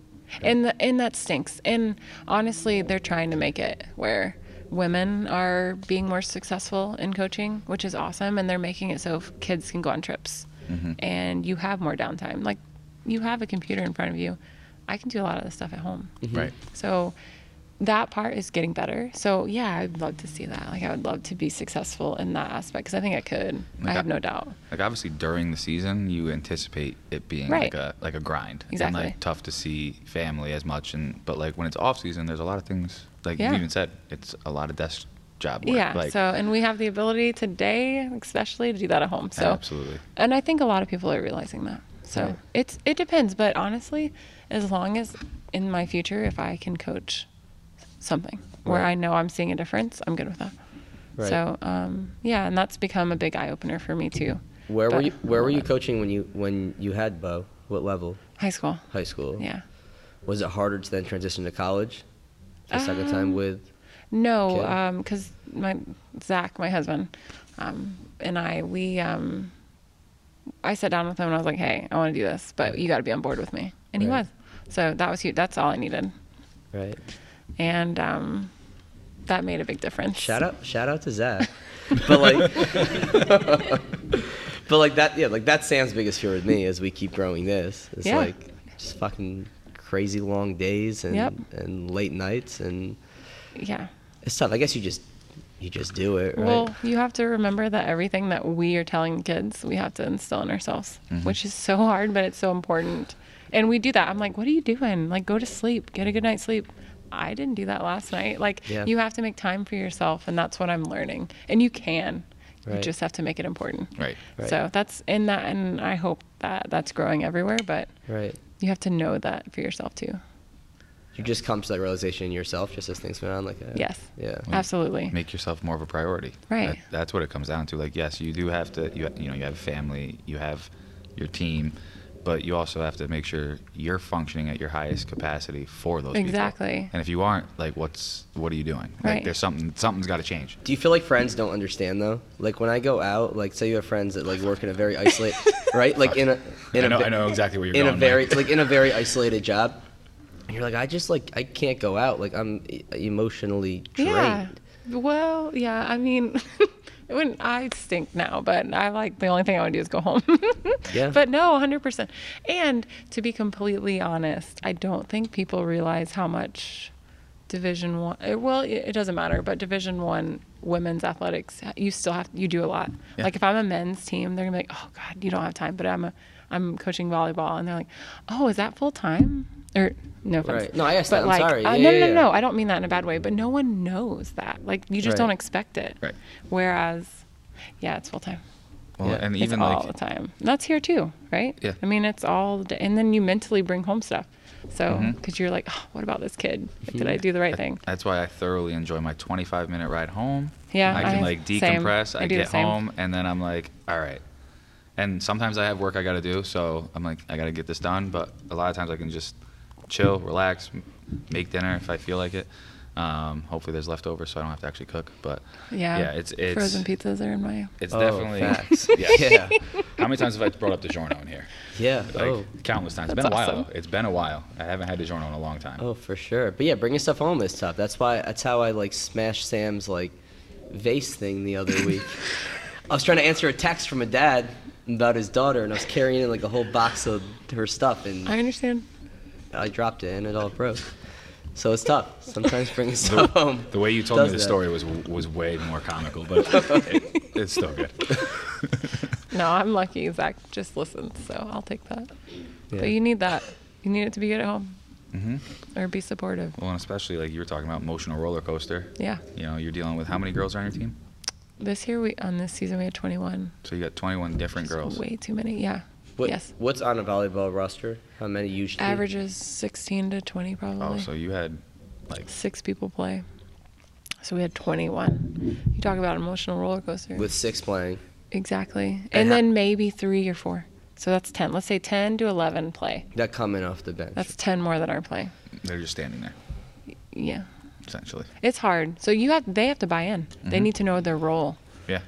Speaker 2: And the, and that stinks. And honestly, they're trying to make it where women are being more successful in coaching, which is awesome. And they're making it so kids can go on trips, and you have more downtime. Like you have a computer in front of you. I can do a lot of this stuff at home.
Speaker 4: right
Speaker 2: So that part is getting better. So yeah, I'd love to see that. Like I would love to be successful in that aspect because I think I could. I
Speaker 4: Like,
Speaker 2: have
Speaker 4: I-
Speaker 2: no doubt.
Speaker 4: Like obviously during the season, you anticipate it being
Speaker 2: Right.
Speaker 4: like a like a grind
Speaker 2: Exactly.
Speaker 4: and like tough to see family as much. And but like when it's off season, there's a lot of things like
Speaker 2: Yeah.
Speaker 4: you even said it's a lot of desk job work.
Speaker 2: Yeah.
Speaker 4: like,
Speaker 2: so and we have the ability today, especially to do that at home. So
Speaker 4: absolutely.
Speaker 2: And I think a lot of people are realizing that. So
Speaker 3: Right.
Speaker 2: it's it depends, but honestly, as long as in my future, if I can coach something where
Speaker 3: Right.
Speaker 2: I know I'm seeing a difference, I'm good with that.
Speaker 3: Right.
Speaker 2: So um, yeah, and that's become a big eye opener for me too.
Speaker 3: Where were
Speaker 2: But-
Speaker 3: you? Where were you coaching when you when you had Bo? What level?
Speaker 2: High school.
Speaker 3: High school.
Speaker 2: Yeah.
Speaker 3: Was it harder to then transition to college? The second
Speaker 2: Um,
Speaker 3: time with. Okay.
Speaker 2: No, because my Zach, my husband, um, and I, we, um, I sat down with him and I was like, "Hey, I want to do this, but you got to be on board with me," and he
Speaker 3: Right.
Speaker 2: was. So that was huge. That's all I needed,
Speaker 3: Right.
Speaker 2: and um, that made a big difference.
Speaker 3: Shout out! Shout out
Speaker 2: [laughs]
Speaker 3: to Zach. but like, [laughs] but like that. Yeah, like that's Sam's biggest fear with me as we keep growing this. It's
Speaker 2: Yeah.
Speaker 3: like just fucking crazy long days and
Speaker 2: Yep.
Speaker 3: and late nights and
Speaker 2: Yeah.
Speaker 3: it's tough. I guess you just you just do it, right?
Speaker 2: Well, you have to remember that everything that we are telling kids, we have to instill in ourselves, which is so hard, but it's so important. And we do that. I'm like, what are you doing? Like, go to sleep, get a good night's sleep. I didn't do that last night. Like,
Speaker 3: Yeah.
Speaker 2: you have to make time for yourself, and that's what I'm learning. And you can. You
Speaker 5: Right.
Speaker 2: just have to make it important.
Speaker 4: Right.
Speaker 5: Right.
Speaker 2: So that's in that, and I hope that that's growing everywhere. But
Speaker 5: Right.
Speaker 2: you have to know that for yourself too.
Speaker 3: You just come to that realization yourself, just as things went on. Like, uh,
Speaker 2: Yes.
Speaker 3: yeah.
Speaker 2: Absolutely.
Speaker 4: Make yourself more of a priority.
Speaker 2: Right.
Speaker 4: That- that's what it comes down to. Like, yes, you do have to. You you know you have family, you have your team, but you also have to make sure you're functioning at your highest capacity for those people.
Speaker 2: Exactly.
Speaker 4: And if you aren't, like, what's what are you doing?
Speaker 2: Right.
Speaker 4: Like, there's something. Something's got to change.
Speaker 3: Do you feel like friends don't understand though? Like when I go out, like say you have friends that like work in a very isolate, right? Like in a in
Speaker 4: I know.
Speaker 3: a,
Speaker 4: I know exactly where you're
Speaker 3: in
Speaker 4: going.
Speaker 3: a very
Speaker 4: Mike.
Speaker 3: like in a very isolated job. And you're like, I just like I can't go out. Like I'm e- emotionally drained.
Speaker 2: Yeah. Well, yeah. I mean, [laughs] when I stink now, but I like the only thing I want to do is go home. [laughs]
Speaker 3: Yeah.
Speaker 2: But no, 100%. And to be completely honest, I don't think people realize how much Division 1 eh, well, it it doesn't matter, but Division 1 women's athletics you still have you do a lot.
Speaker 4: Yeah.
Speaker 2: Like if I'm a men's team, they're going to be like, "Oh god, you don't have time." But I'm a I'm coaching volleyball and they're like, "Oh, is that full time?" Or no offense.
Speaker 3: Right. No, I asked that.
Speaker 2: But
Speaker 3: I'm
Speaker 2: like,
Speaker 3: sorry.
Speaker 2: uh,
Speaker 3: Yeah,
Speaker 2: no,
Speaker 3: yeah,
Speaker 2: no,
Speaker 3: yeah.
Speaker 2: no, no, I don't mean that in a bad way, but no one knows that. Like you just
Speaker 3: Right.
Speaker 2: don't expect it.
Speaker 4: Right.
Speaker 2: Whereas, yeah, it's full time.
Speaker 4: well,
Speaker 3: Yeah.
Speaker 4: and
Speaker 2: It's
Speaker 4: even
Speaker 2: all
Speaker 4: like
Speaker 2: the time. And That's here too, right?
Speaker 4: Yeah.
Speaker 2: I mean, it's all day, and then you mentally bring home stuff. So because you're like, oh, what about this kid? Like, did I do the right thing?
Speaker 4: That's why Mm-hmm. I thoroughly enjoy my 25 minute ride home.
Speaker 2: Yeah,
Speaker 4: I can
Speaker 2: I-
Speaker 4: like
Speaker 2: same.
Speaker 4: decompress.
Speaker 2: I
Speaker 4: I,
Speaker 2: do the
Speaker 4: get
Speaker 2: same.
Speaker 4: home and then I'm like, all right. And sometimes I have work I got to do, so I'm like, I got to get this done. But a lot of times I can just chill, relax, m- make dinner if I feel like it. Um, hopefully there's leftovers, so I don't have to actually cook. But
Speaker 2: Yeah.
Speaker 4: yeah, it's it's
Speaker 2: frozen pizzas are in my.
Speaker 4: It's
Speaker 3: Oh,
Speaker 4: definitely
Speaker 3: facts.
Speaker 4: [laughs]
Speaker 3: [laughs]
Speaker 4: yeah. How many times have I brought up DiGiorno in here?
Speaker 3: Yeah.
Speaker 4: [laughs] Like
Speaker 3: oh.
Speaker 4: countless times. It's
Speaker 2: That's
Speaker 4: been a while.
Speaker 2: awesome.
Speaker 4: though. It's been a while. I haven't had DiGiorno in a long time.
Speaker 3: Oh, for sure. But yeah, bringing stuff home is tough. That's why that's how I like smashed Sam's like vase thing the other week. I was trying to answer a text from a dad about his daughter, and I was carrying in like a whole box of her stuff, and
Speaker 2: I understand.
Speaker 3: I dropped it, and it all broke. So it's tough. Sometimes bringing stuff [laughs] home.
Speaker 4: The way you told
Speaker 3: Um,
Speaker 4: me
Speaker 3: does
Speaker 4: the
Speaker 3: that.
Speaker 4: story was was way more comical, but it, it's still good.
Speaker 2: No, I'm lucky. Zach just listens, so I'll take that.
Speaker 3: Yeah.
Speaker 2: But you need that. You need it to be good at home. Mm-hmm. Or be supportive.
Speaker 4: Well, and especially like you were talking about emotional roller coaster.
Speaker 2: Yeah.
Speaker 4: You know, you're dealing with how many girls are on your team?
Speaker 2: This year we on this season we had 21.
Speaker 4: So you got 21 different girls.
Speaker 2: Way too many. Yeah.
Speaker 3: What,
Speaker 2: yes.
Speaker 3: What's on a volleyball roster? How many usually?
Speaker 2: Averages 16 to 20 probably.
Speaker 4: Oh, so you had like
Speaker 2: Six people play. So we had 21. You talk about emotional roller coaster.
Speaker 3: With six playing.
Speaker 2: exactly. And,
Speaker 3: ha-
Speaker 2: then maybe three or four. So that's 10. Let's say 10 to 11 play.
Speaker 3: That coming off the bench.
Speaker 2: That's 10 more than our play.
Speaker 4: they're just standing there
Speaker 2: Yeah.
Speaker 4: essentially.
Speaker 2: It's hard. So you have they have to buy in. They need to know their role.
Speaker 4: Yeah.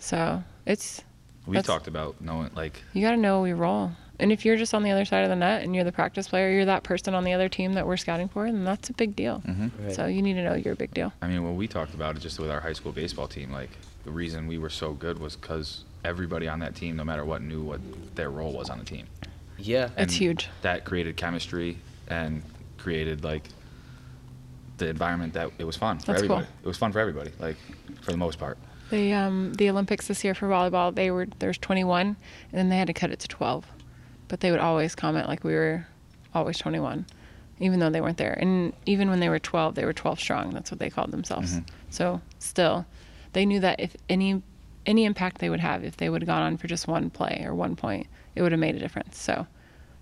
Speaker 2: So it's
Speaker 4: We
Speaker 2: That's-
Speaker 4: talked about knowing like
Speaker 2: you got to know your role. And if you're just on the other side of the net and you're the practice player, you're that person on the other team that we're scouting for, then that's a big deal.
Speaker 3: Right.
Speaker 2: So you need to know you're a big deal.
Speaker 4: I mean, when we talked about it just with our high school baseball team, like the reason we were so good was cuz everybody on that team no matter what knew what their role was on the team.
Speaker 3: yeah.
Speaker 2: That's
Speaker 4: And
Speaker 2: huge.
Speaker 4: That created chemistry and created like the environment that it was fun for
Speaker 2: That's cool.
Speaker 4: everybody. It was fun for everybody, like for the most part.
Speaker 2: The um, the Olympics this year for volleyball, they were there's 21, and then they had to cut it to 12. But they would always comment like we were always 21, even though they weren't there. And even when they were 12, they were 12 strong. That's what they called themselves.
Speaker 4: Mm-hmm.
Speaker 2: So still, they knew that if any any impact they would have if they would have gone on for just one play or one point, it would have made a difference. So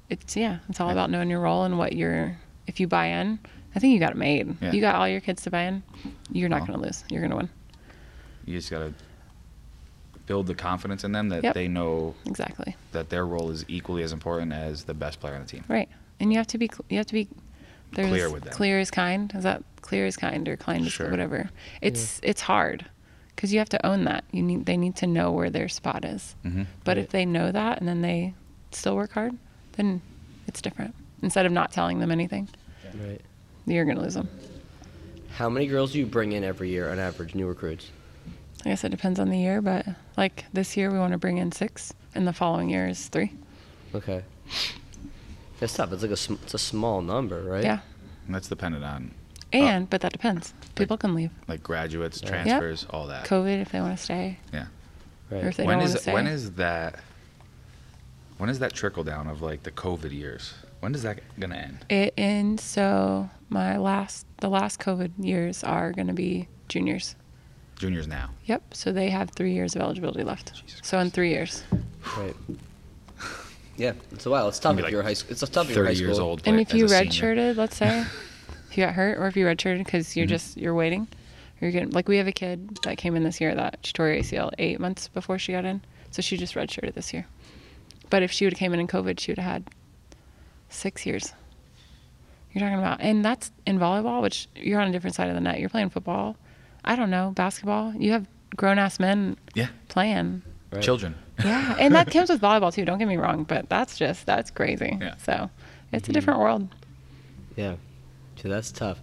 Speaker 2: it's yeah, it's all about knowing your role and what you're. If you buy in, I think you got it made.
Speaker 4: Yeah.
Speaker 2: You got all your kids to buy in. You're not
Speaker 4: Well.
Speaker 2: going to lose. You're going to win.
Speaker 4: You just gotta build the confidence in them that
Speaker 2: Yep.
Speaker 4: they know
Speaker 2: Exactly.
Speaker 4: that their role is equally as important as the best player on the team.
Speaker 2: Right. And you have to be cl- you have to be there's
Speaker 4: Clear with them.
Speaker 2: clear as kind. Is that clear as kind or kind as
Speaker 4: Sure.
Speaker 2: whatever? It's it's hard because you have to own that. You need they need to know where their spot is.
Speaker 4: Mm. Mm-hmm.
Speaker 2: But if they know that and then they still work hard, then it's different. Instead of not telling them anything,
Speaker 3: Right.
Speaker 2: you're gonna lose them.
Speaker 3: How many girls do you bring in every year on average, new recruits?
Speaker 2: I guess it depends on the year, but like this year we want to bring in six, and the following year is three.
Speaker 3: Okay. That's tough. It's like a sm- it's a small number, right?
Speaker 2: Yeah,
Speaker 4: And that's dependent on
Speaker 2: and but that depends. People can leave.
Speaker 4: like graduates, transfers, all that.
Speaker 2: COVID if they want to stay,
Speaker 4: yeah.
Speaker 2: or if
Speaker 3: Right.
Speaker 2: they
Speaker 4: Uh, When
Speaker 2: don't
Speaker 4: is
Speaker 2: want to stay.
Speaker 4: when is that when is that trickle down of like the COVID years? When is that gonna end?
Speaker 2: It ends so my last the last COVID years are gonna be juniors.
Speaker 4: juniors now.
Speaker 2: Yep. So they have three years of eligibility left.
Speaker 4: Jesus
Speaker 2: So in three years.
Speaker 3: Right. Yeah, it's a while. It's tough
Speaker 4: Maybe
Speaker 3: if
Speaker 4: like
Speaker 3: you're high school. It's tough if you're high
Speaker 4: Thirty
Speaker 3: school.
Speaker 4: years old.
Speaker 2: And
Speaker 4: play-
Speaker 2: if you
Speaker 4: as a senior.
Speaker 2: redshirted, let's
Speaker 4: [laughs]
Speaker 2: say, if you got hurt, or if you redshirted because
Speaker 4: Mm-hmm.
Speaker 2: you're just you're waiting, or you're getting like we have a kid that came in this year that she tore her ACL eight months before she got in, so she just redshirted this year. But if she would have came in in COVID, she would have had six years. You're talking about, and that's in volleyball, which you're on a different side of the net. You're playing football, I don't know basketball. You have grown ass men
Speaker 4: yeah, [laughs]
Speaker 2: playing.
Speaker 3: Right.
Speaker 4: children.
Speaker 2: Yeah, and that comes with volleyball too. Don't get me wrong, but that's just that's crazy.
Speaker 4: Yeah. Mm-hmm.
Speaker 2: So it's a different world.
Speaker 3: Yeah. So that's tough.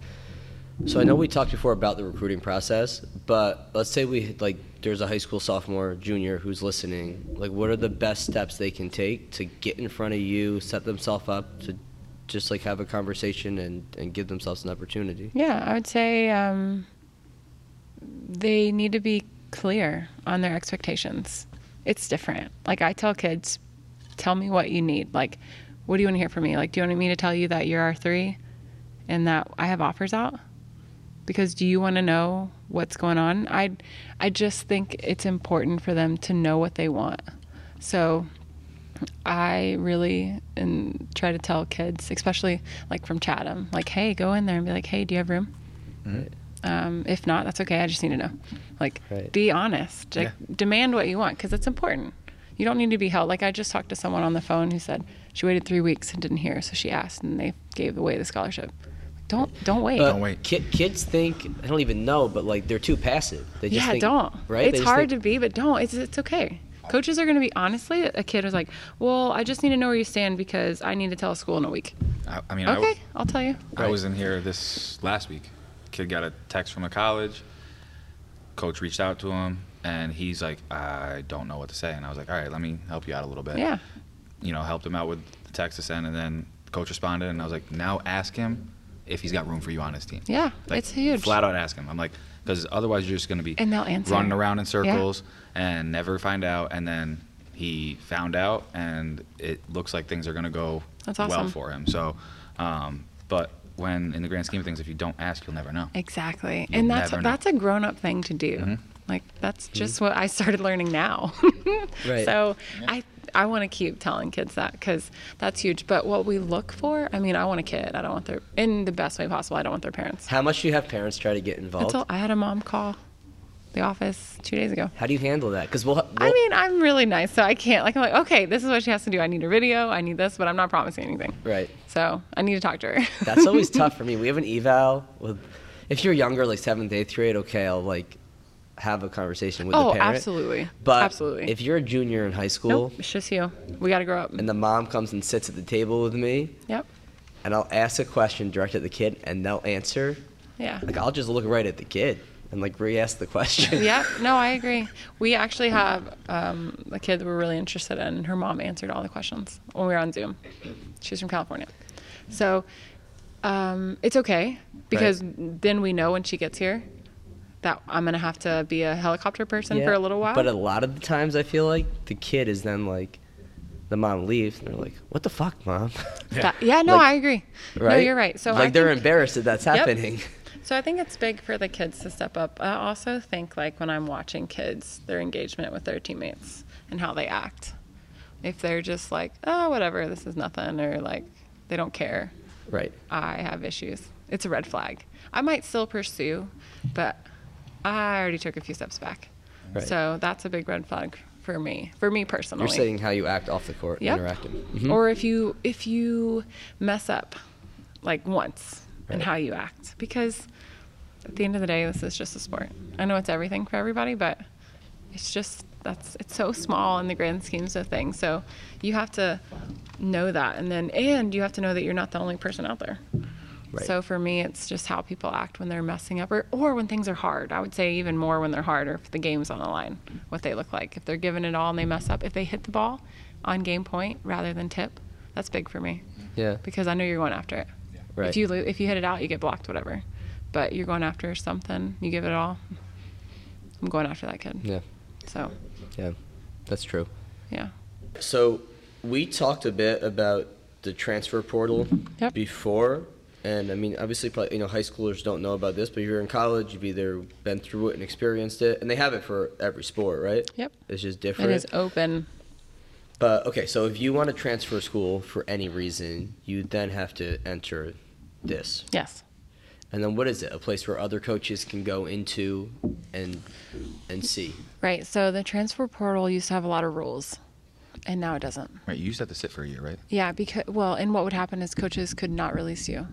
Speaker 3: So I know we talked before about the recruiting process, but let's say we like there's a high school sophomore, junior who's listening. Like, what are the best steps they can take to get in front of you, set themselves up to just like have a conversation and and give themselves an opportunity?
Speaker 2: Yeah, I would say um, they need to be clear on their expectations. It's different. Like I tell kids, tell me what you need. Like, what do you want to hear from me? Like, do you want me to tell you that you're R three, and that I have offers out? Because do you want to know what's going on? I, I just think it's important for them to know what they want. So I really and try to tell kids, especially like from Chatham, like, hey, go in there and be like, hey, do you have room? Um, if not, that's okay. I just need to know. Like,
Speaker 3: Right.
Speaker 2: be honest. Like,
Speaker 4: Yeah.
Speaker 2: demand what you want because it's important. You don't need to be held. Like, I just talked to someone on the phone who said she waited three weeks and didn't hear, so she asked, and they gave away the scholarship. Don't don't wait.
Speaker 4: Don't wait.
Speaker 3: Ki- kids think I don't even know, but like they're too passive. They just
Speaker 2: yeah,
Speaker 3: think,
Speaker 2: don't.
Speaker 3: Right?
Speaker 2: It's
Speaker 3: They just
Speaker 2: hard to
Speaker 3: think-
Speaker 2: be, but don't. It's it's okay. Coaches are going to be honestly. A kid was like, "Well, I just need to know where you stand because I need to tell a school in a week."
Speaker 4: I, I mean, I,
Speaker 2: Okay, I'll tell you.
Speaker 4: I
Speaker 3: Right.
Speaker 4: was in here this last week. Kid got a text from a college. Coach reached out to him, and he's like, "I don't know what to say." And I was like, "All right, let me help you out a little bit."
Speaker 2: Yeah.
Speaker 4: You know, helped him out with the text to send, and then coach responded, and I was like, "Now ask him if he's got room for you on his team."
Speaker 2: Yeah,
Speaker 4: Like,
Speaker 2: it's huge.
Speaker 4: Flat out ask him. I'm like, because otherwise you're just gonna be
Speaker 2: And they'll answer.
Speaker 4: running around in circles and never find out. And then he found out, and it looks like things are gonna go
Speaker 2: That's
Speaker 4: well
Speaker 2: awesome.
Speaker 4: for him. So, um, but when in the grand scheme of things, if you don't ask, you'll never know.
Speaker 2: Exactly. and that's
Speaker 4: never know. Mm-hmm.
Speaker 2: that's a grown up thing to do. Like that's just what I started learning now.
Speaker 3: Right.
Speaker 2: So I I want to keep telling kids that because that's huge. But what we look for, I mean, I want a kid. I don't want their in the best way possible. I don't want their parents.
Speaker 3: How much do you have parents try to get involved?
Speaker 2: That's all. I had a mom call the office two days ago.
Speaker 3: How do you handle that? Because we'll, ha-
Speaker 2: I
Speaker 3: we'll-
Speaker 2: mean, I'm really nice, so I can't like I'm like, okay, this is what she has to do. I need a video. I need this, but I'm not promising anything.
Speaker 3: right.
Speaker 2: So I need to talk to her. [laughs]
Speaker 3: That's always tough for me. We have an eval with, if you're younger, like seventh, eighth grade, okay, I'll like have a conversation with
Speaker 2: oh,
Speaker 3: the parent.
Speaker 2: absolutely.
Speaker 3: But
Speaker 2: absolutely.
Speaker 3: if you're a junior in high school
Speaker 2: nope, it's just you. We got to grow up.
Speaker 3: and the mom comes and sits at the table with me
Speaker 2: Yep.
Speaker 3: and I'll ask a question directed at the kid and they'll answer,
Speaker 2: Yeah.
Speaker 3: like I'll just look right at the kid and like re-ask the [laughs] question.
Speaker 2: Yep. No, I agree. We actually have um, a kid that we're really interested in. and Her mom answered all the questions when we were on Zoom. She's from California. So um, it's okay because then we know when she gets here that I'm going to have to be a helicopter person
Speaker 3: Yeah.
Speaker 2: for a little while.
Speaker 3: But a lot of the times I feel like the kid is then like, the mom leaves and they're like, what the fuck, mom?
Speaker 2: That- yeah, no,
Speaker 3: Like-
Speaker 2: I agree.
Speaker 3: right?
Speaker 2: No, you're right. So
Speaker 3: like
Speaker 2: I
Speaker 3: they're
Speaker 2: think-
Speaker 3: embarrassed that that's happening.
Speaker 2: So I think it's big for the kids to step up. I also think like when I'm watching kids, their engagement with their teammates and how they act. If they're just like, oh, whatever, this is nothing, or like they don't care,
Speaker 3: Right.
Speaker 2: I have issues. It's a red flag. I might still pursue, but I already took a few steps back.
Speaker 3: Right.
Speaker 2: So that's a big red flag for me, for me personally.
Speaker 3: You're saying how you act off the court,
Speaker 2: Yep.
Speaker 3: interacting.
Speaker 2: Or if you if you mess up like once and how you act because at the end of the day this is just a sport. I know it's everything for everybody, but it's just that's it's so small in the grand schemes of things. So you have to know that and then and you have to know that you're not the only person out there.
Speaker 3: Right.
Speaker 2: So for me, it's just how people act when they're messing up or, or when things are hard. I would say even more when they're hard or if the game's on the line, what they look like. If they're giving it all and they mess up, if they hit the ball on game point rather than tip, that's big for me
Speaker 3: Yeah.
Speaker 2: because I know you're going after it.
Speaker 3: Right.
Speaker 2: If you lo- if you hit it out, you get blocked, whatever. But you're going after something. You give it all. I'm going after that kid.
Speaker 3: Yeah.
Speaker 2: So,
Speaker 3: Yeah. That's true.
Speaker 2: yeah.
Speaker 3: So we talked a bit about the transfer portal
Speaker 2: Yep.
Speaker 3: before. And I mean, obviously, probably, you know, high schoolers don't know about this, but you're in college, you've either been through it and experienced it, and they have it for every sport, right?
Speaker 2: Yep.
Speaker 3: It's just
Speaker 2: It
Speaker 3: different.
Speaker 2: is open.
Speaker 3: But okay, so if you want to transfer school for any reason, you then have to enter this.
Speaker 2: Yes.
Speaker 3: And then what is it? A place where other coaches can go into and and see.
Speaker 2: Right. So the transfer portal used to have a lot of rules, and now it doesn't.
Speaker 4: Right, you used to have to sit for a year, right?
Speaker 2: Yeah, because well, and what would happen is coaches could not release you.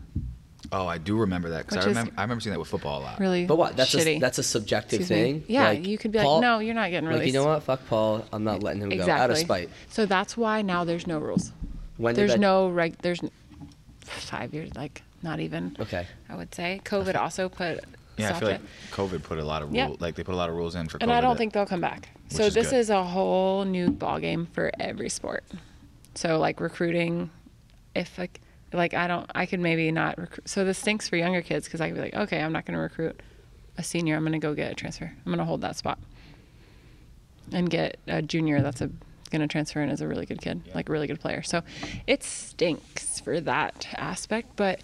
Speaker 4: Oh, I do remember that because
Speaker 2: Which
Speaker 4: I
Speaker 2: is-
Speaker 4: remember I remember seeing that with football a lot.
Speaker 2: Really.
Speaker 3: But what? That's
Speaker 2: shitty.
Speaker 3: a that's a subjective
Speaker 2: Excuse me.
Speaker 3: thing.
Speaker 2: Yeah, you could be like, "No, you're not getting
Speaker 3: Like, you
Speaker 2: released."
Speaker 3: know what? Fuck Paul. I'm not letting him
Speaker 2: exactly.
Speaker 3: go out of spite.
Speaker 2: So that's why now there's no rules.
Speaker 3: When did
Speaker 2: there's
Speaker 3: that-
Speaker 2: no reg. There's n- five years, like not even.
Speaker 3: Okay.
Speaker 2: I would say COVID also put.
Speaker 4: Yeah, I
Speaker 2: stopped
Speaker 4: feel like
Speaker 2: it.
Speaker 4: COVID put a lot of
Speaker 2: Yeah.
Speaker 4: rules. Like they put a lot of rules in for.
Speaker 2: and
Speaker 4: COVID
Speaker 2: I don't
Speaker 4: that-
Speaker 2: think they'll come back. So
Speaker 4: is
Speaker 2: this
Speaker 4: good.
Speaker 2: is a whole new ball game for every sport. So like recruiting, if like like I don't, I could maybe not recruit. So this stinks for younger kids because I could be like, okay, I'm not going to recruit a senior. I'm going to go get a transfer. I'm going to hold that spot and get a junior that's a going to transfer in as a really good kid, like a really good player. So it stinks for that aspect, but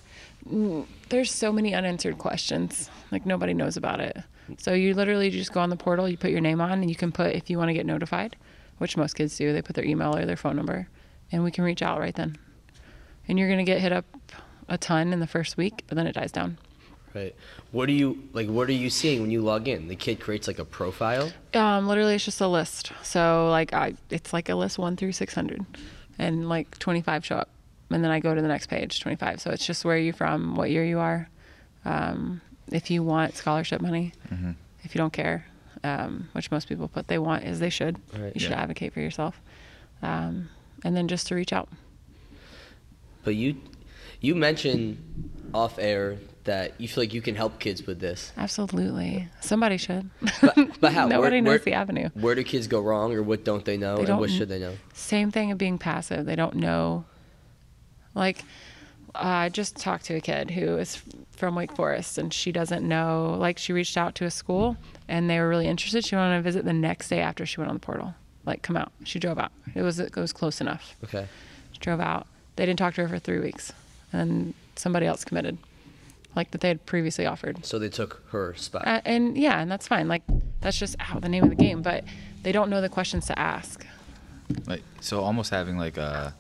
Speaker 2: mm, there's so many unanswered questions. Like nobody knows about it. So you literally just go on the portal, you put your name on, and you can put if you want to get notified, which most kids do. They put their email or their phone number, and we can reach out right then. And you're going to get hit up a ton in the first week, but then it dies down.
Speaker 3: Right. What are you like? What are you seeing when you log in? The kid creates like a profile.
Speaker 2: Um, literally, it's just a list. So like, I it's like a list one through six hundred, and like twenty five show up, and then I go to the next page, twenty five. So it's just where you're from, what year you are, um, if you want scholarship money,
Speaker 3: Mm-hmm.
Speaker 2: if you don't care, um, which most people put they want is they should.
Speaker 3: Right.
Speaker 2: you should
Speaker 4: Yeah.
Speaker 2: advocate for yourself, um, and then just to reach out.
Speaker 3: But you, you mentioned off air that you feel like you can help kids
Speaker 2: [laughs]
Speaker 3: with this.
Speaker 2: Absolutely, somebody should.
Speaker 3: But, but how?
Speaker 2: [laughs] Nobody knows the avenue.
Speaker 3: Where do kids go wrong, or what don't they know, and
Speaker 2: don't
Speaker 3: what
Speaker 2: kn-
Speaker 3: should they know?
Speaker 2: same thing of being passive. They don't know. Like, I just talked to a kid who is from Wake Forest and she doesn't know. Like, she reached out to a school and they were really interested. She went on a visit the next day after she went on the portal. Like, come out. She drove out. It was it was close enough.
Speaker 3: Okay.
Speaker 2: She drove out. They didn't talk to her for three weeks, and somebody else committed, like that they had previously offered.
Speaker 3: So they took her spot.
Speaker 2: Uh, and yeah, and that's fine. Like, that's just out the name of the game. But they don't know the questions to ask.
Speaker 4: Like so, almost having like a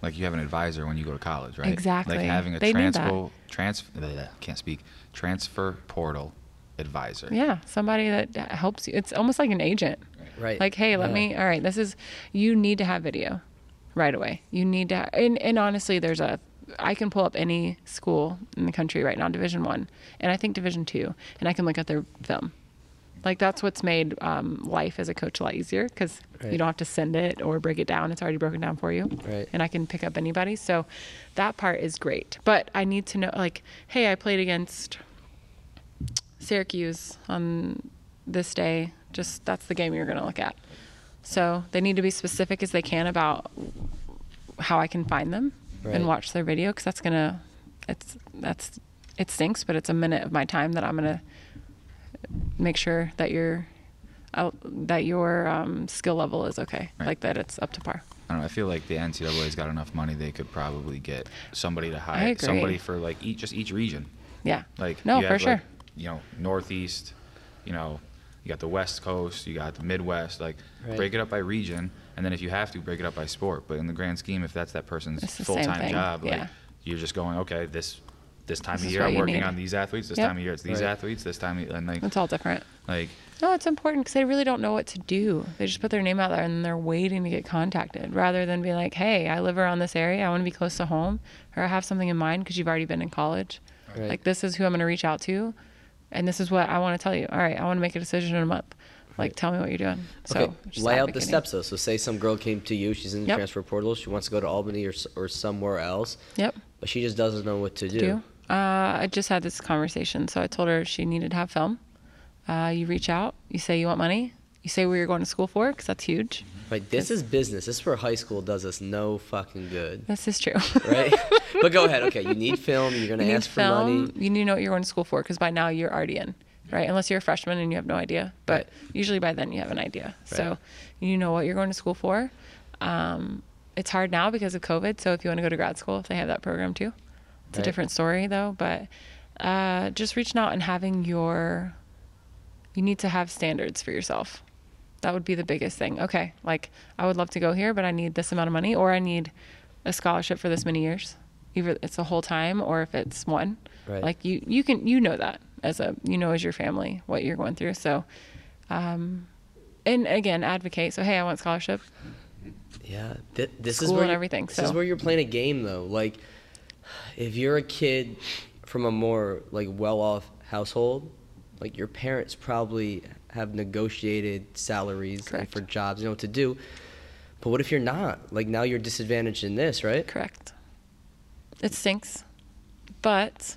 Speaker 4: like you have an advisor when you go to college, right?
Speaker 2: Exactly.
Speaker 4: Like having a
Speaker 2: They need that.
Speaker 4: transfer [laughs] transfer can't speak transfer portal advisor.
Speaker 2: Yeah, somebody that helps you. It's almost like an agent.
Speaker 3: Right.
Speaker 2: Like, hey, let
Speaker 3: Yeah.
Speaker 2: me. All right, this is. You need to have video, right away. You need to. And and honestly, there's a. I can pull up any school in the country right now, Division One, and I think Division Two, and I can look at their film. Like that's what's made um, life as a coach a lot easier because
Speaker 3: Right.
Speaker 2: you don't have to send it or break it down. It's already broken down for you,
Speaker 3: Right.
Speaker 2: and I can pick up anybody. So that part is great. But I need to know, like, hey, I played against Syracuse on this day. Just that's the game you're going to look at. So they need to be specific as they can about how I can find them
Speaker 3: Right.
Speaker 2: and watch their video because that's gonna it's that's it stinks, but it's a minute of my time that I'm gonna make sure that your out that your um, skill level is okay,
Speaker 4: Right.
Speaker 2: like that it's up to par.
Speaker 4: I don't know. I feel like the NCAA's got enough money; they could probably get somebody to hire
Speaker 2: agree.
Speaker 4: somebody for like each, just each region.
Speaker 2: Yeah.
Speaker 4: Like
Speaker 2: no,
Speaker 4: you
Speaker 2: for
Speaker 4: have,
Speaker 2: sure.
Speaker 4: Like, you know, Northeast. You know, you got the West Coast. You got the Midwest. Like
Speaker 3: Right.
Speaker 4: break it up by region, and then if you have to, break it up by sport. But in the grand scheme, if that's that person's
Speaker 2: It's the same
Speaker 4: full time
Speaker 2: thing,
Speaker 4: job, like
Speaker 2: yeah.
Speaker 4: you're just going, okay, this this time
Speaker 2: This
Speaker 4: of
Speaker 2: is
Speaker 4: year
Speaker 2: what
Speaker 4: I'm
Speaker 2: you
Speaker 4: working
Speaker 2: need.
Speaker 4: on these athletes. This
Speaker 2: Yep.
Speaker 4: time of year it's these
Speaker 3: Right.
Speaker 4: athletes. This time of- and like
Speaker 2: it's all different.
Speaker 4: like
Speaker 2: No, it's important because they really don't know what to do. They just put their name out there and they're waiting to get contacted rather than be like, hey, I live around this area. I want to be close to home or I have something in mind because you've already been in college.
Speaker 3: Right.
Speaker 2: Like, this is who I'm going to reach out to and this is what I want to tell you. All right, I want to make a decision in a month. Like, tell me what you're doing. So,
Speaker 3: okay.
Speaker 2: just
Speaker 3: Lay out the
Speaker 2: advocating.
Speaker 3: steps though. So say some girl came to you. She's in the
Speaker 2: Yep.
Speaker 3: transfer portal. She wants to go to Albany or s- or somewhere else.
Speaker 2: Yep.
Speaker 3: But she just doesn't know what to do.
Speaker 2: do. Uh, I just had this conversation, so I told her she needed to have film. Uh, you reach out, you say you want money, you say where you're going to school for, because that's huge.
Speaker 3: Like this is business. This is where high school does us no fucking good.
Speaker 2: This is true. [laughs]
Speaker 3: Right. but go ahead. Okay. You need film. You're gonna
Speaker 2: You need
Speaker 3: ask for
Speaker 2: film.
Speaker 3: money.
Speaker 2: You need to know what you're going to school for because by now you're already in, right? Unless you're a freshman and you have no idea, but usually by then you have an idea. So you know what you're going to school for. Um, it's hard now because of COVID. So if you want to go to grad school, they have that program too. It's
Speaker 3: Right.
Speaker 2: a different story though, but uh, just reaching out and having your, you need to have standards for yourself. That would be the biggest thing. Okay, like I would love to go here, but I need this amount of money, or I need a scholarship for this many years. Either it's a whole time, or if it's one.
Speaker 3: Right.
Speaker 2: Like you, you can you know that as a you know as your family what you're going through. So, um, and again, advocate. So hey, I want scholarship.
Speaker 3: Yeah, th- this is
Speaker 2: School
Speaker 3: where
Speaker 2: and
Speaker 3: you're-
Speaker 2: everything,
Speaker 3: This
Speaker 2: so.
Speaker 3: is where you're playing a game, though. Like, if you're a kid from a more like well-off household, like your parents probably have negotiated salaries like,
Speaker 2: Correct.
Speaker 3: for jobs, you know what to do. But what if you're not? Like now you're disadvantaged in this, right?
Speaker 2: Correct. It stinks, but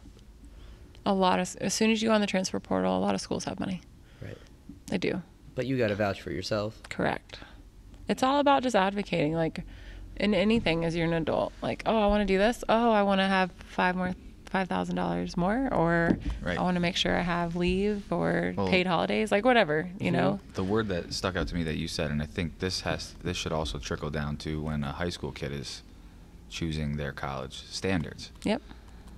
Speaker 2: a lot of as soon as you go on the transfer portal, a lot of schools have money.
Speaker 3: Right.
Speaker 2: They do.
Speaker 3: But you got to vouch for yourself.
Speaker 2: Correct. It's all about just advocating, like in anything as you're an adult. Like, oh, I want to do this. Oh, I want to have five more, five thousand dollars more, or
Speaker 4: Right.
Speaker 2: I want to make sure I have leave or
Speaker 4: Well- Mhm.
Speaker 2: paid holidays, like whatever, you know.
Speaker 4: The word that stuck out to me that you said, and I think this has this should also trickle down to when a high school kid is choosing their college standards.
Speaker 2: Yep.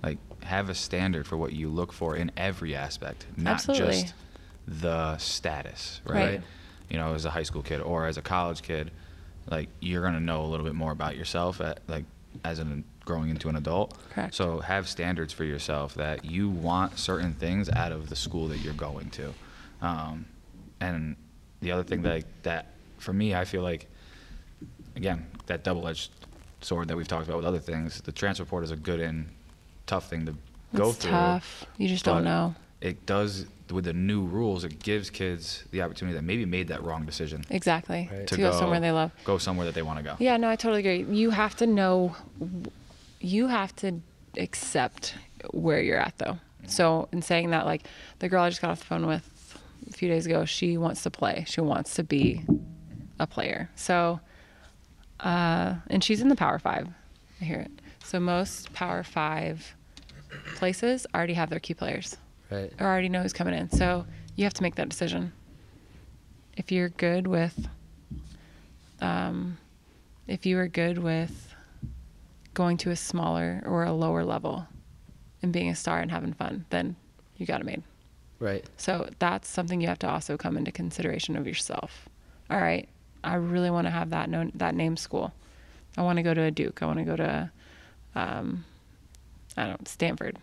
Speaker 4: Like have a standard for what you look for in every aspect, not
Speaker 2: Absolutely.
Speaker 4: just the status, right?
Speaker 2: Right.
Speaker 4: You know, as a high school kid or as a college kid, like you're gonna know a little bit more about yourself at like as an growing into an adult.
Speaker 2: Correct.
Speaker 4: So have standards for yourself that you want certain things out of the school that you're going to. Um, and the other thing that that for me, I feel like again that double-edged sword that we've talked about with other things. The transfer port is a good and tough thing to go
Speaker 2: it's
Speaker 4: through.
Speaker 2: tough. You just
Speaker 4: but
Speaker 2: don't know.
Speaker 4: It does with the new rules. It gives kids the opportunity that maybe made that wrong decision
Speaker 2: Exactly.
Speaker 3: Right.
Speaker 2: To, go somewhere they love.
Speaker 4: Go somewhere that they want to go.
Speaker 2: Yeah, no, I totally agree. You have to know, you have to accept where you're at, though. So, in saying that, like the girl I just got off the phone with a few days ago, she wants to play. She wants to be a player. So, uh, and she's in the Power Five. I hear it. So, most Power Five places already have their key players
Speaker 3: Right.
Speaker 2: or already know who's coming in. So you have to make that decision. If you're good with, um, if you are good with going to a smaller or a lower level and being a star and having fun, then you got it made.
Speaker 3: Right.
Speaker 2: So that's something you have to also come into consideration of yourself. All right, I really want to have that known that name school. I want to go to a Duke. I want to go to, um, I don't know, Stanford,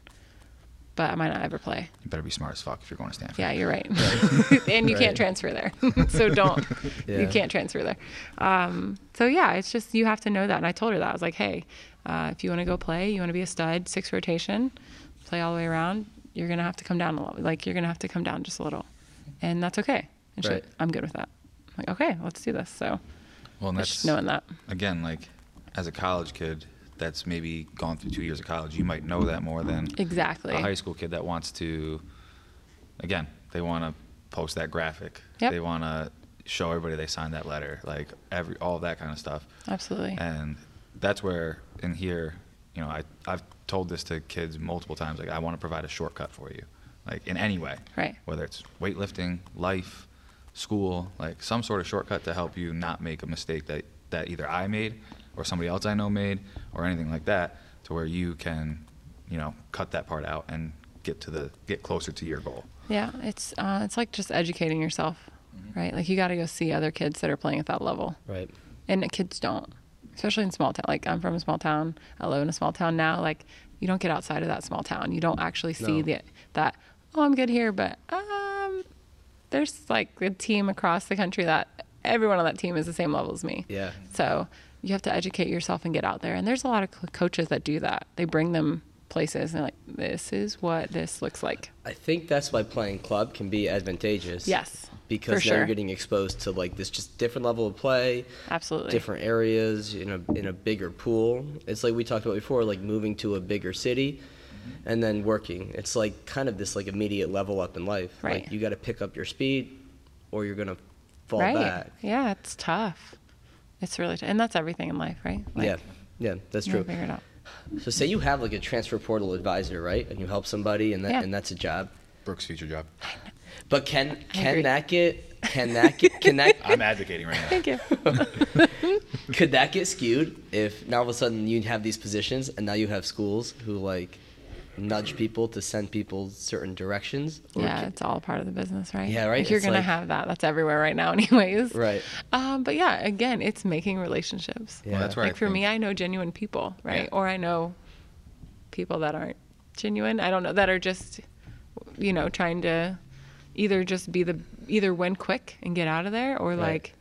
Speaker 2: but I might not ever play.
Speaker 4: You better be smart as fuck if you're going to Stanford.
Speaker 2: Yeah, you're right. [laughs] and you
Speaker 3: Right.
Speaker 2: can't transfer there. [laughs] so don't,
Speaker 3: Yeah.
Speaker 2: you can't transfer there. Um, so yeah, it's just, you have to know that. And I told her that. I was like, hey, uh, if you want to go play, you want to be a stud, six rotation, play all the way around, you're going to have to come down a little. Like, you're going to have to come down just a little. And that's okay. And she,
Speaker 3: Right.
Speaker 2: I'm good with that. I'm like, okay, let's do this. So
Speaker 4: Well, and
Speaker 2: it's
Speaker 4: that's
Speaker 2: just knowing that.
Speaker 4: again, like as a college kid that's maybe gone through two years of college, you might know that more than
Speaker 2: Exactly.
Speaker 4: a high school kid that wants to. Again, they want to post that graphic.
Speaker 2: Yep.
Speaker 4: They want to show everybody they signed that letter, like every all that kind of stuff.
Speaker 2: Absolutely.
Speaker 4: And that's where in here, you know, I I've told this to kids multiple times. Like I want to provide a shortcut for you, like in any way.
Speaker 2: Right.
Speaker 4: Whether it's weightlifting, life, school, like some sort of shortcut to help you not make a mistake that that either I made or somebody else I know made or anything like that, to where you can, you know, cut that part out and get to the get closer to your goal.
Speaker 2: Yeah, it's uh, it's like just educating yourself,
Speaker 3: Mm-hmm.
Speaker 2: right? Like you got to go see other kids that are playing at that level,
Speaker 3: Right.
Speaker 2: and kids don't, especially in small town. Like I'm from a small town. I live in a small town now. Like you don't get outside of that small town. You don't actually see
Speaker 3: No.
Speaker 2: the that. Oh, I'm good here, but um, there's like a team across the country that everyone on that team is the same level as me.
Speaker 3: Yeah.
Speaker 2: So you have to educate yourself and get out there. And there's a lot of co- coaches that do that. They bring them places and they're like, this is what this looks like.
Speaker 3: I think that's why playing club can be advantageous.
Speaker 2: Yes,
Speaker 3: Because now
Speaker 2: for
Speaker 3: you're
Speaker 2: sure.
Speaker 3: getting exposed to like this just different level of play.
Speaker 2: Absolutely.
Speaker 3: different areas in a in a bigger pool. It's like we talked about before, like moving to a bigger city
Speaker 2: Mm-hmm.
Speaker 3: and then working. It's like kind of this like immediate level up in life. Like
Speaker 2: Right.
Speaker 3: you got to pick up your speed or you're going to fall
Speaker 2: right.
Speaker 3: back.
Speaker 2: Yeah, it's tough. It's really tough. And that's everything in life, right? Like,
Speaker 3: yeah. Yeah, that's
Speaker 2: you gotta
Speaker 3: true.
Speaker 2: Figure it out.
Speaker 3: So say you have like a transfer portal advisor, right? And you help somebody and that
Speaker 2: Yeah.
Speaker 3: and that's a job.
Speaker 4: Brooke's future job.
Speaker 3: But can can
Speaker 2: agree.
Speaker 3: that get can
Speaker 2: [laughs]
Speaker 3: that get can that
Speaker 4: I'm advocating right now.
Speaker 2: Thank you.
Speaker 3: [laughs] could that get skewed if now all of a sudden you have these positions and now you have schools who like nudge people to send people certain directions. or
Speaker 2: yeah,
Speaker 3: ca-
Speaker 2: it's all part of the business, right?
Speaker 3: Yeah, right?
Speaker 2: Like, you're
Speaker 3: It's
Speaker 2: gonna
Speaker 3: like-
Speaker 2: have that. That's everywhere right now, [laughs] anyways.
Speaker 3: Right.
Speaker 2: Um, but yeah, again, it's making relationships.
Speaker 3: Yeah.
Speaker 4: that's where
Speaker 2: Like
Speaker 4: I
Speaker 2: for
Speaker 4: think-
Speaker 2: me, I know genuine people, right?
Speaker 4: Yeah.
Speaker 2: Or I know people that aren't genuine. I don't know that are just, you know, trying to either just be the either win quick and get out of there, or
Speaker 3: Right.
Speaker 2: like,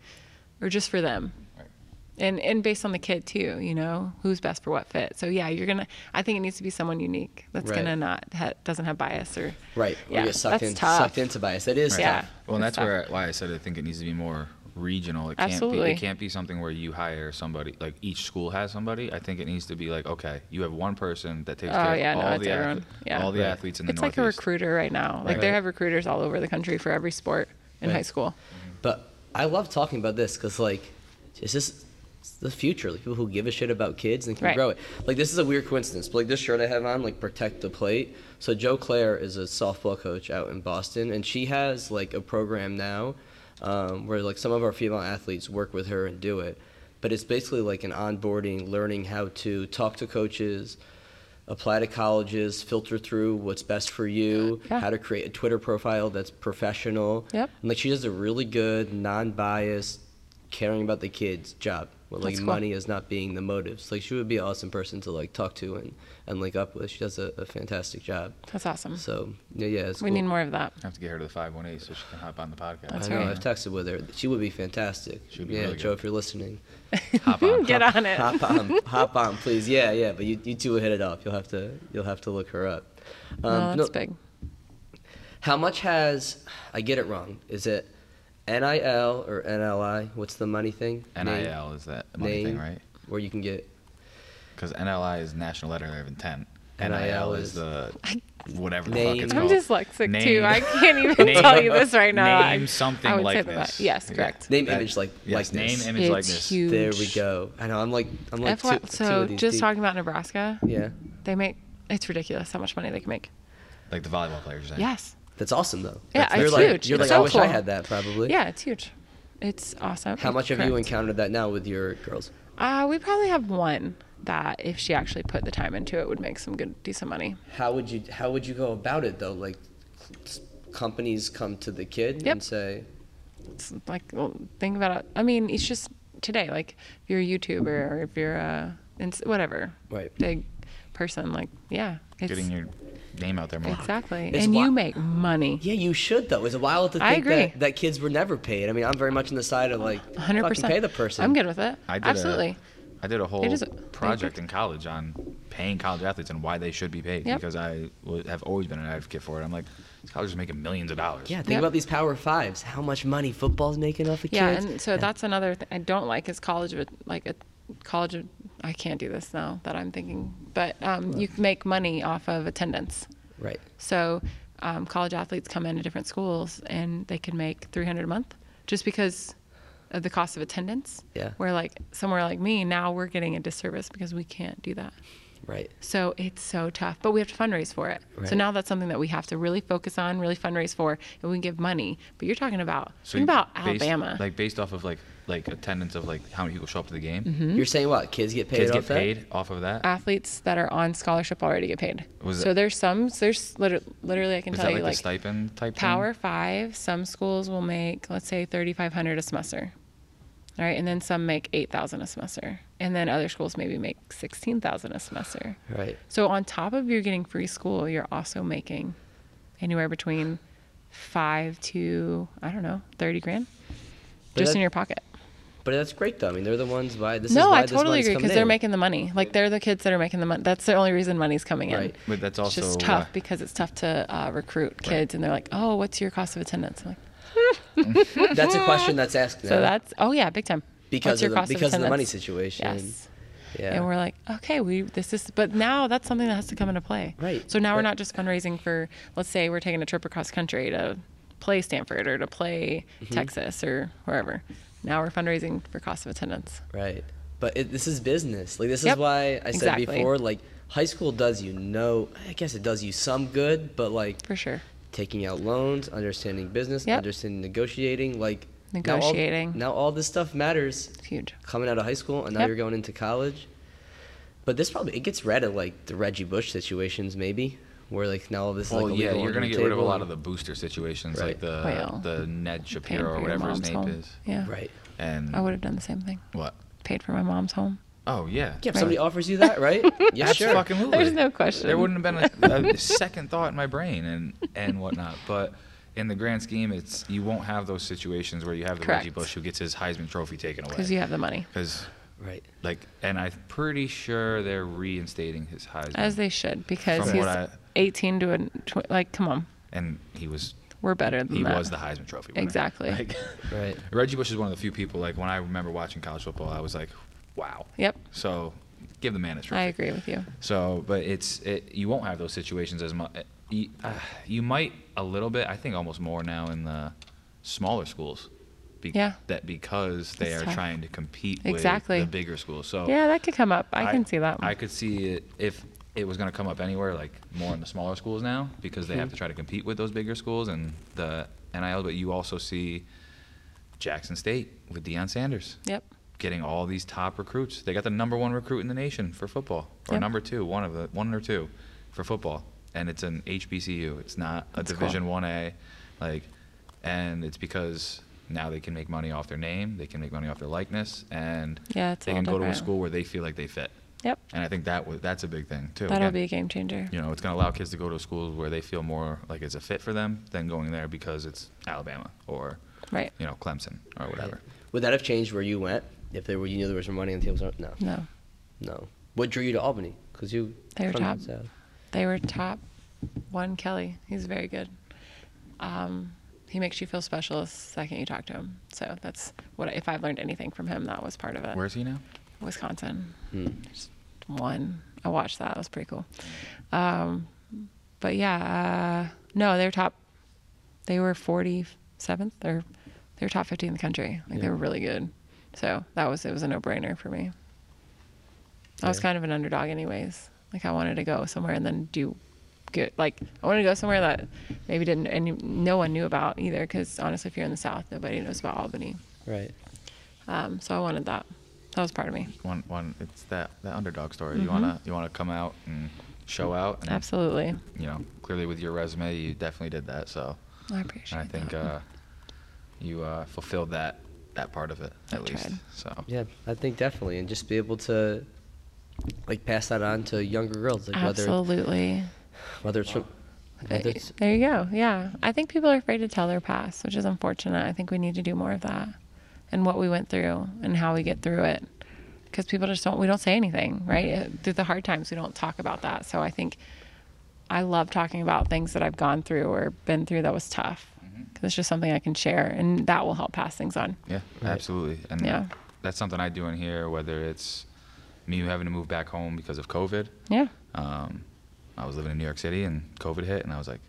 Speaker 2: or just for them.
Speaker 4: Right.
Speaker 2: And and based on the kid too, you know, who's best for what fit. So yeah, you're gonna. I think it needs to be someone unique that's
Speaker 3: Right.
Speaker 2: gonna not ha, doesn't have bias or
Speaker 3: Right. We
Speaker 2: Yeah,
Speaker 3: get sucked
Speaker 2: that's
Speaker 3: in,
Speaker 2: tough.
Speaker 3: sucked into bias. That is
Speaker 2: Yeah.
Speaker 3: tough.
Speaker 4: Well, and
Speaker 2: That's
Speaker 4: that's where why I said I think it needs to be more regional. It can't be
Speaker 2: Absolutely.
Speaker 4: it can't be something where you hire somebody like each school has somebody. I think it needs to be like okay, you have one person that takes
Speaker 2: Oh,
Speaker 4: care of
Speaker 2: yeah, no,
Speaker 4: all
Speaker 2: it's
Speaker 4: the
Speaker 2: everyone.
Speaker 4: ath-
Speaker 2: Yeah.
Speaker 4: all the
Speaker 3: Right.
Speaker 4: athletes in the
Speaker 2: it's like a
Speaker 4: Northeast.
Speaker 2: recruiter right now. Like they
Speaker 4: Right.
Speaker 2: have recruiters all over the country for every sport in
Speaker 3: Right.
Speaker 2: high school.
Speaker 3: But I love talking about this because, like, it's just it's the future. Like, people who give a shit about kids and can
Speaker 2: Right.
Speaker 3: grow it. Like, this is a weird coincidence. But, like, this shirt I have on, like, protect the plate. So, Joe Claire is a softball coach out in Boston, and she has, like, a program now um, where, like, some of our female athletes work with her and do it. But it's basically like an onboarding, learning how to talk to coaches, apply to colleges, filter through what's best for you,
Speaker 2: Yeah.
Speaker 3: how to create a Twitter profile that's professional.
Speaker 2: Yep.
Speaker 3: And like she does a really good, non-biased, caring about the kids job. With like
Speaker 2: That's cool.
Speaker 3: money as not being the motives. Like she would be an awesome person to like talk to and, and link up with. She does a, a fantastic job.
Speaker 2: That's awesome.
Speaker 3: So yeah, yeah, it's
Speaker 2: Mm. we
Speaker 3: cool.
Speaker 2: need more of that.
Speaker 4: I have to get her to the five one eight so she can hop on the podcast.
Speaker 2: That's
Speaker 3: I know.
Speaker 2: right.
Speaker 3: I've texted with her. She would be fantastic.
Speaker 4: She would be
Speaker 3: yeah,
Speaker 4: really
Speaker 3: Joe,
Speaker 4: good.
Speaker 3: if you're listening,
Speaker 2: [laughs]
Speaker 3: [laughs]
Speaker 4: Hop on.
Speaker 2: Get on it.
Speaker 3: hop on,
Speaker 2: [laughs]
Speaker 3: hop on, please. Yeah, yeah. But you, you two will hit it off. You'll have to, you'll have to look her up. Um,
Speaker 2: no, Oh, that's
Speaker 3: no-
Speaker 2: big.
Speaker 3: How much has I get it wrong? Is it NIL or NLI? What's the money thing? Name,
Speaker 4: NIL is that money thing,
Speaker 3: name,
Speaker 4: right?
Speaker 3: Where you can get
Speaker 4: Because NLI is National Letter of Intent.
Speaker 3: NIL
Speaker 4: NIL
Speaker 3: is-
Speaker 4: is the whatever the
Speaker 3: Name.
Speaker 4: fuck it's
Speaker 2: I'm
Speaker 4: called.
Speaker 2: dyslexic
Speaker 4: Name-
Speaker 2: too. I
Speaker 4: [laughs]
Speaker 2: can't even tell you this right now. I-
Speaker 4: Name something
Speaker 2: I would
Speaker 4: like
Speaker 2: say that-
Speaker 4: this.
Speaker 2: Yes,
Speaker 4: Yeah.
Speaker 2: correct.
Speaker 3: name,
Speaker 4: That-
Speaker 3: image, like
Speaker 4: yes,
Speaker 3: likeness.
Speaker 4: name, image,
Speaker 2: It's
Speaker 4: likeness.
Speaker 2: huge.
Speaker 3: There we go. I know. I'm like I'm like
Speaker 2: FY
Speaker 3: two, two
Speaker 2: so
Speaker 3: of these
Speaker 2: just
Speaker 3: deep.
Speaker 2: talking about Nebraska,
Speaker 3: Yeah,
Speaker 2: they make it's ridiculous how much money they can make.
Speaker 4: Like the volleyball players. you're saying.
Speaker 2: Yes.
Speaker 3: that's awesome though.
Speaker 2: Yeah,
Speaker 3: That's-
Speaker 2: it's
Speaker 3: you're like,
Speaker 2: huge.
Speaker 3: You're
Speaker 2: It's
Speaker 3: like I
Speaker 2: so
Speaker 3: wish I
Speaker 2: cool.
Speaker 3: had that probably.
Speaker 2: Yeah, it's huge. It's awesome.
Speaker 3: How much have you
Speaker 2: Correct.
Speaker 3: encountered that now with your girls?
Speaker 2: Uh, we probably have one that if she actually put the time into it would make some good decent money.
Speaker 3: How would you How would you go about it though? Like c- companies come to the kid
Speaker 2: Yep.
Speaker 3: and say,
Speaker 2: it's like well, think about it. I mean, it's just today. Like if you're a YouTuber or if you're a ins- whatever
Speaker 3: right.
Speaker 2: big person, like yeah, it's,
Speaker 4: Getting your name out there more.
Speaker 2: exactly,
Speaker 3: It's
Speaker 2: and
Speaker 3: wi-
Speaker 2: you make money.
Speaker 3: Yeah, you should though. It's wild to
Speaker 2: I
Speaker 3: think
Speaker 2: agree.
Speaker 3: that, that kids were never paid. I mean, I'm very much on the side of like
Speaker 2: Hundred
Speaker 3: fucking
Speaker 2: percent.
Speaker 3: pay the person.
Speaker 2: I'm good with it.
Speaker 4: I did
Speaker 2: Absolutely.
Speaker 4: A, I did a whole
Speaker 2: is a-
Speaker 4: project in college on paying college athletes and why they should be paid
Speaker 2: Yep.
Speaker 4: because I w- have always been an advocate for it. I'm like, these colleges are making millions of dollars.
Speaker 3: Yeah, think
Speaker 2: Yep.
Speaker 3: about these Power Fives. How much money football's making off of
Speaker 2: yeah,
Speaker 3: kids?
Speaker 2: and so that's another thing I don't like is college with like a college. Of, I can't do this now that I'm thinking, but um, you can make money off of attendance.
Speaker 3: right.
Speaker 2: So um, college athletes come into different schools and they can make 300 a month just because of the cost of attendance.
Speaker 3: Yeah.
Speaker 2: Where like somewhere like me now we're getting a disservice because we can't do that.
Speaker 3: Right.
Speaker 2: So it's so tough, but we have to fundraise for it.
Speaker 3: Right.
Speaker 2: So now that's something that we have to really focus on, really fundraise for, and we can give money. But you're talking about
Speaker 4: So
Speaker 2: think about
Speaker 4: based-
Speaker 2: Alabama.
Speaker 4: Like based off of like like attendance of like how many people show up to the game.
Speaker 2: Hmm?
Speaker 3: You're saying what? Kids get paid
Speaker 4: Kids
Speaker 3: off
Speaker 4: get
Speaker 3: that?
Speaker 4: Mm-hmm. paid off of that.
Speaker 2: athletes that are on scholarship already get paid.
Speaker 4: Was
Speaker 2: so
Speaker 4: it-
Speaker 2: there's some there's liter- literally I can
Speaker 4: Is
Speaker 2: tell
Speaker 4: that like
Speaker 2: you
Speaker 4: the
Speaker 2: like
Speaker 4: stipend type
Speaker 2: Power
Speaker 3: Mm-hmm.
Speaker 2: five, some schools will make, let's say, 3,500 a semester. All right. And then some make 8,000 a semester. And then other schools maybe make 16,000 a semester.
Speaker 3: Right.
Speaker 2: So on top of you're getting free school, you're also making anywhere between five to, I don't know, 30 grand
Speaker 3: But
Speaker 2: just
Speaker 3: that-
Speaker 2: in your pocket.
Speaker 3: But that's great though. I mean, they're the ones why this is
Speaker 2: No,
Speaker 3: why
Speaker 2: I
Speaker 3: this
Speaker 2: totally
Speaker 3: money's
Speaker 2: agree
Speaker 3: coming
Speaker 2: because they're
Speaker 3: in.
Speaker 2: making the money. Like they're the kids that are making the money. That's the only reason money's coming in.
Speaker 3: Right.
Speaker 4: But
Speaker 2: It's
Speaker 4: that's also uh,
Speaker 2: just
Speaker 4: why-
Speaker 2: tough because it's tough to uh, recruit kids, and they're like, "Oh, what's your cost of attendance?" I'm like, [laughs]
Speaker 3: That's a question that's asked now
Speaker 2: So that's oh yeah, big time.
Speaker 3: because
Speaker 2: What's your
Speaker 3: of the,
Speaker 2: cost
Speaker 3: because of, the money
Speaker 2: attendance?
Speaker 3: situation.
Speaker 2: Yes.
Speaker 3: Yeah.
Speaker 2: And we're like, okay, we this is, but now that's something that has to come into play.
Speaker 3: Right.
Speaker 2: So now we're
Speaker 3: But-
Speaker 2: not just fundraising for, let's say we're taking a trip across country to play Stanford or to play
Speaker 3: Mm-hmm.
Speaker 2: Texas or wherever. Now we're fundraising for cost of attendance.
Speaker 3: Right. But it, this is business. Like this
Speaker 2: Yep.
Speaker 3: is why I said
Speaker 2: Exactly.
Speaker 3: before. Like high school does you no. I guess it does you some good, but like
Speaker 2: For sure.
Speaker 3: taking out loans, understanding business,
Speaker 2: Yep.
Speaker 3: understanding negotiating, like now all-
Speaker 2: Negotiating.
Speaker 3: Now all, this stuff matters
Speaker 2: It's huge.
Speaker 3: coming out of high school, and now
Speaker 2: Yep.
Speaker 3: you're going into college. But this probably it gets read at like the Reggie Bush situations, maybe. where like now this is
Speaker 4: Well,
Speaker 3: like
Speaker 4: Oh, yeah,
Speaker 3: illegal
Speaker 4: you're
Speaker 3: under
Speaker 4: gonna
Speaker 3: the
Speaker 4: get rid of a
Speaker 3: table
Speaker 4: lot
Speaker 3: and-
Speaker 4: of the booster situations,
Speaker 3: Right.
Speaker 4: like the
Speaker 2: Well,
Speaker 4: the Ned
Speaker 2: Paying
Speaker 4: Shapiro
Speaker 2: for
Speaker 4: or
Speaker 2: your
Speaker 4: whatever his
Speaker 2: mom's
Speaker 4: name
Speaker 2: home.
Speaker 4: is,
Speaker 2: Yeah.
Speaker 3: Right.
Speaker 4: and
Speaker 2: I would have done the same thing.
Speaker 4: what?
Speaker 2: Paid for my mom's home.
Speaker 4: Oh yeah,
Speaker 3: Yeah, if somebody offers you
Speaker 2: [laughs]
Speaker 3: that, right? yeah, sure.
Speaker 4: Absolutely.
Speaker 2: There's no question.
Speaker 4: There wouldn't have been a, [laughs] a second thought in my brain and and whatnot. But in the grand scheme, it's you won't have those situations where you have the Reggie
Speaker 2: Correct.
Speaker 4: Bush who gets his Heisman Trophy taken away
Speaker 2: Because you have the money,
Speaker 4: 'Cause,
Speaker 3: Right.
Speaker 4: like, and I'm pretty sure they're reinstating his Heisman,
Speaker 2: as they should, because
Speaker 4: From
Speaker 2: he's
Speaker 4: what I-
Speaker 2: 18 to a tw- like, come on,
Speaker 4: and he was
Speaker 2: we're better than
Speaker 4: he
Speaker 2: that.
Speaker 4: was the Heisman Trophy winner.
Speaker 2: Exactly.
Speaker 4: Like,
Speaker 3: Right.
Speaker 4: Reggie Bush is one of the few people. Like when I remember watching college football, I was like, wow.
Speaker 2: Yep,
Speaker 4: So give the man a trophy.
Speaker 2: I agree with you.
Speaker 4: So, but it's it, you won't have those situations as much. You, uh, you might a little bit. I think almost more now in the smaller schools. Be-
Speaker 2: Yeah.
Speaker 4: That because they
Speaker 2: It's
Speaker 4: are
Speaker 2: tough.
Speaker 4: trying to compete
Speaker 2: Exactly.
Speaker 4: with the bigger schools. So
Speaker 2: Yeah, that could come up. I, can see that. One.
Speaker 4: Oh. I could see it if it was going to come up anywhere, like more in the smaller schools now, because they have to
Speaker 2: Mhm.
Speaker 4: try to compete with those bigger schools and the NIL. But you also see Jackson State with Deion Sanders
Speaker 2: yep.
Speaker 4: getting all these top recruits. They got the number one recruit in the nation for football, or
Speaker 2: Yep.
Speaker 4: number two, one of the one or two, for football, and it's an HBCU. It's not a
Speaker 2: That's cool.
Speaker 4: Division One A, like, and it's because now they can make money off their name, they can make money off their likeness, and
Speaker 2: Yeah, it's
Speaker 4: they
Speaker 2: all
Speaker 4: can go to a
Speaker 2: different.
Speaker 4: school where they feel like they fit.
Speaker 2: Yep.
Speaker 4: And I think that was, that's a big thing too.
Speaker 2: That'll
Speaker 4: Again,
Speaker 2: be a game changer.
Speaker 4: You know, it's going to allow kids to go to schools where they feel more like it's a fit for them than going there because it's Alabama or
Speaker 2: Right.
Speaker 4: you know Clemson or whatever.
Speaker 3: Would that have changed where you went if there were you knew there was some money on the tables? or- No.
Speaker 2: No,
Speaker 3: No. What drew you to Albany? Because you.
Speaker 2: They were
Speaker 3: from
Speaker 2: top.
Speaker 3: South.
Speaker 2: they were top one. Kelly, he's very good. Um, he makes you feel special the second you talk to him. So that's what if I've learned anything from him, that was part of it.
Speaker 4: Where is he now?
Speaker 2: Wisconsin. Just one. I watched that. That was pretty cool. Um, but yeah, uh, no, they were top. They were 47th or they were top 50 in the country. Like they were really good. So that was it was a no brainer for me. I was
Speaker 3: Yeah.
Speaker 2: kind of an underdog, anyways. Like I wanted to go somewhere and then do good. Like I wanted to go somewhere that maybe didn't and no one knew about either. Because honestly, if you're in the South, nobody knows about Albany.
Speaker 3: Right.
Speaker 2: Um, so I wanted that. That was part of me.
Speaker 4: one one it's that that underdog story you want to you want to come out and show out and
Speaker 2: Mm-hmm. Absolutely.
Speaker 4: you know clearly with your resume you definitely did that so
Speaker 2: I
Speaker 4: and
Speaker 2: appreciate
Speaker 4: i think
Speaker 2: that.
Speaker 4: uh you uh fulfilled that that part of it at
Speaker 2: I
Speaker 4: least
Speaker 2: tried.
Speaker 4: so
Speaker 3: Yeah, I think definitely, and just be able to like pass that on to younger girls, like
Speaker 2: Absolutely.
Speaker 3: whether whether it's from whether it's
Speaker 2: There you go. Yeah. I think people are afraid to tell their past, which is unfortunate. I think we need to do more of that and what we went through and how we get through it. Because people just don't, we don't say anything, right? Uh, Through the hard times, we don't talk about that. So I think I love talking about things that I've gone through or been through that was tough. 'Cause it's just something I can share and that will help pass things on.
Speaker 4: Yeah, absolutely. And
Speaker 2: Yeah.
Speaker 4: that's something I do in here, whether it's me having to move back home because of COVID.
Speaker 2: Yeah.
Speaker 4: Um, I was living in New York City and COVID hit, and I was like,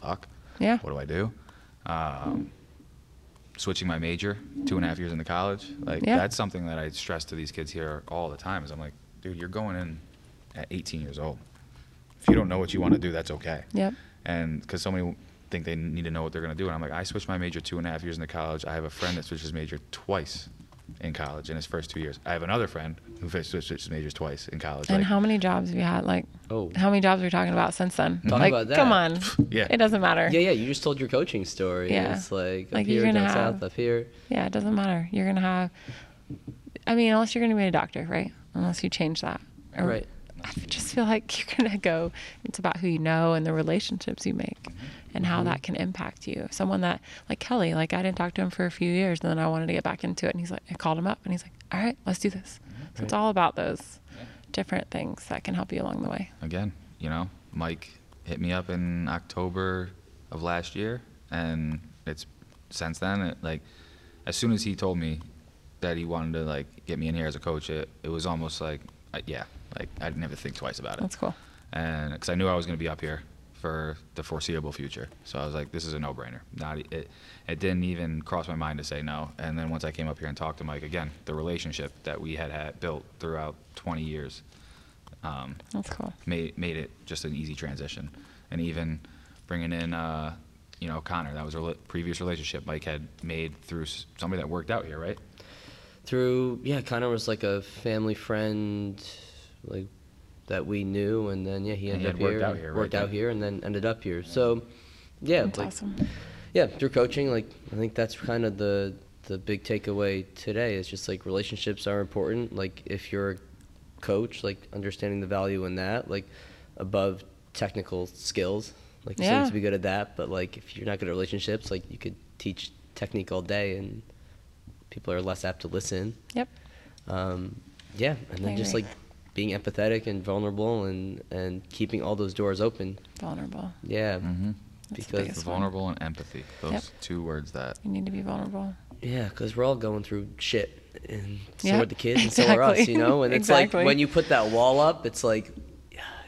Speaker 4: fuck.
Speaker 2: Yeah.
Speaker 4: What do I do? Um, switching my major, two and a half years into college. Like,
Speaker 2: Yeah.
Speaker 4: that's something that I stress to these kids here all the time is I'm like, dude, you're going in at 18 years old. If you don't know what you want to do, that's okay.
Speaker 2: Yep.
Speaker 4: And because so many think they need to know what they're going to do. And I'm like, I switched my major two and a half years into college. I have a friend that switches major twice in college in his first two years. I have another friend who fi- switched switches majors twice in college.
Speaker 2: And
Speaker 4: Like,
Speaker 2: how many jobs have you had? Like,
Speaker 3: Oh.
Speaker 2: how many jobs are we talking about since then?
Speaker 3: Talk
Speaker 2: like,
Speaker 3: about that.
Speaker 2: come on.
Speaker 4: Yeah.
Speaker 2: It doesn't matter.
Speaker 3: yeah, yeah. You just told your coaching story. and
Speaker 2: Yeah.
Speaker 3: it's like up
Speaker 2: Like, you're
Speaker 3: here, down
Speaker 2: gonna have-
Speaker 3: south, up here.
Speaker 2: Yeah, it doesn't matter. You're gonna have. I mean, unless you're gonna be a doctor, right? Unless you change that. Or-
Speaker 3: Right.
Speaker 2: I just feel like [laughs] you're gonna go. It's about who you know and the relationships you make, and
Speaker 3: Mm-hmm.
Speaker 2: how that can impact you. Someone that like Kelly, like I didn't talk to him for a few years, and then I wanted to get back into it, and he's like, I called him up, and he's like, All right, let's do this.
Speaker 3: Mm-hmm.
Speaker 2: So it's all about those different things that can help you along the way.
Speaker 4: again, you know, Mike hit me up in October of last year, and it's since then. It, like, as soon as he told me that he wanted to like get me in here as a coach, it, it was almost like, I, yeah, like I didn't have to think twice about it.
Speaker 2: That's cool.
Speaker 4: and because I knew I was going to be up here for the foreseeable future, so I was like, this is a no-brainer. Not e- it, it didn't even cross my mind to say no. And then once I came up here and talked to Mike again, the relationship that we had, had built throughout 20 years
Speaker 2: That's cool.
Speaker 4: made made it just an easy transition. And even bringing in, uh, you know, Connor, that was a rela- previous relationship Mike had made through s- somebody that worked out here, right?
Speaker 3: Through yeah, Connor was like a family friend, like that we knew, and then yeah, he
Speaker 4: And
Speaker 3: ended
Speaker 4: he had
Speaker 3: up
Speaker 4: worked
Speaker 3: here,
Speaker 4: out here, right?
Speaker 3: worked out here, and then ended up here. So, yeah,
Speaker 2: That's
Speaker 3: like,
Speaker 2: awesome.
Speaker 3: yeah, through coaching, like I think that's kind of the the big takeaway today is just like relationships are important. Like if you're a coach, like understanding the value in that, like above technical skills. Like you
Speaker 2: Yeah.
Speaker 3: seem to be good at that, but like if you're not good at relationships, like you could teach technique all day and people are less apt to listen.
Speaker 2: Yep.
Speaker 3: Um, yeah, and
Speaker 2: I
Speaker 3: then just
Speaker 2: agree.
Speaker 3: like being empathetic and vulnerable and and keeping all those doors open.
Speaker 2: Vulnerable.
Speaker 3: Yeah.
Speaker 4: Mm-hmm.
Speaker 2: That's the
Speaker 3: Because-
Speaker 2: biggest one.
Speaker 4: Vulnerable and empathy. Those
Speaker 2: Yep.
Speaker 4: two words that.
Speaker 2: You need to be vulnerable.
Speaker 3: Yeah, because we're all going through shit, and so
Speaker 2: Yeah,
Speaker 3: are the kids, and so are us,
Speaker 2: exactly.
Speaker 3: you
Speaker 2: [laughs]
Speaker 3: know. And it's
Speaker 2: Exactly.
Speaker 3: like when you put that wall up, it's like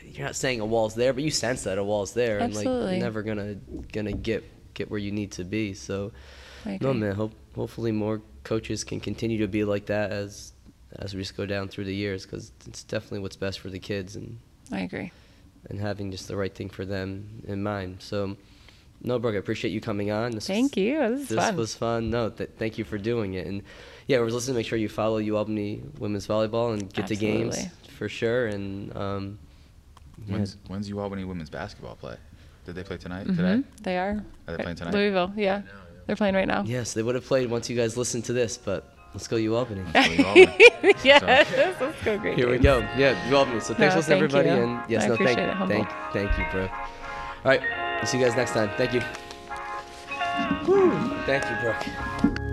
Speaker 3: you're not saying a wall's there, but you sense that a wall's there, and like
Speaker 2: Absolutely.
Speaker 3: you're never gonna gonna get get where you need to be. So
Speaker 2: I
Speaker 3: no,
Speaker 2: agree.
Speaker 3: man. Hope, hopefully more coaches can continue to be like that as as we just go down through the years, because it's definitely what's best for the kids and
Speaker 2: I agree.
Speaker 3: and having just the right thing for them in mind. So. No, Brooke, I appreciate you coming on. This was-
Speaker 2: Thank you. This is
Speaker 3: this
Speaker 2: fun.
Speaker 3: was fun. No, th- thank you for doing it. And yeah, we're listening. Make sure you follow UAlbany women's volleyball and get to games
Speaker 2: Absolutely.
Speaker 3: for sure. And um, yeah,
Speaker 4: When's when's UAlbany women's basketball play? Did they play tonight?
Speaker 2: Mhm. [laughs]
Speaker 4: Today?
Speaker 2: They are.
Speaker 4: Are they playing tonight?
Speaker 2: Louisville. Yeah. They're playing right now.
Speaker 3: yes, they would have played once you guys listened to this, but let's go UAlbany.
Speaker 4: So UAlbany.
Speaker 2: [laughs] yes. Let's go. Great.
Speaker 3: Here we
Speaker 2: Games.
Speaker 3: go. Yeah, UAlbany. So thanks
Speaker 2: No,
Speaker 3: for listening,
Speaker 2: thank
Speaker 3: everybody.
Speaker 2: you.
Speaker 3: And yes,
Speaker 2: I
Speaker 3: no, thank,
Speaker 2: appreciate it, humble.
Speaker 3: thank, thank you, bro. All right, we'll see you guys next time. Thank you. Woo. Thank you, Brooke.